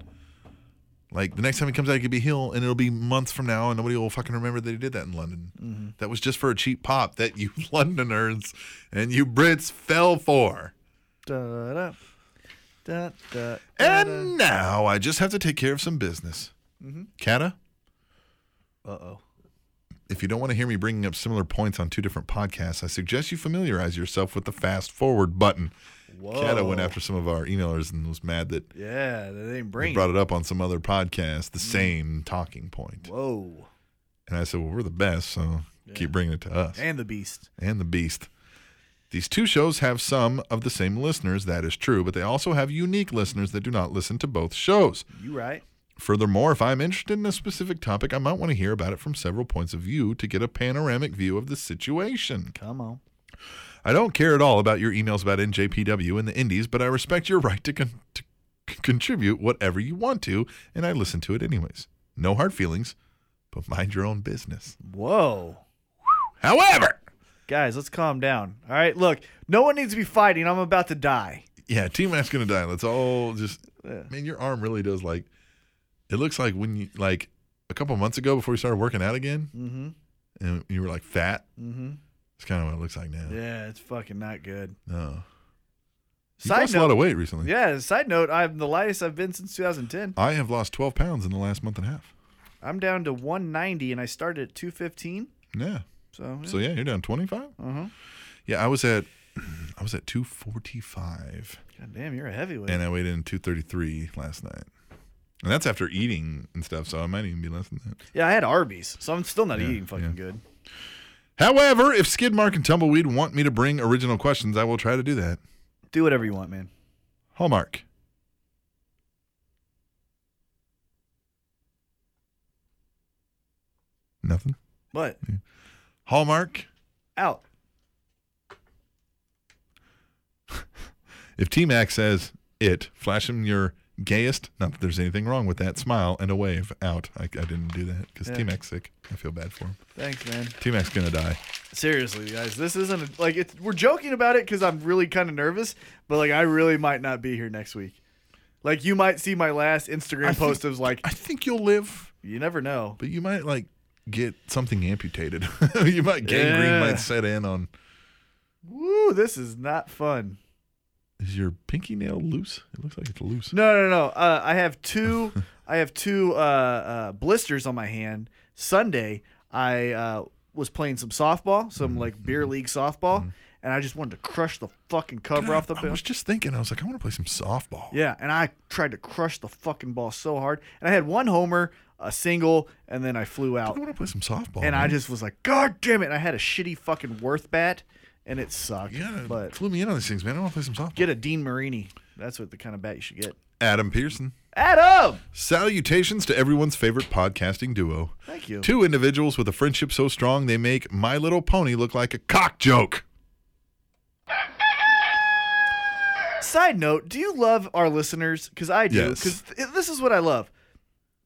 Speaker 2: Like the next time he comes out, he could be Hill, and it'll be months from now, and nobody will fucking remember that he did that in London. That was just for a cheap pop that you Londoners and you Brits fell for.
Speaker 4: Da, da, da, da, da, da.
Speaker 2: And now I just have to take care of some business. Kata,
Speaker 4: Uh-oh.
Speaker 2: if you don't want to hear me bringing up similar points on two different podcasts, I suggest you familiarize yourself with the fast forward button.
Speaker 4: Whoa.
Speaker 2: Kata went after some of our emailers and was mad that
Speaker 4: Yeah, they didn't
Speaker 2: They
Speaker 4: bring
Speaker 2: brought
Speaker 4: it.
Speaker 2: it up on some other podcast, the same talking point.
Speaker 4: Whoa.
Speaker 2: And I said, Well, we're the best, so keep bringing it to us
Speaker 4: And the Beast.
Speaker 2: and the Beast. These two shows have some of the same listeners, that is true, but they also have unique listeners that do not listen to both shows.
Speaker 4: You right.
Speaker 2: Furthermore, if I'm interested in a specific topic, I might want to hear about it from several points of view to get a panoramic view of the situation.
Speaker 4: Come on.
Speaker 2: I don't care at all about your emails about NJPW and the Indies, but I respect your right to, con- to c- contribute whatever you want to, and I listen to it anyways. No hard feelings, but mind your own business.
Speaker 4: Whoa.
Speaker 2: However,
Speaker 4: Guys, let's calm down. All right, look, no one needs to be fighting. I'm about to die.
Speaker 2: yeah, Team Mat's gonna die. Let's all just man, your arm really does like. It looks like when you like a couple months ago before you started working out again,
Speaker 4: Mm-hmm.
Speaker 2: and you were like fat.
Speaker 4: Mm-hmm.
Speaker 2: It's kind of what it looks like now.
Speaker 4: Yeah, it's fucking not good.
Speaker 2: No, you
Speaker 4: Side
Speaker 2: lost a lot
Speaker 4: note.
Speaker 2: of weight recently.
Speaker 4: Yeah, side note, I'm the lightest I've been since 2010.
Speaker 2: I have lost twelve pounds in the last month and a half.
Speaker 4: I'm down to 190 and I started at 215.
Speaker 2: Yeah.
Speaker 4: So,
Speaker 2: So yeah, you're down 25.
Speaker 4: Uh-huh.
Speaker 2: Yeah, I was at I was at 245
Speaker 4: God damn, you're a heavyweight.
Speaker 2: and I weighed in 233 last night. And that's after eating and stuff, so I might even be less than that.
Speaker 4: yeah, I had Arby's, so I'm still not eating fucking
Speaker 2: yeah.
Speaker 4: good.
Speaker 2: However, if Skidmark and Tumbleweed want me to bring original questions, I will try to do that.
Speaker 4: Do whatever you want, man.
Speaker 2: Hallmark. Nothing.
Speaker 4: But
Speaker 2: Hallmark.
Speaker 4: Out.
Speaker 2: If T Mac says it, flash him your gayest, not that there's anything wrong with that, smile and a wave out. I, I didn't do that because T Mac's sick. I feel bad for him.
Speaker 4: Thanks, man.
Speaker 2: T Mac's going to die.
Speaker 4: Seriously, guys, this isn't a, like it's, we're joking about it because I'm really kind of nervous, but like I really might not be here next week. Like you might see my last Instagram post of like
Speaker 2: I think you'll live,
Speaker 4: you never know.
Speaker 2: but you might like get something amputated. you might, gangrene
Speaker 4: Yeah.
Speaker 2: might set in on.
Speaker 4: Woo, this is not fun.
Speaker 2: Is your pinky nail loose? It looks like it's loose.
Speaker 4: No, no, no. Uh, I have two. I have two uh, uh, blisters on my hand. Sunday, I uh, was playing some softball, some like beer league softball, and I just wanted to crush the fucking cover off the.
Speaker 2: I was just thinking, I was like, I want to play some softball.
Speaker 4: Yeah, and I tried to crush the fucking ball so hard, and I had one homer, a single, and then I flew
Speaker 2: I
Speaker 4: out,
Speaker 2: want to play some softball.
Speaker 4: and I
Speaker 2: man.
Speaker 4: just was like, God damn it! And I had a shitty fucking Worth bat, and it sucked.
Speaker 2: Yeah,
Speaker 4: but
Speaker 2: flew me in on these things, man. I want to play some softball.
Speaker 4: get a Dean Marini. That's what the kind of bat you should get.
Speaker 2: Adam Pearson.
Speaker 4: Adam,
Speaker 2: Salutations to everyone's favorite podcasting duo.
Speaker 4: thank you.
Speaker 2: Two individuals with a friendship so strong they make My Little Pony look like a cock joke.
Speaker 4: Side note: Do you love our listeners? Because I do.
Speaker 2: Yes.
Speaker 4: Because this is what I love.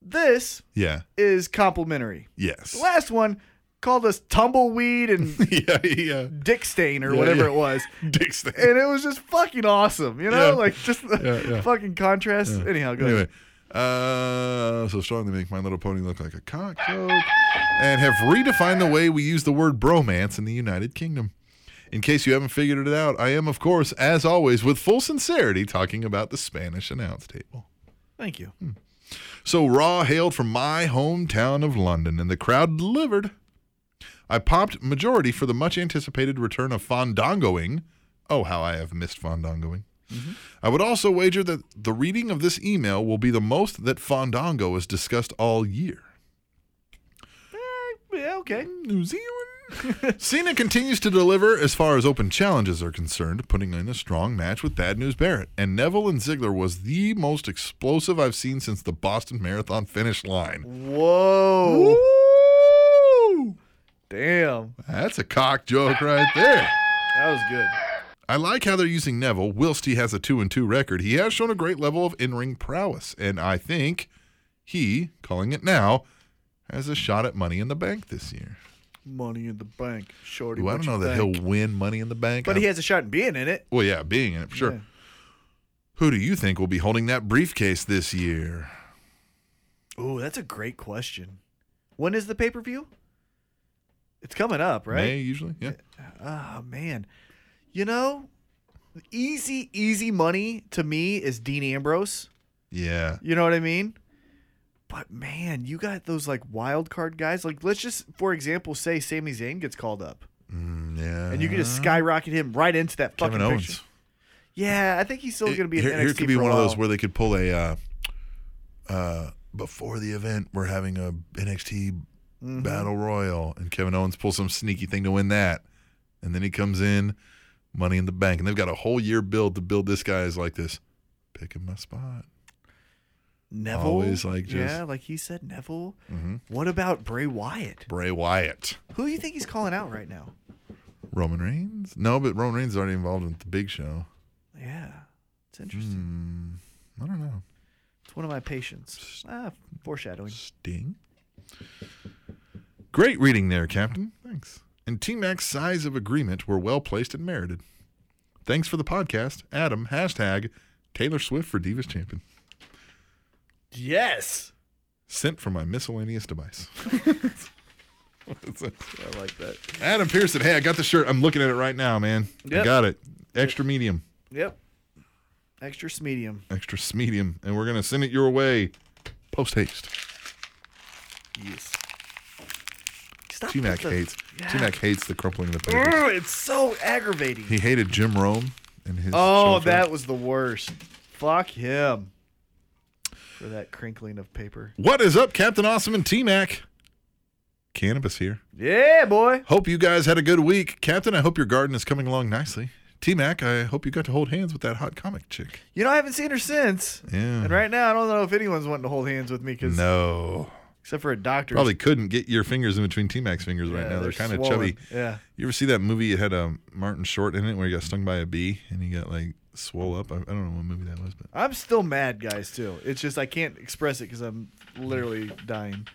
Speaker 4: This
Speaker 2: Yeah.
Speaker 4: is complimentary.
Speaker 2: Yes.
Speaker 4: The last one called us tumbleweed and
Speaker 2: yeah, yeah.
Speaker 4: dick stain or
Speaker 2: Yeah,
Speaker 4: whatever
Speaker 2: yeah.
Speaker 4: it was.
Speaker 2: Dick's thing.
Speaker 4: and it was just fucking awesome, you know,
Speaker 2: Yeah.
Speaker 4: like just the
Speaker 2: Yeah, yeah.
Speaker 4: fucking contrast. Anyhow, go
Speaker 2: anyway,
Speaker 4: ahead.
Speaker 2: uh, so strong they make My Little Pony look like a cock joke, and have redefined the way we use the word bromance in the United Kingdom. In case you haven't figured it out, I am, of course, as always, with full sincerity, talking about the Spanish announce table.
Speaker 4: Thank you.
Speaker 2: Hmm. So Raw hailed from my hometown of London, and the crowd delivered. I popped majority for the much anticipated return of Fondangoing. Oh, how I have missed Fondangoing. I would also wager that the reading of this email will be the most that Fondango is discussed all year.
Speaker 4: Yeah, okay.
Speaker 2: New Zealand. Cena continues to deliver as far as open challenges are concerned, putting in a strong match with Bad News Barrett. And Neville and Ziggler was the most explosive I've seen since the Boston Marathon finish line.
Speaker 4: Whoa. Damn,
Speaker 2: That's a cock joke right there.
Speaker 4: that was good.
Speaker 2: I like how they're using Neville. Whilst he has a 2 and 2 record, he has shown a great level of in ring prowess. And I think he, calling it now, has a shot at Money in the Bank this year.
Speaker 4: Money in the bank, shorty.
Speaker 2: Ooh, I
Speaker 4: what
Speaker 2: don't
Speaker 4: you
Speaker 2: know that
Speaker 4: think?
Speaker 2: he'll win Money in the Bank.
Speaker 4: But
Speaker 2: I-
Speaker 4: he has a shot in being in it.
Speaker 2: Well, yeah, being in it for sure.
Speaker 4: Yeah.
Speaker 2: Who do you think will be holding that briefcase this year?
Speaker 4: Ooh, that's a great question. When is the pay per view? It's coming up,
Speaker 2: May,
Speaker 4: right?
Speaker 2: usually? Yeah.
Speaker 4: Oh man, you know, easy, easy money to me is Dean Ambrose.
Speaker 2: Yeah.
Speaker 4: You know what I mean? But man, you got those like wild card guys. Like, let's just, for example, say Sami Zayn gets called up,
Speaker 2: Yeah.
Speaker 4: and you can just skyrocket him right into that fucking
Speaker 2: Uh-huh. Kevin Owens.
Speaker 4: picture. Yeah, I think he's still going to be in
Speaker 2: here,
Speaker 4: NXT
Speaker 2: here could be
Speaker 4: for a
Speaker 2: one of those
Speaker 4: while.
Speaker 2: where they could pull a uh, uh, before the event we're having a NXT
Speaker 4: Mm-hmm.
Speaker 2: battle royal and Kevin Owens pulls some sneaky thing to win that and then he comes in money in the bank and they've got a whole year build to build this guy as like this picking my spot
Speaker 4: Neville,
Speaker 2: always, like, just- Mm-hmm.
Speaker 4: yeah, like he said, Neville. What about Bray Wyatt?
Speaker 2: Bray Wyatt
Speaker 4: Who do you think he's calling out right now?
Speaker 2: Roman Reigns no but Roman Reigns is already involved with the big show
Speaker 4: Yeah, it's interesting.
Speaker 2: Hmm. I don't know
Speaker 4: It's one of my patients. Ah, foreshadowing.
Speaker 2: Sting. Great reading there, Captain. Thanks. And T Mac's size of agreement were well placed and merited. Thanks for the podcast, Adam. Hashtag Taylor Swift for Divas Champion.
Speaker 4: Yes,
Speaker 2: Sent from my miscellaneous device.
Speaker 4: I like that.
Speaker 2: Adam Pearson, hey, I got the shirt. I'm looking at it right now, man. I
Speaker 4: Yep.
Speaker 2: got it. Extra medium,
Speaker 4: Yep, extra medium.
Speaker 2: extra medium, and we're gonna send it your way, post haste.
Speaker 4: Yes. Stop
Speaker 2: T Mac
Speaker 4: with the-
Speaker 2: hates.
Speaker 4: Yeah.
Speaker 2: T Mac hates the crumpling of the paper.
Speaker 4: Ugh, Oh, it's so aggravating.
Speaker 2: He hated Jim Rome and his.
Speaker 4: Oh,
Speaker 2: chauffeur.
Speaker 4: that was the worst. Fuck him. For that crinkling of paper.
Speaker 2: What is up, Captain Awesome and T Mac? Cannabis here.
Speaker 4: Yeah, boy.
Speaker 2: Hope you guys had a good week. Captain, I hope your garden is coming along nicely. T Mac, I hope you got to hold hands with that hot comic chick.
Speaker 4: You know, I haven't seen her since.
Speaker 2: Yeah.
Speaker 4: And right now, I don't know if anyone's wanting to hold hands with me because
Speaker 2: No.
Speaker 4: except for a doctor.
Speaker 2: Probably couldn't get your fingers in between T Mac's fingers right now.
Speaker 4: Yeah,
Speaker 2: They're,
Speaker 4: they're
Speaker 2: kind of
Speaker 4: swollen.
Speaker 2: chubby.
Speaker 4: Yeah.
Speaker 2: You ever see that movie? It had um, Martin Short in it where he got stung by a bee and he got like swole up. I, I don't know what movie that was, but
Speaker 4: I'm still mad, guys. Too. It's just I can't express it because I'm literally dying.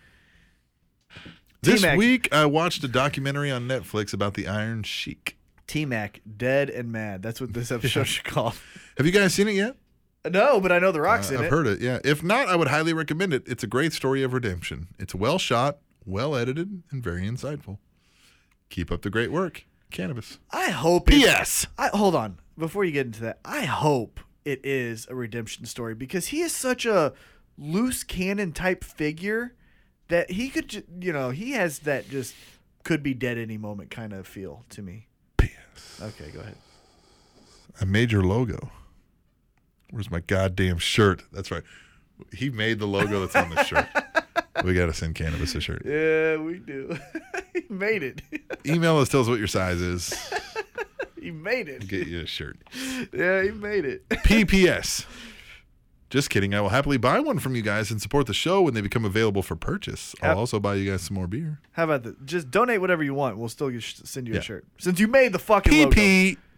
Speaker 2: this
Speaker 4: T-Mac.
Speaker 2: week I watched a documentary on Netflix about the Iron Sheik.
Speaker 4: T Mac, dead and mad. That's what this episode should call.
Speaker 2: Have you guys seen it yet?
Speaker 4: No, but I know the rocks
Speaker 2: Uh,
Speaker 4: in
Speaker 2: I've
Speaker 4: it.
Speaker 2: heard it. Yeah. If not, I would highly recommend it. It's a great story of redemption. It's well shot, well edited, and very insightful. Keep up the great work, cannabis.
Speaker 4: I hope. it- I hold on before you get into that. I hope it is a redemption story because he is such a loose cannon type figure that he could, ju- you know, he has that just could be dead any moment kind of feel to me. P.S. Okay, go ahead.
Speaker 2: I made your logo. Where's my goddamn shirt? That's right. He made the logo that's on the shirt. We gotta send cannabis a shirt.
Speaker 4: Yeah, we do. he made it.
Speaker 2: Email us, tell us what your size is.
Speaker 4: he made it.
Speaker 2: Get you a shirt.
Speaker 4: Yeah, he made it.
Speaker 2: PPS. Just kidding. I will happily buy one from you guys and support the show when they become available for purchase. I'll
Speaker 4: Yep.
Speaker 2: also buy you guys some more beer.
Speaker 4: How about that? Just donate whatever you want. We'll still get- send you
Speaker 2: Yeah.
Speaker 4: a shirt since you made the fucking logo.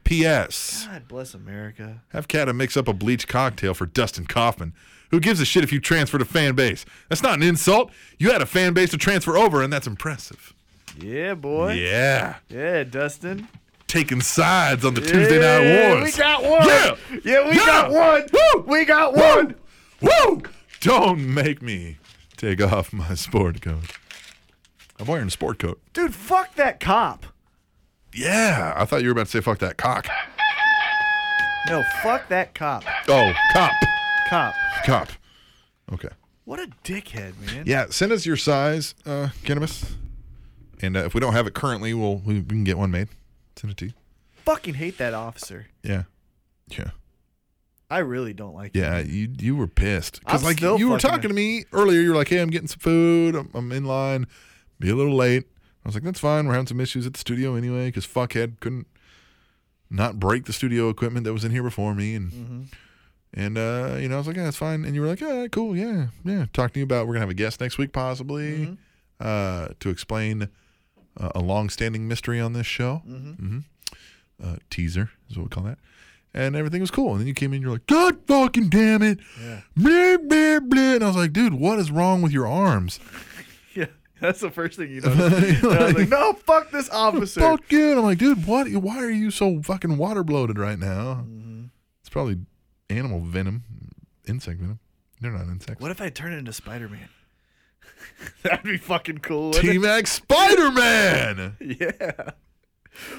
Speaker 2: PPPS.
Speaker 4: God bless America.
Speaker 2: Have Kata mix up a bleach cocktail for Dustin Kaufman. Who gives a shit if you transfer to fan base? That's not an insult. You had a fan base to transfer over, and that's impressive.
Speaker 4: Yeah, boy. Yeah,
Speaker 2: Yeah.
Speaker 4: Dustin.
Speaker 2: Taking sides on the Tuesday Night
Speaker 4: Yeah,
Speaker 2: Wars.
Speaker 4: We got one.
Speaker 2: Yeah.
Speaker 4: Yeah, we got one.
Speaker 2: Woo.
Speaker 4: We got
Speaker 2: Woo.
Speaker 4: one.
Speaker 2: Woo. Don't make me take off my sport coat. I'm wearing a sport coat.
Speaker 4: Dude, fuck that cop.
Speaker 2: Yeah. I thought you were about to say fuck that cock.
Speaker 4: No, fuck that cop.
Speaker 2: Oh, cop.
Speaker 4: Cop.
Speaker 2: Cop. Okay.
Speaker 4: What a dickhead, man.
Speaker 2: Yeah, send us your size, uh, cannabis, and uh, if we don't have it currently, we'll we, we can get one made. Send it to you.
Speaker 4: Fucking hate that officer.
Speaker 2: Yeah, yeah,
Speaker 4: I really don't like it.
Speaker 2: yeah. You you were pissed because
Speaker 4: I'm
Speaker 2: like
Speaker 4: still
Speaker 2: you were
Speaker 4: fucking-
Speaker 2: talking to me earlier. You were like, "Hey, I'm getting some food. I'm, I'm in line. Be a little late." I was like, "That's fine. We're having some issues at the studio anyway because fuckhead couldn't not break the studio equipment that was in here before me and."
Speaker 4: Mm-hmm.
Speaker 2: And uh, you know, I was like, "Yeah, that's fine." And you were like, "All right, cool, yeah, yeah." Talking to you about we're gonna have a guest next week, possibly,
Speaker 4: Mm-hmm.
Speaker 2: uh, to explain uh, a long-standing mystery on this show. Mm-hmm. Uh, teaser is what we call that. And everything was cool. And then you came in, you're like, "God fucking damn it!" Blah, blah, blah. And I was like, "Dude, what is wrong with your arms?"
Speaker 4: Yeah. That's the first thing you notice. And I was like, no, fuck this officer.
Speaker 2: Fuck you. And I'm like, "Dude, what? Why are you so fucking water bloated right now?"
Speaker 4: Mm-hmm.
Speaker 2: It's probably animal venom, insect venom. They're not insects.
Speaker 4: What if I turn into Spider Man? That'd be fucking cool. wouldn't
Speaker 2: T Mac Spider Man.
Speaker 4: it? Yeah.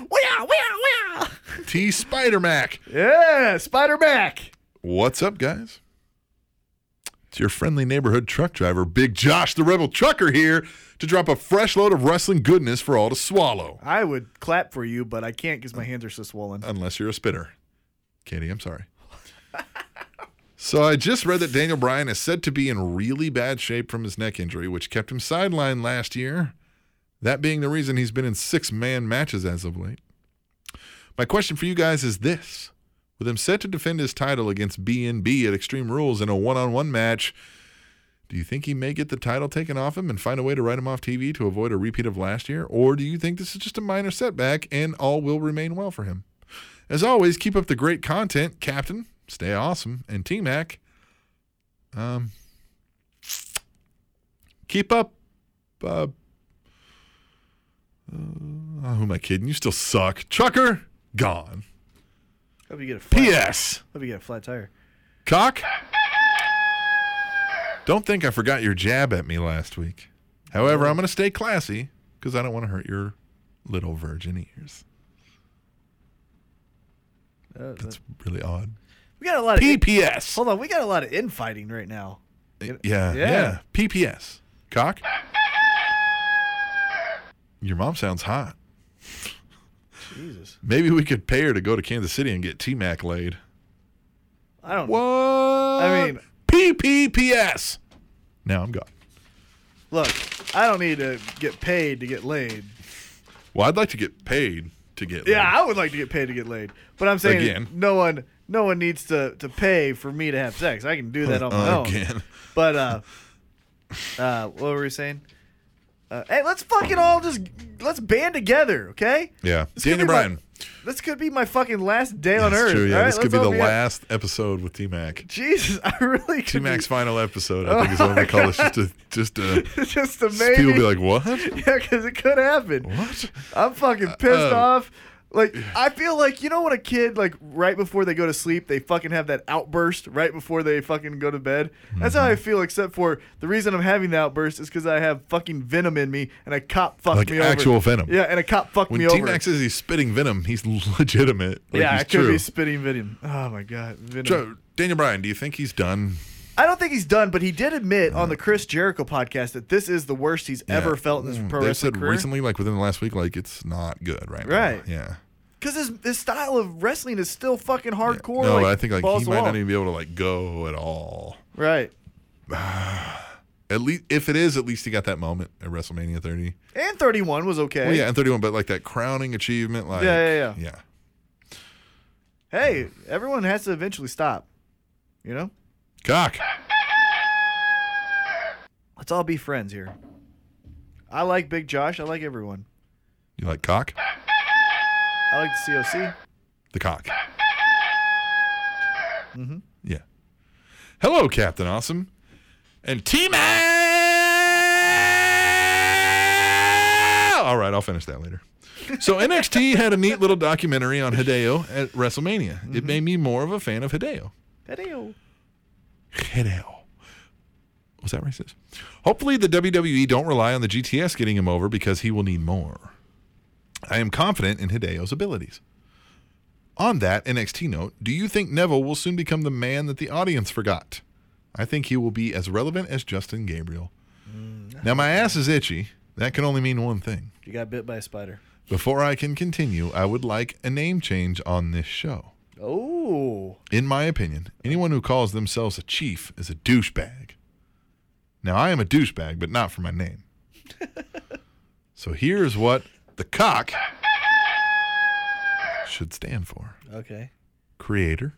Speaker 4: Wow, wow, wow.
Speaker 2: T Spider Mac.
Speaker 4: Yeah, Spider Mac.
Speaker 2: What's up, guys? It's your friendly neighborhood truck driver, Big Josh the Rebel Trucker, here to drop a fresh load of wrestling goodness for all to swallow.
Speaker 4: I would clap for you, but I can't because my hands are so swollen.
Speaker 2: Unless you're a spitter. Katie, I'm sorry. so I just read that Daniel Bryan is said to be in really bad shape from his neck injury, which kept him sidelined last year. That being the reason he's been in six man matches as of late. My question for you guys is this With him set to defend his title against BNB at Extreme Rules in a one on one match, do you think he may get the title taken off him and find a way to write him off TV to avoid a repeat of last year? Or do you think this is just a minor setback and all will remain well for him? As always, keep up the great content, Captain. Stay awesome. And T Mac, um, keep up. Uh, uh, who am I kidding? You still suck. Trucker, gone.
Speaker 4: Hope you get a flat.
Speaker 2: P.S.
Speaker 4: Hope you get a flat tire.
Speaker 2: Cock, don't think I forgot your jab at me last week. However, I'm going to stay classy because I don't want to hurt your little virgin ears.
Speaker 4: Uh,
Speaker 2: That's really odd.
Speaker 4: We got a lot of in-
Speaker 2: PPS.
Speaker 4: hold on. We got a lot of infighting right now.
Speaker 2: Yeah, yeah.
Speaker 4: Yeah.
Speaker 2: PPS. Cock. Your mom sounds hot.
Speaker 4: Jesus,
Speaker 2: Maybe we could pay her to go to Kansas City and get T Mac laid.
Speaker 4: I don't.
Speaker 2: What? I
Speaker 4: mean-
Speaker 2: PPPS. Now I'm gone.
Speaker 4: Look, I don't need to get paid to get laid.
Speaker 2: Well, I'd like to get paid to get
Speaker 4: Yeah,
Speaker 2: laid.
Speaker 4: I would like to get paid to get laid, but I'm saying
Speaker 2: Again.
Speaker 4: no one, no one needs to to pay for me to have sex. I can do that on my own.
Speaker 2: Again.
Speaker 4: But uh, Uh, what were we saying? Uh, hey, let's fucking all just let's band together, okay?
Speaker 2: Yeah.
Speaker 4: This
Speaker 2: Daniel
Speaker 4: could be my-
Speaker 2: Bryan.
Speaker 4: this could be my fucking last day on
Speaker 2: That's
Speaker 4: earth.
Speaker 2: true. Yeah,
Speaker 4: all right?
Speaker 2: this could
Speaker 4: Let's
Speaker 2: be the
Speaker 4: all up.
Speaker 2: last episode with T Mac.
Speaker 4: Jesus, I really
Speaker 2: T
Speaker 4: could.
Speaker 2: Mac's final episode, I think, is what we call this. Just a, just a
Speaker 4: be, just a
Speaker 2: people
Speaker 4: maybe.
Speaker 2: be like, what?
Speaker 4: yeah, because it could happen.
Speaker 2: What?
Speaker 4: I'm fucking pissed
Speaker 2: Uh,
Speaker 4: off. Like I feel like you know when a kid like right before they go to sleep they fucking have that outburst right before they fucking go to bed. That's how I
Speaker 2: Mm-hmm.
Speaker 4: feel. Except for the reason I'm having the outburst is because I have fucking venom in me and a cop fucked
Speaker 2: Like
Speaker 4: me
Speaker 2: actual
Speaker 4: over.
Speaker 2: venom.
Speaker 4: Yeah, and a cop fucked me
Speaker 2: When
Speaker 4: over.
Speaker 2: T Mac says he's spitting venom, he's legitimate. Like,
Speaker 4: yeah,
Speaker 2: he's
Speaker 4: I could
Speaker 2: true.
Speaker 4: be spitting venom. Oh my god, venom.
Speaker 2: So, Daniel Bryan, do you think he's done?
Speaker 4: I don't think he's done, but he did admit on the Chris Jericho podcast that this is the worst he's ever
Speaker 2: Yeah.
Speaker 4: felt in his
Speaker 2: Mm,
Speaker 4: pro
Speaker 2: They've
Speaker 4: wrestling
Speaker 2: said
Speaker 4: career.
Speaker 2: recently, like within the last week, like it's not good right now.
Speaker 4: Right.
Speaker 2: Yeah.
Speaker 4: Because his, his style of wrestling is still fucking
Speaker 2: Yeah.
Speaker 4: hardcore.
Speaker 2: No,
Speaker 4: like,
Speaker 2: I think like
Speaker 4: balls
Speaker 2: he
Speaker 4: to
Speaker 2: might
Speaker 4: the
Speaker 2: not
Speaker 4: wall.
Speaker 2: even be able to like go at all.
Speaker 4: Right.
Speaker 2: At least if it is, at least he got that moment at WrestleMania 30.
Speaker 4: And 31 was okay.
Speaker 2: Well, yeah, and 31, but like that crowning achievement, like
Speaker 4: Yeah, yeah,
Speaker 2: yeah.
Speaker 4: Hey, everyone has to eventually stop. You know?
Speaker 2: Cock.
Speaker 4: Let's all be friends here. I like Big Josh. I like everyone.
Speaker 2: You like cock?
Speaker 4: I like the COC.
Speaker 2: The cock. Mm-hmm. Yeah. Hello, Captain Awesome, and T Mac. All right, I'll finish that later. So NXT had a neat little documentary on Hideo at WrestleMania. It made me more of a fan of Hideo.
Speaker 4: Hideo.
Speaker 2: Hideo. Was that racist? Hopefully, the WWE don't rely on the GTS getting him over because he will need more. I am confident in Hideo's abilities. On that NXT note, do you think Neville will soon become the man that the audience forgot? I think he will be as relevant as Justin Gabriel. Now, my ass is itchy. That can only mean one thing.
Speaker 4: You got bit by a spider.
Speaker 2: Before I can continue, I would like a name change on this show.
Speaker 4: Oh.
Speaker 2: In my opinion, anyone who calls themselves a chief is a douchebag. Now, I am a douchebag, but not for my name. so here's what the cock should stand for
Speaker 4: Okay.
Speaker 2: creator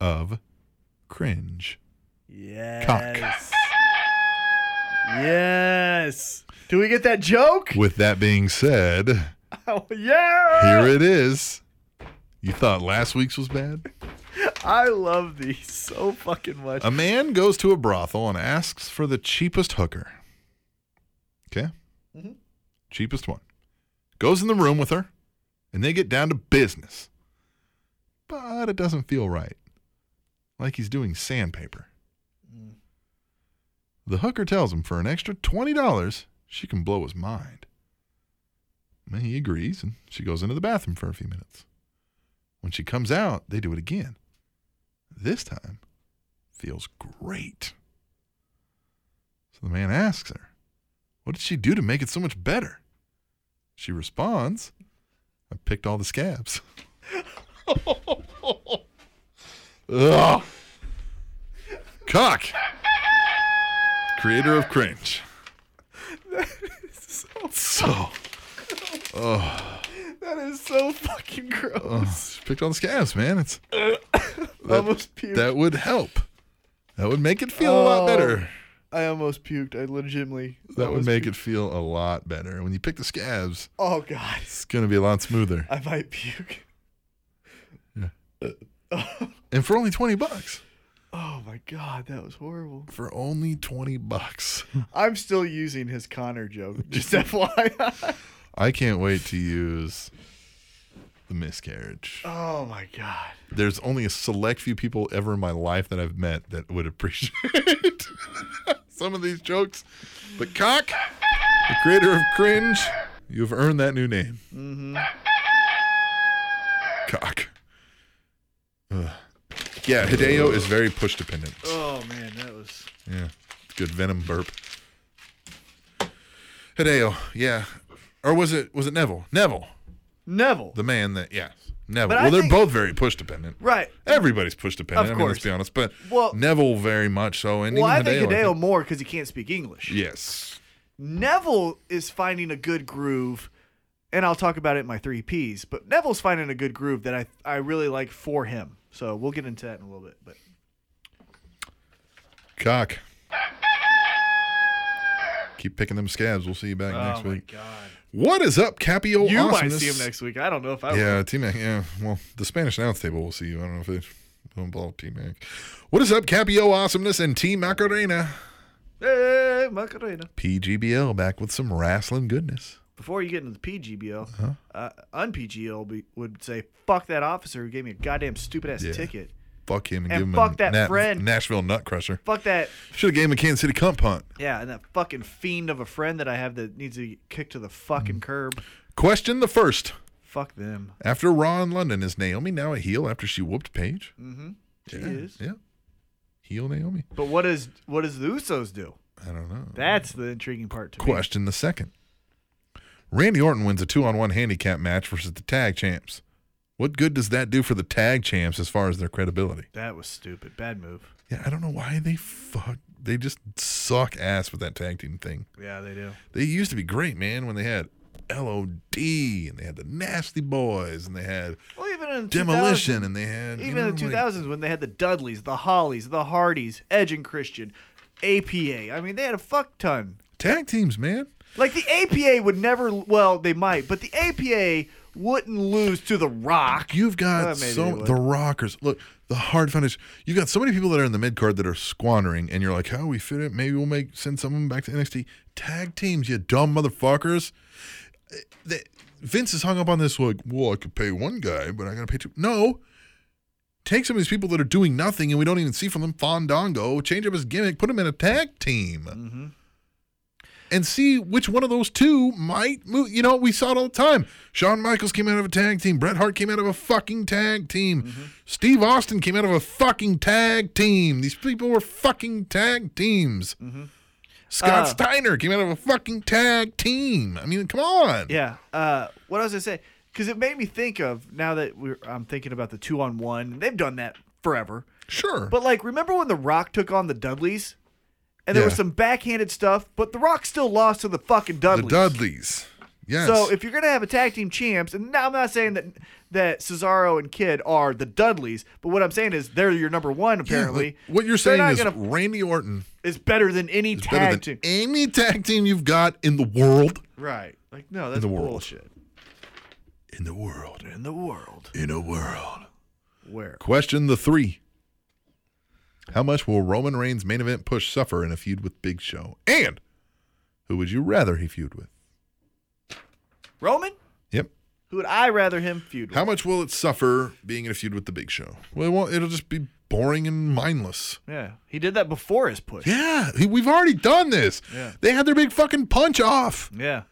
Speaker 2: of cringe.
Speaker 4: Yes.
Speaker 2: Cock.
Speaker 4: Yes. Do we get that joke?
Speaker 2: With that being said,
Speaker 4: Oh, yeah.
Speaker 2: here it is. You thought last week's was bad?
Speaker 4: I love these so fucking much.
Speaker 2: A man goes to a brothel and asks for the cheapest hooker. Okay? Cheapest one. Goes in the room with her, and they get down to business. But it doesn't feel right. Like he's doing sandpaper. The hooker tells him for an extra $20, she can blow his mind. And he agrees, and she goes into the bathroom for a few minutes. When she comes out, they do it again. This time, feels great. So the man asks her, What did she do to make it so much better? She responds, I picked all the scabs. Ugh. Cock. Creator of cringe. so.
Speaker 4: That is so fucking
Speaker 2: Oh,
Speaker 4: gross.
Speaker 2: she picked all the scabs, man. It's
Speaker 4: almost puked.
Speaker 2: that would help. That would make it feel a lot
Speaker 4: Oh.
Speaker 2: better.
Speaker 4: I almost puked. I legitimately.
Speaker 2: That would
Speaker 4: almost
Speaker 2: make
Speaker 4: puked.
Speaker 2: it feel a lot better. When you pick the scabs,
Speaker 4: Oh god,
Speaker 2: it's going to be a lot smoother.
Speaker 4: I might puke.
Speaker 2: And for only 20 bucks.
Speaker 4: Oh my god, that was horrible.
Speaker 2: For only 20 bucks.
Speaker 4: I'm still using his Connor joke. Just FYI.
Speaker 2: I can't wait to use the miscarriage.
Speaker 4: Oh my god.
Speaker 2: There's only a select few people ever in my life that I've met that would appreciate some of these jokes. But Cock, the creator of cringe, you've earned that new name. Cock. Ugh. Yeah, Hideo is very push dependent.
Speaker 4: Oh man, that was.
Speaker 2: Yeah. Good venom burp. Hideo, yeah. Or was it was it Neville? Neville,
Speaker 4: Neville.
Speaker 2: the man that yeah. Neville.
Speaker 4: But I
Speaker 2: well, they're
Speaker 4: think-
Speaker 2: both very push dependent.
Speaker 4: right.
Speaker 2: Everybody's push dependent,
Speaker 4: Of
Speaker 2: I mean, let's
Speaker 4: course.
Speaker 2: be honest. But
Speaker 4: Well-
Speaker 2: Neville very much so and
Speaker 4: Well, I
Speaker 2: even
Speaker 4: think
Speaker 2: Hideo, I
Speaker 4: Hideo
Speaker 2: think-
Speaker 4: more because he can't speak English.
Speaker 2: Yes.
Speaker 4: Neville is finding a good groove, and I'll talk about it in my three Ps. But Neville's finding a good groove that I I really like for him. So we'll get into that in a little bit. But
Speaker 2: Cock. Keep picking them scabs. We'll see you back next
Speaker 4: Oh my
Speaker 2: week.
Speaker 4: god.
Speaker 2: What is up, Capio?
Speaker 4: You might
Speaker 2: Awesomeness?
Speaker 4: see him next week. I don't know if I will.
Speaker 2: Yeah, T Mac. Yeah, well, the Spanish announce table will see you. I don't know if it will involve T Mac. What is up, Capio Awesomeness and T Macarena?
Speaker 4: Hey, Macarena.
Speaker 2: PGBL back with some wrestling goodness.
Speaker 4: Before you get into the PGBL,
Speaker 2: Uh-huh.
Speaker 4: uh, un-PGL be- would say, fuck that officer who gave me a goddamn stupid-ass
Speaker 2: Yeah.
Speaker 4: ticket.
Speaker 2: Fuck him and,
Speaker 4: And
Speaker 2: give him
Speaker 4: fuck
Speaker 2: a
Speaker 4: that friend.
Speaker 2: Nashville nut crusher.
Speaker 4: Fuck that.
Speaker 2: Should have gave him a Kansas City cunt punt.
Speaker 4: Yeah, and that fucking fiend of a friend that I have that needs to get kicked to the
Speaker 2: Mm.
Speaker 4: fucking curb.
Speaker 2: Question the first.
Speaker 4: Fuck them.
Speaker 2: After Raw in London, is Naomi now a heel after she whooped Paige?
Speaker 4: She Mm, is.
Speaker 2: Yeah. Heel Naomi.
Speaker 4: But what is what does the Usos do?
Speaker 2: I don't know.
Speaker 4: That's the intriguing part to me.
Speaker 2: Question the second. Randy Orton wins a two on one handicap match versus the tag champs. What good does that do for the tag champs as far as their credibility?
Speaker 4: That was stupid. Bad move.
Speaker 2: Yeah, I don't know why they fuck. They just suck ass with that tag team thing.
Speaker 4: Yeah, they do.
Speaker 2: They used to be great, man, when they had LOD and they had the Nasty Boys and they had
Speaker 4: Well, even in 2000
Speaker 2: Demolition and they had you
Speaker 4: Even
Speaker 2: know,
Speaker 4: in the
Speaker 2: like-
Speaker 4: 2000s when they had the Dudleys, the Hollies, the Hardys, Edge and Christian, APA. I mean, they had a fuck ton.
Speaker 2: tag teams, man.
Speaker 4: Like the APA would never. Well, they might, but the APA wouldn't lose to the Rock.
Speaker 2: You've got
Speaker 4: Well, maybe they
Speaker 2: so
Speaker 4: would.
Speaker 2: the Rockers. Look, the Hard Foundation. You've got so many people that are in the mid card that are squandering, and you're like, "How we fit it? Maybe we'll make send some of them back to NXT tag teams. You dumb motherfuckers." Eh, They, Vince is hung up on this. Like, well, I could pay one guy, but I gotta pay two. No. Take some of these people that are doing nothing and we don't even see from them Fondango, change up his gimmick, put him in a tag team,
Speaker 4: Mm-hmm.
Speaker 2: and see which one of those two might move. You know, we saw it all the time. Shawn Michaels came out of a tag team. Bret Hart came out of a fucking tag team.
Speaker 4: Mm-hmm.
Speaker 2: Steve Austin came out of a fucking tag team. These people were fucking tag teams. Scott
Speaker 4: Mm-hmm. Uh,
Speaker 2: Steiner came out of a fucking tag team. I mean, come on.
Speaker 4: Yeah. Uh, what I was gonna say, because it made me think of now that we're, I'm thinking about the two on one. They've done that forever.
Speaker 2: Sure.
Speaker 4: But like, remember when the Rock took on the Dudleys? And there
Speaker 2: Yeah.
Speaker 4: was some backhanded stuff, but the Rock still lost to the fucking Dudleys.
Speaker 2: the Dudleys. Yes.
Speaker 4: So if you're gonna have a tag team champs, and now I'm not saying that that Cesaro and Kid are the Dudleys, but what I'm saying is they're your number
Speaker 2: Yeah,
Speaker 4: one
Speaker 2: like,
Speaker 4: apparently.
Speaker 2: what you're
Speaker 4: They're
Speaker 2: saying
Speaker 4: not
Speaker 2: is
Speaker 4: gonna-
Speaker 2: Randy Orton
Speaker 4: is better than any
Speaker 2: is better
Speaker 4: tag
Speaker 2: than
Speaker 4: team.
Speaker 2: any tag team you've got in the world.
Speaker 4: right? Like no, that's
Speaker 2: the world.
Speaker 4: bullshit.
Speaker 2: In the world.
Speaker 4: In the world
Speaker 2: In a world.
Speaker 4: where
Speaker 2: Question the three. How much will Roman Reigns' main event push suffer in a feud with Big Show? And who would you rather he feud with?
Speaker 4: Roman,
Speaker 2: Yep.
Speaker 4: who would I rather him feud with?
Speaker 2: How much will it suffer being in a feud with the Big Show? Well, it won't, it'll just be boring and mindless.
Speaker 4: yeah, he did that before his push.
Speaker 2: Yeah, he- we've already done this.
Speaker 4: Yeah.
Speaker 2: They had their big fucking punch off.
Speaker 4: Yeah.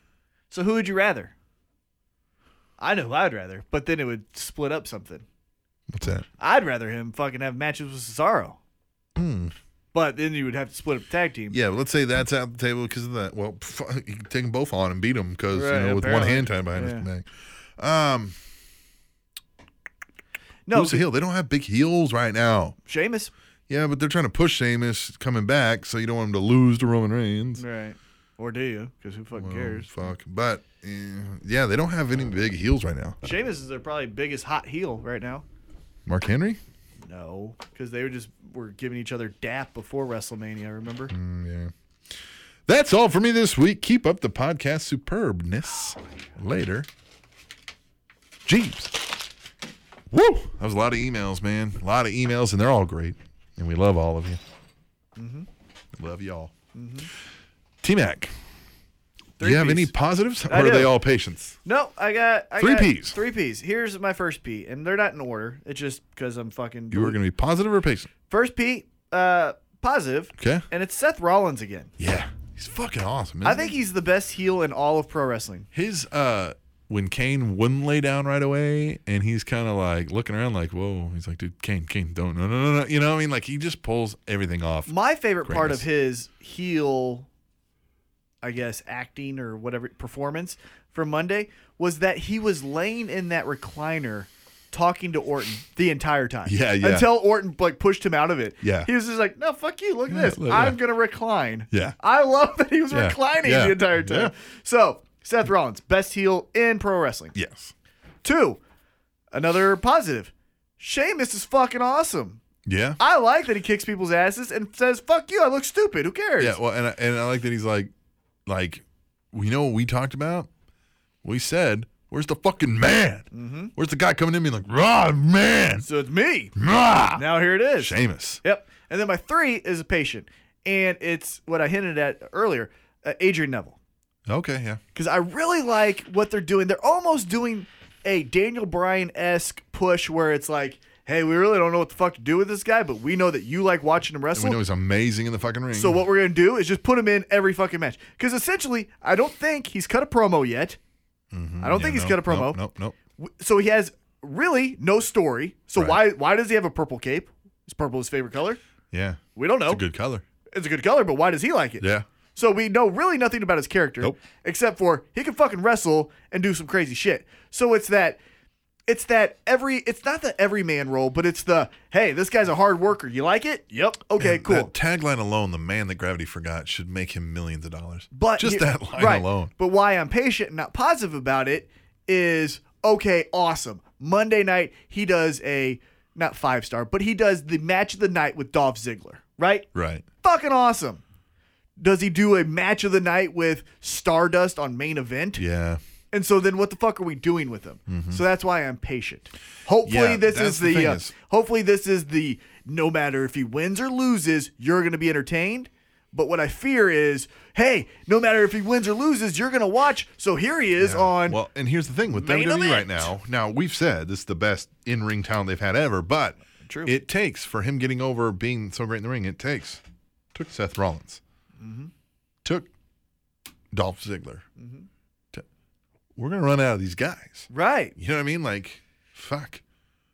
Speaker 4: So who would you rather? I know who I'd rather, but then it would split up something.
Speaker 2: What's that?
Speaker 4: I'd rather him fucking have matches with Cesaro. But then you would have to split up the tag team.
Speaker 2: Hmm. Yeah, but let's say that's out the table because of that. Well, fuck, you can take them both on and beat them because
Speaker 4: Right,
Speaker 2: you know with one
Speaker 4: apparently.
Speaker 2: hand tied behind his
Speaker 4: Yeah.
Speaker 2: neck. Um,
Speaker 4: no,
Speaker 2: who's the heel? They don't have big heels right now.
Speaker 4: Sheamus.
Speaker 2: Yeah, but they're trying to push Sheamus coming back, so you don't want him to lose to Roman Reigns.
Speaker 4: Right. Or do you? Because who fucking
Speaker 2: Well,
Speaker 4: cares?
Speaker 2: Fuck. But eh, yeah, they don't have any big heels right now.
Speaker 4: Sheamus is their probably biggest hot heel right now.
Speaker 2: Mark Henry?
Speaker 4: No, because they were just were giving each other dap before WrestleMania. Remember?
Speaker 2: Yeah. That's all for me this week. Keep up the podcast superbness. Later. Jeeves. Woo! That was a lot of emails, man. A lot of emails, and they're all great. And we love all of you.
Speaker 4: Mm-hmm.
Speaker 2: Love y'all. T Mac, do you have
Speaker 4: Three-piece.
Speaker 2: any positives? Or
Speaker 4: I
Speaker 2: are
Speaker 4: do.
Speaker 2: they all patients?
Speaker 4: No, I got I
Speaker 2: Three
Speaker 4: got
Speaker 2: Ps.
Speaker 4: Three P's. Here's my first P, and they're not in order. It's just because I'm fucking.
Speaker 2: You were going to be positive or patient?
Speaker 4: First P, uh, positive.
Speaker 2: Okay.
Speaker 4: And it's Seth Rollins again.
Speaker 2: Yeah. He's fucking awesome.
Speaker 4: I
Speaker 2: isn't
Speaker 4: think
Speaker 2: he?
Speaker 4: he's the best heel in all of pro wrestling.
Speaker 2: his uh when Kane wouldn't lay down right away and he's kind of like looking around like, "Whoa." He's like, "Dude, Kane, Kane, don't. No, no, no, no." You know what I mean? Like he just pulls everything off.
Speaker 4: My favorite part of
Speaker 2: Greatness.
Speaker 4: his heel, I guess, acting or whatever performance from Monday was that he was laying in that recliner talking to Orton the entire time.
Speaker 2: Yeah, yeah.
Speaker 4: Until Orton like pushed him out of it.
Speaker 2: Yeah.
Speaker 4: He was just like, no, fuck you. Look at
Speaker 2: Yeah,
Speaker 4: this.
Speaker 2: look,
Speaker 4: I'm
Speaker 2: yeah.
Speaker 4: gonna recline.
Speaker 2: Yeah.
Speaker 4: I love that he was
Speaker 2: Yeah,
Speaker 4: reclining
Speaker 2: yeah,
Speaker 4: the entire time.
Speaker 2: yeah.
Speaker 4: So Seth Rollins, best heel in pro wrestling.
Speaker 2: Yes.
Speaker 4: Two, another positive. Sheamus is fucking awesome.
Speaker 2: Yeah.
Speaker 4: I like that he kicks people's asses and says, "Fuck you, I look stupid. Who cares?"
Speaker 2: Yeah, well, and I, and I like that he's like like we know what we talked about. We said, "Where's the fucking man?
Speaker 4: Mm-hmm.
Speaker 2: Where's the guy coming in being like, raw man,
Speaker 4: So it's me.
Speaker 2: rah."
Speaker 4: Now here it is.
Speaker 2: Sheamus.
Speaker 4: Yep. And then my three is a patient, and it's what I hinted at earlier, uh, Adrian Neville,
Speaker 2: Okay, yeah.
Speaker 4: because I really like what they're doing. They're almost doing a Daniel Bryan esque push where it's like, hey, we really don't know what the fuck to do with this guy, but we know that you like watching him
Speaker 2: And we
Speaker 4: wrestle.
Speaker 2: know he's amazing in the fucking ring.
Speaker 4: So what we're gonna do is just put him in every fucking match. Because essentially, I don't think he's cut a promo yet. I don't think he's cut a promo.
Speaker 2: Mm-hmm. Nope, nope. nope.
Speaker 4: W- So he has really no story. So why
Speaker 2: Right.
Speaker 4: why does he have a purple cape? Is purple his favorite color?
Speaker 2: Yeah,
Speaker 4: We don't know.
Speaker 2: it's a good color.
Speaker 4: It's a good color, but why does he like it?
Speaker 2: Yeah.
Speaker 4: So we know really nothing about his character
Speaker 2: Nope.
Speaker 4: except for he can fucking wrestle and do some crazy shit. So it's that it's that every it's not the everyman role, but it's the hey, this guy's a hard worker. You like it? Yep. Okay,
Speaker 2: And
Speaker 4: cool.
Speaker 2: That tagline alone, the man that gravity forgot, should make him millions of dollars.
Speaker 4: But
Speaker 2: just
Speaker 4: he-
Speaker 2: that line
Speaker 4: right.
Speaker 2: alone.
Speaker 4: But why I'm patient and not positive about it is okay, awesome. Monday night he does a not five star, but he does the match of the night with Dolph Ziggler, right?
Speaker 2: Right.
Speaker 4: Fucking awesome. Does he do a match of the night with Stardust on main event?
Speaker 2: Yeah. Mm-hmm.
Speaker 4: And so then what the fuck are we doing with him? So that's why I'm patient. Hopefully
Speaker 2: Yeah,
Speaker 4: this
Speaker 2: that's
Speaker 4: is
Speaker 2: the
Speaker 4: the,
Speaker 2: thing
Speaker 4: uh,
Speaker 2: is-
Speaker 4: hopefully this is the no matter if he wins or loses, you're going to be entertained. But what I fear is, hey, no matter if he wins or loses, you're going to watch. So here he is
Speaker 2: Yeah.
Speaker 4: on
Speaker 2: Well, and here's the thing with
Speaker 4: Main
Speaker 2: WWE right
Speaker 4: event.
Speaker 2: now. Now we've said this is the best in ring talent they've had ever, but
Speaker 4: True.
Speaker 2: it takes for him getting over being so great in the ring. It takes took Seth Rollins,
Speaker 4: Mm-hmm.
Speaker 2: took Dolph Ziggler. T- We're gonna run out of these guys.
Speaker 4: right.
Speaker 2: You know what I mean? Like, fuck.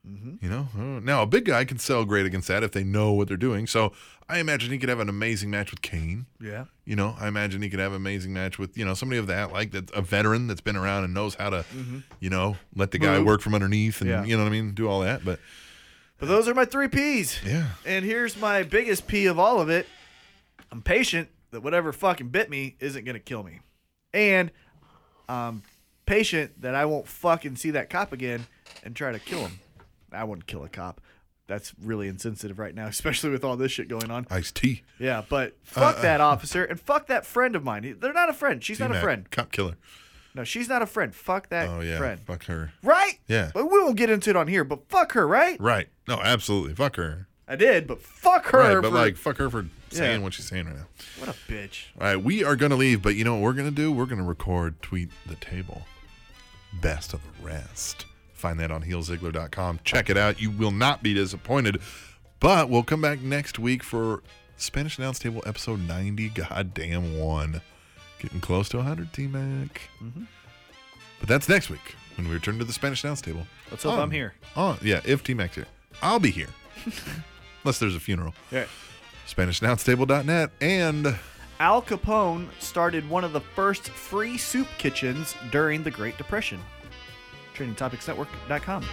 Speaker 4: Mm-hmm.
Speaker 2: You know, Uh, now a big guy can sell great against that if they know what they're doing. So I imagine he could have an amazing match with Kane.
Speaker 4: Yeah.
Speaker 2: You know, I imagine he could have an amazing match with you know somebody of that like that's a veteran that's been around and knows how to, you know, let the guy
Speaker 4: Mm-hmm. Move.
Speaker 2: work from underneath and
Speaker 4: Yeah.
Speaker 2: you know what I mean, do all that. But
Speaker 4: But those are my 3 Ps.
Speaker 2: yeah,
Speaker 4: And here's my biggest P of all of it. I'm patient that whatever fucking bit me isn't going to kill me. And I'm patient that I won't fucking see that cop again and try to kill him. I wouldn't kill a cop. That's really insensitive right now, especially with all this shit going on.
Speaker 2: Ice T,
Speaker 4: Yeah, but
Speaker 2: Uh,
Speaker 4: fuck that officer and fuck that friend of mine. They're not a friend. She's not a friend.
Speaker 2: cop killer.
Speaker 4: No, she's not a friend. Fuck that
Speaker 2: Oh yeah,
Speaker 4: friend.
Speaker 2: fuck her.
Speaker 4: Right?
Speaker 2: Yeah.
Speaker 4: But we won't get into it on here, but fuck her, right?
Speaker 2: Right? No, absolutely, fuck her.
Speaker 4: I did, but fuck her.
Speaker 2: right, but
Speaker 4: for-
Speaker 2: like fuck her for saying
Speaker 4: Yeah.
Speaker 2: what she's saying right now.
Speaker 4: what a bitch.
Speaker 2: All right, we are going to leave, but you know what we're going to do? We're going to record Tweet the Table. Best of the rest. Find that on heelzigler.com. Check it out. You will not be disappointed. But we'll come back next week for Spanish Announce Table episode 90. Goddamn one. Getting close to 100, T Mac.
Speaker 4: Mm-hmm.
Speaker 2: But that's next week when we return to the Spanish Announce Table.
Speaker 4: Let's hope
Speaker 2: On-
Speaker 4: I'm here.
Speaker 2: On, yeah, if T Mac's here. I'll be here. Unless there's a funeral.
Speaker 4: Yeah.
Speaker 2: SpanishAnnounceTable.net and.
Speaker 4: Al Capone started one of the first free soup kitchens during the Great Depression. TrainingTopicsNetwork.com.